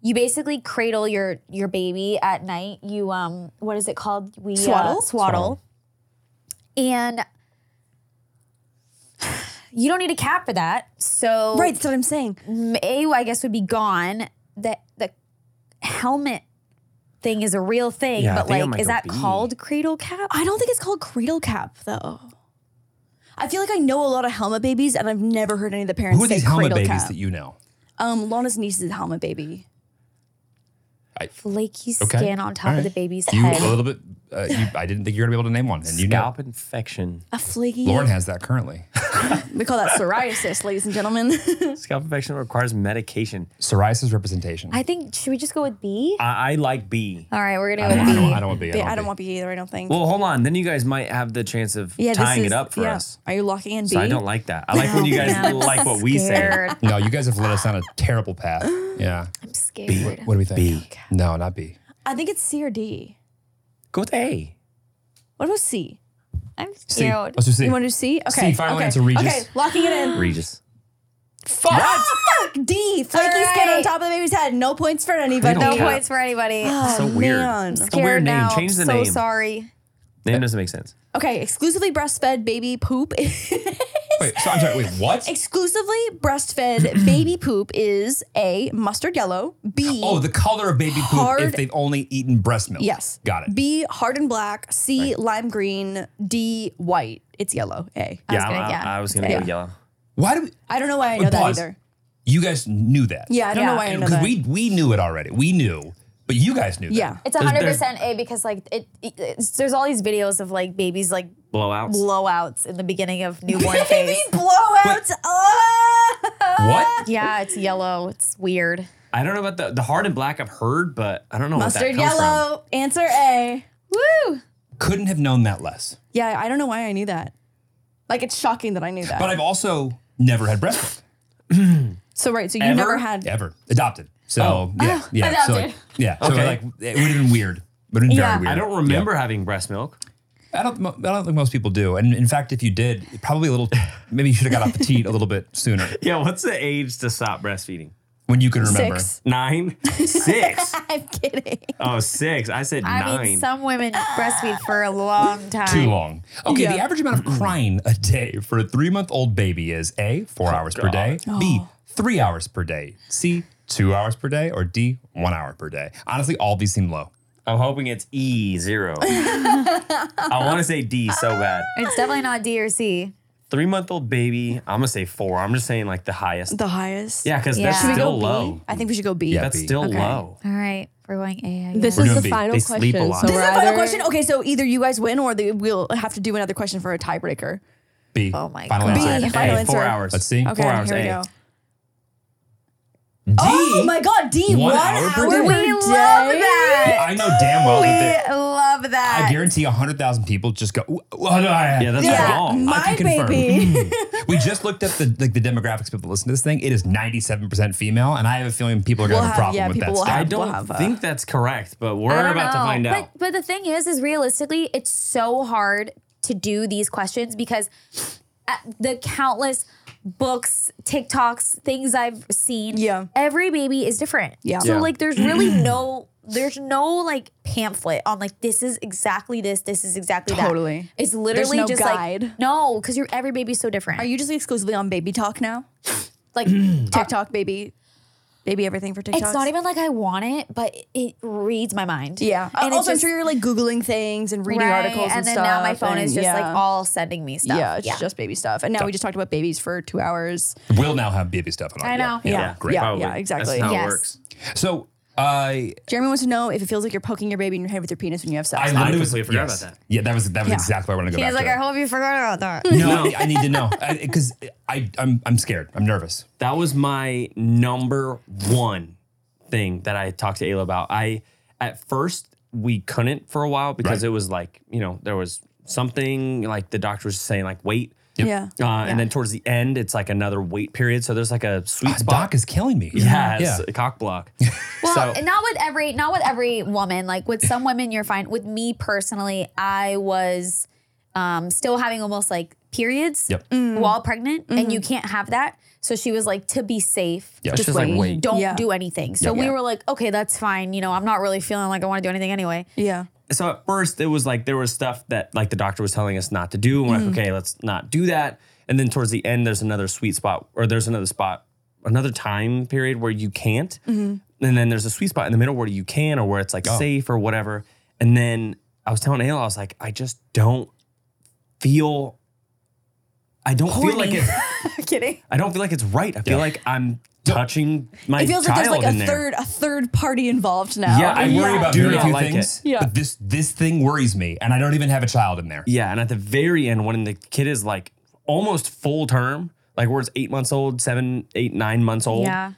you basically cradle your your baby at night. You um, what is it called? We uh,
Swaddle?
swaddle, and you don't need a cap for that. So
Right, that's what I'm saying.
m- a I guess would be gone. The the helmet thing is a real thing,
Yeah, I
but
think I
like,
might
is
go
that
B.
called cradle cap?
I don't think it's called cradle cap though. I feel like I know a lot of helmet babies, and I've never heard any of the parents
Who are
say
these helmet
cradle
babies
cap.
that you know?
um, Lana's niece is a helmet baby.
Flaky
Okay.
skin on top
All
of the
right.
baby's
You
head.
a little bit. Uh, you, I didn't think you were gonna be able to name one, and you know,
Scalp infection.
A flaky.
Lauren has that currently.
We call that psoriasis, ladies and gentlemen.
Scalp infection requires medication.
Psoriasis representation.
I think should we just go with B?
I, I like B.
All right, we're gonna
I
go
don't,
with
I
B.
don't, I don't want to be.
Yeah, I don't want to be either. I don't think.
Well, hold on. Then you guys might have the chance of
yeah, this
tying
is-
it up for
yeah.
us.
Are you locking in B?
So I don't like that. I like when you guys
Yeah, I'm
like what we say.
scared.
No, you guys have led us on a terrible path. Yeah.
I'm scared.
What do we think? No, not B.
I think it's C or D.
Go with A.
What was C?
I'm cute.
C. Let's just see.
You want to do C? Okay.
final
okay.
answer, Regis.
Okay, locking it in.
Regis.
Fuck! D. Flaky
All
skin on
right.
top of the baby's head. No points for anybody.
Cradle
No
cap.
points for anybody.
Oh,
So weird.
man.
It's a weird name. Change the
so
name.
sorry.
Name doesn't make sense.
Okay, exclusively breastfed baby poop.
Wait, so I'm sorry. Wait, what?
exclusively breastfed baby poop is A, mustard yellow, B,
Oh, the color of baby poop if
Hard-
they've only eaten breast milk.
yes,
Got it.
B, hard and black, C, lime green, D, white. It's yellow, A. I
was
I'm-
gonna- yeah.
I, I was going to
Yeah.
go yellow.
Why do we?
I don't know why I
Wait,
know that
pause.
either.
You guys knew that.
Yeah, I don't know
Yeah.
why I know
Because
that.
we we knew it already. We knew, but you guys knew.
yeah.
It's 100% A because like it, it- it's, there's all these videos of like babies like
Blowouts.
blowouts in the beginning of newborn phase.
blowouts.
That. What?
Yeah, it's yellow. It's weird.
I don't know about the, the hard and black I've heard, but I don't know what
Mustard
that comes from.
yellow. Answer A.
Woo!
Couldn't have known that less.
Yeah, I don't know why I knew that. Like it's shocking that I knew that.
But I've also never had breast milk
so right, so you
Ever?
never had.
ever adopted. So
Oh.
yeah, yeah. So
adopted.
like, yeah. So
Okay.
like it would have been weird. Would have been
Yeah.
very weird.
I don't remember having breast milk.
I don't. mo- I don't think most people do. And in fact, if you did, probably a little. Maybe you should have got off the teat a little bit sooner
Yeah, what's the age to stop breastfeeding?
when you can remember.
Six.
Nine? Six?
I'm kidding.
oh, six. I said
I
nine.
mean, some women breastfeed for a long time.
Too long. Okay, the
Yeah.
average amount of crying a day for a three month old baby is A, four
Oh,
hours per day, B, three hours per day, C, two hours per day, or D, one hour per day. Honestly, all these seem low.
I'm hoping it's E zero. I want to say D so bad.
It's definitely not D or C.
Three month old baby. I'm gonna say four. I'm just saying like the highest.
The highest.
Yeah, because that's
Should we
still
B?
low.
I think we should go B.
Yeah.
That's
B.
still
Okay.
low.
All right, we're going A. I guess.
This
We're
is
doing
the
B.
final
They
question.
sleep a lot.
So
This
This
we're
is the final
either-
question. Okay, so either you guys win or the, we'll have to do another question for a tiebreaker.
B.
Oh my
final
God.
Answer.
B.
A,
final
four
answer.
hours.
Let's see.
Okay,
Four hours.
here we
A.
go.
D.
Oh my God, D,
One
one,
hour
hour,
per
we
day.
per day.
love that.
I know damn well that
We uh, love
they,
that.
I guarantee 100,000 people just go, "Ooh, oh, no, I,
Yeah, that's
Yeah, Mm,
wrong.
I
my
can confirm.
baby.
We just looked up the like the demographics of people that listen to this thing. It is 97% female, and I have a feeling people are going to
We'll
have a
have-
problem
yeah,
with that
people will
stat.
I
We'll
don't
have a-
think that's correct, but we're
I don't
about to
know.
find
but,
out.
But the thing is, is realistically, it's so hard to do these questions because uh, the countless books, TikToks, things I've seen,
Yeah.
every baby is different.
Yeah.
So
Yeah.
like, there's really no. There's no like pamphlet on like this is exactly this, this is exactly that.
Totally.
It's literally
no
just
guide.
like no, because your every baby's so different.
Are you just exclusively on baby talk now?
like it's
TikTok, baby, baby, everything for TikTok.
not even like I want it, but it reads my mind.
Yeah. Oh,
And
also, I'm
it's just,
sure you're like Googling things and reading
Right,
articles and,
then
stuff.
now my phone
and-
is just like
yeah.
all sending me stuff.
Yeah, it's just baby stuff. And now we just talked about babies for two hours.
We'll now have baby stuff. on our-
I know.
Yeah.
Yeah.
Great.
Yeah,
Probably.
yeah,
That's
exactly.
not
Yes.
works.
So I
Jeremy wants to know if it feels like you're poking your baby in your head with your penis when you have sex.
literally
literally
completely forgot about that.
Yeah, that was that was exactly where I want to go
He's
back
like,
to.
I hope you forgot about that.
no, I need to know because I, I'm I'm scared. I'm nervous.
That was my number one thing that I talked to Ayla about. I at first we couldn't for a while because
Right.
it was like, you know, there was something like the doctor was saying like wait.
Yeah.
Uh, And then towards the end, it's like another wait period. So there's like a sweet spot.
Uh, Doc is killing me.
yeah,
yeah.
it's a cock block.
Well,
so
and not with every not with every woman. Like with some women, you're fine. With me personally, I was um, still having almost like periods
Yep.
while pregnant, and you can't have that. So she was like, to be safe,
Yeah.
it's just like
wait.
wait.
don't
Yeah.
do anything. So we
Yeah.
were like, okay, that's fine. You know, I'm not really feeling like I want to do anything anyway.
Yeah.
So at first it was like there was stuff that like the doctor was telling us not to do. And we're like, okay, let's not do that. And then towards the end, there's another sweet spot or there's another spot, another time period where you can't. And then there's a sweet spot in the middle where you can or where it's
Oh.
like safe or whatever. And then I was telling Ayla, I was like, I just don't feel I don't feel like it's
kidding.
I don't feel like it's right. I feel
Yeah.
like I'm touching my
It feels like
child
there's
in
like a
there.
third a third party involved now.
Yeah, I
I worry
Yeah.
about
Do
very
not
few
like
things,
it. Yeah.
but this this thing worries me, and I don't even have a child in there.
Yeah, and at the very end, when the kid is like almost full term, like where it's eight months old, seven, eight, nine months old,
Yeah.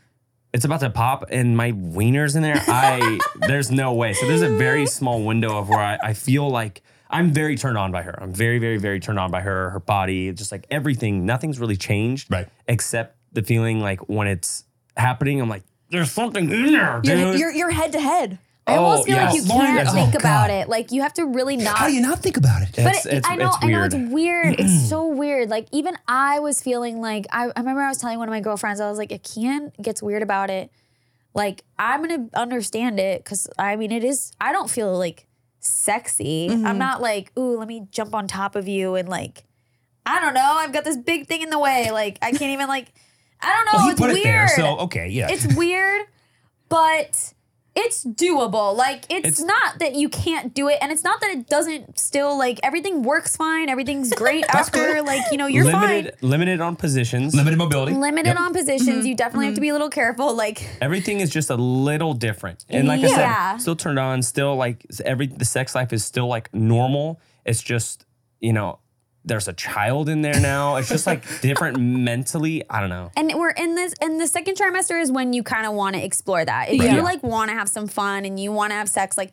it's about to pop, and my wiener's in there. I there's no way. So there's a very small window of where I, I feel like I'm very turned on by her. I'm very, very, very turned on by her, her body, just like everything. Nothing's really changed,
Right.
Except the feeling like when it's happening, I'm like, there's something in there, dude.
You're you're, you're head to head.
I almost
Oh,
feel like
yes.
you
Lauren-
can't
oh,
think
God.
about it. Like you have to really not.
How do you not think about it?
But
It's-
it,
it's-
I know,
it's
I know, it's
weird.
weird. it's so weird. Like even I was feeling like I, I remember I was telling one of my girlfriends, I was like, if Kian gets weird about it, like I'm gonna understand it because I mean, it is. I don't feel like sexy. I'm not like, ooh, let me jump on top of you and like, I don't know. I've got this big thing in the way. Like I can't even like. I don't know.
well, he
it's
put
weird
it there, so okay, yeah.
it's weird, but it's doable. Like it's,
It's-
not that you can't do it, and it's not that it doesn't still like everything works fine, everything's great after. Like you know, you're
limited, limited on positions.
Limited mobility.
fine. Limited on positions, you definitely have to be a little careful. Like
Everything is just a little different. And like I
Yeah.
said, still turned on, still like s- every the sex life is still like normal. It's just, you know, there's a child in there now. It's just like different mentally. I don't know.
And we're in this, and the second trimester is when you kind of want to explore that. If
Yeah.
you like want to have some fun and you want to have sex, like,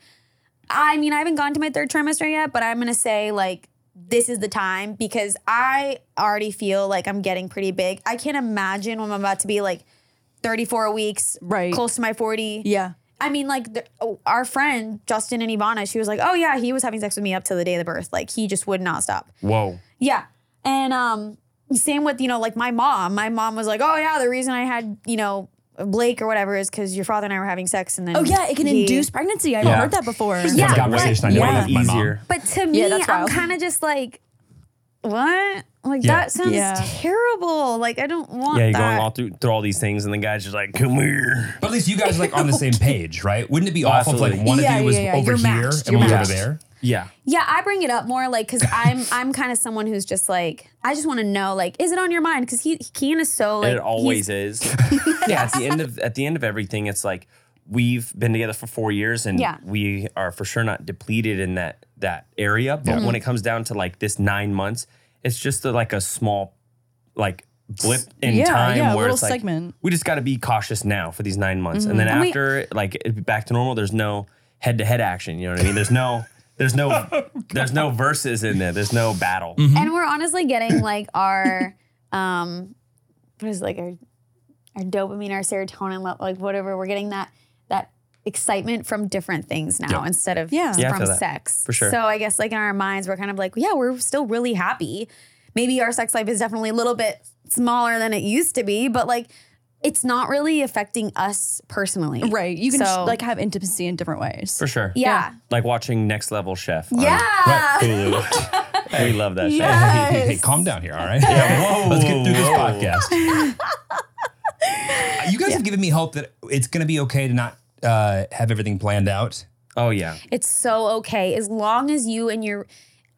I mean, I haven't gone to my third trimester yet, but I'm gonna say like this is the time because I already feel like I'm getting pretty big. I can't imagine when I'm about to be like 34 weeks,
Right.
close to my 40.
Yeah.
I mean, like the, oh, our friend Justin and Ivana, she was like, "Oh yeah, he was having sex with me up till the day of the birth. Like he just would not stop."
Whoa.
Yeah. And um same with, you know, like my mom. My mom was like, "Oh yeah, the reason I had, you know, Blake or whatever is cuz your father and I were having sex and then
Oh yeah, it can
he-
induce pregnancy. I've
Yeah.
heard that before.
Yeah,
Fun
but-
conversation I never
Way
had with my mom.
easier.
But to me,
that's
I'm
wild.
kind of just like what? Like
Yeah.
that sounds
Yeah.
terrible. Like I don't want
Yeah, you're
that.
going all through through all these things, and the guy's just like, "Come here."
But at least you guys are like on the same page, right? Wouldn't it be awful if like
absolutely.
one
Yeah,
of you was
yeah, yeah.
over
You're
here and
matched.
one was
You're
over
matched.
there?
Yeah,
Yeah, I bring it up more like because I'm I'm kind of someone who's just like I just want to know like is it on your mind because he Keen is so like
it always is. yeah, at the end of at the end of everything, it's like we've been together for four years, and
Yeah.
we are for sure not depleted in that that area. But when it comes down to like this nine months, it's just a, like a small like blip in
Yeah,
time
yeah, a
where
little
it's like
segment.
we just got to be cautious now for these nine months, and then
And we-
after like it- back to normal, there's no head to head action. You know what I mean? There's no. There's no, there's no verses in there. There's no battle.
Mm-hmm.
and we're honestly getting like our um what is it, like our our dopamine our serotonin le- like whatever we're getting that that excitement from different things now instead of
Yeah.
just
Yeah,
I
from
feel that.
sex
For sure.
so i guess like in our minds we're kind of like yeah we're still really happy maybe our sex life is definitely a little bit smaller than it used to be but like it's not really affecting us personally
Right. You can just,
So-
like have intimacy in different ways.
For sure.
yeah
like watching Next Level Chef. on
yeah,
Hulu. we love that show.
Hey, hey, hey, calm down here, all right? Let's get through this
whoa.
podcast. you guys have given me hope that it's going to be okay to not uh, have everything planned out.
Oh yeah.
It's so okay as long as you and your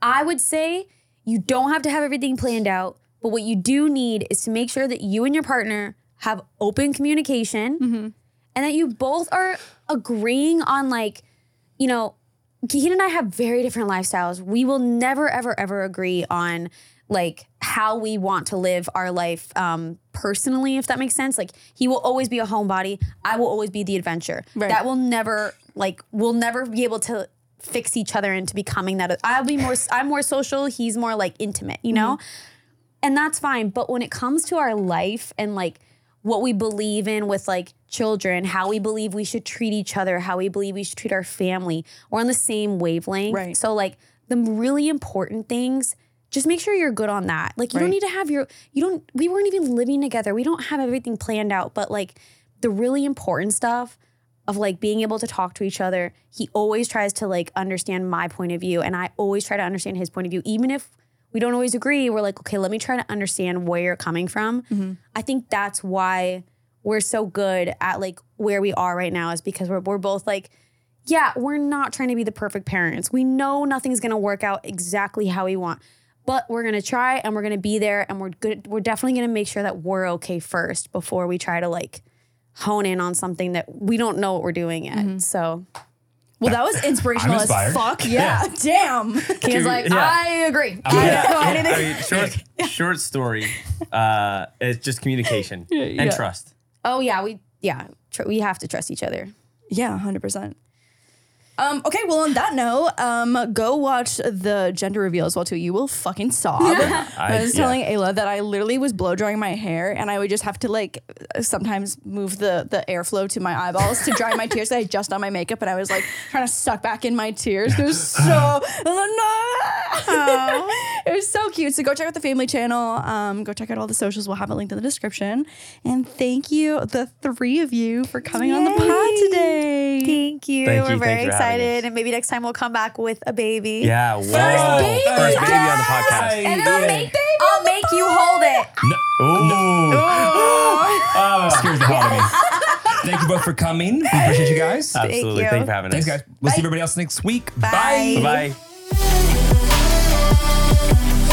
I would say you don't have to have everything planned out, but what you do need is to make sure that you and your partner have open communication
Mm-hmm.
and that you both are agreeing on like, you know, Keaton and I have very different lifestyles. We will never ever ever agree on like how we want to live our life um personally if that makes sense like he will always be a homebody i will always be the adventure
Right.
that will never like we'll never be able to fix each other into becoming that i'll be more i'm more social he's more like intimate you know
Mm-hmm.
and that's fine but when it comes to our life and like what we believe in with like children how we believe we should treat each other how we believe we should treat our family we're on the same wavelength
Right.
so like the really important things just make sure you're good on that like you don't
Right.
need to have your you don't we weren't even living together we don't have everything planned out but like the really important stuff of like being able to talk to each other he always tries to like understand my point of view and i always try to understand his point of view even if we don't always agree we're like okay let me try to understand where you're coming from i think that's why we're so good at like where we are right now is because we're, we're both like yeah we're not trying to be the perfect parents we know nothing's going to work out exactly how we want but we're going to try and we're going to be there and we're good we're definitely going to make sure that we're okay first before we try to like hone in on something that we don't know what we're doing yet
Mm-hmm.
so
Well, that was inspirational as
inspired.
fuck. Yeah. Damn.
he's like
yeah.
i agree
I mean, short, short story. Uh, it's just communication and trust.
oh yeah we yeah tr- we have to trust each other
Yeah, 100%. Um, okay, well, on that note, um, go watch the gender reveal as well too. You will fucking sob. I,
I-
was
yeah.
telling Ayla that I literally was blow drying my hair, and I would just have to like sometimes move the the airflow to my eyeballs to dry my tears. I had just done my makeup, and I was like trying to suck back in my tears. It was so no. it was so cute. So go check out the Family Channel. Um, go check out all the socials. We'll have it linked in the description. And thank you, the three of you, for coming on the pod today.
Thank you.
Thank you. Thank you
We're very
for having
excited.
us.
And maybe next time we'll come back with a baby.
Yeah, wow.
baby.
First baby on the
Yes.
podcast.
And I'll make I'll make you hold it.
Ooh.
Scares the hell out of me. Thank you both for coming. We appreciate you guys.
Absolutely.
you.
Thank you for having
Thanks,
us.
guys. We'll see everybody else next week.
Bye.
Bye bye.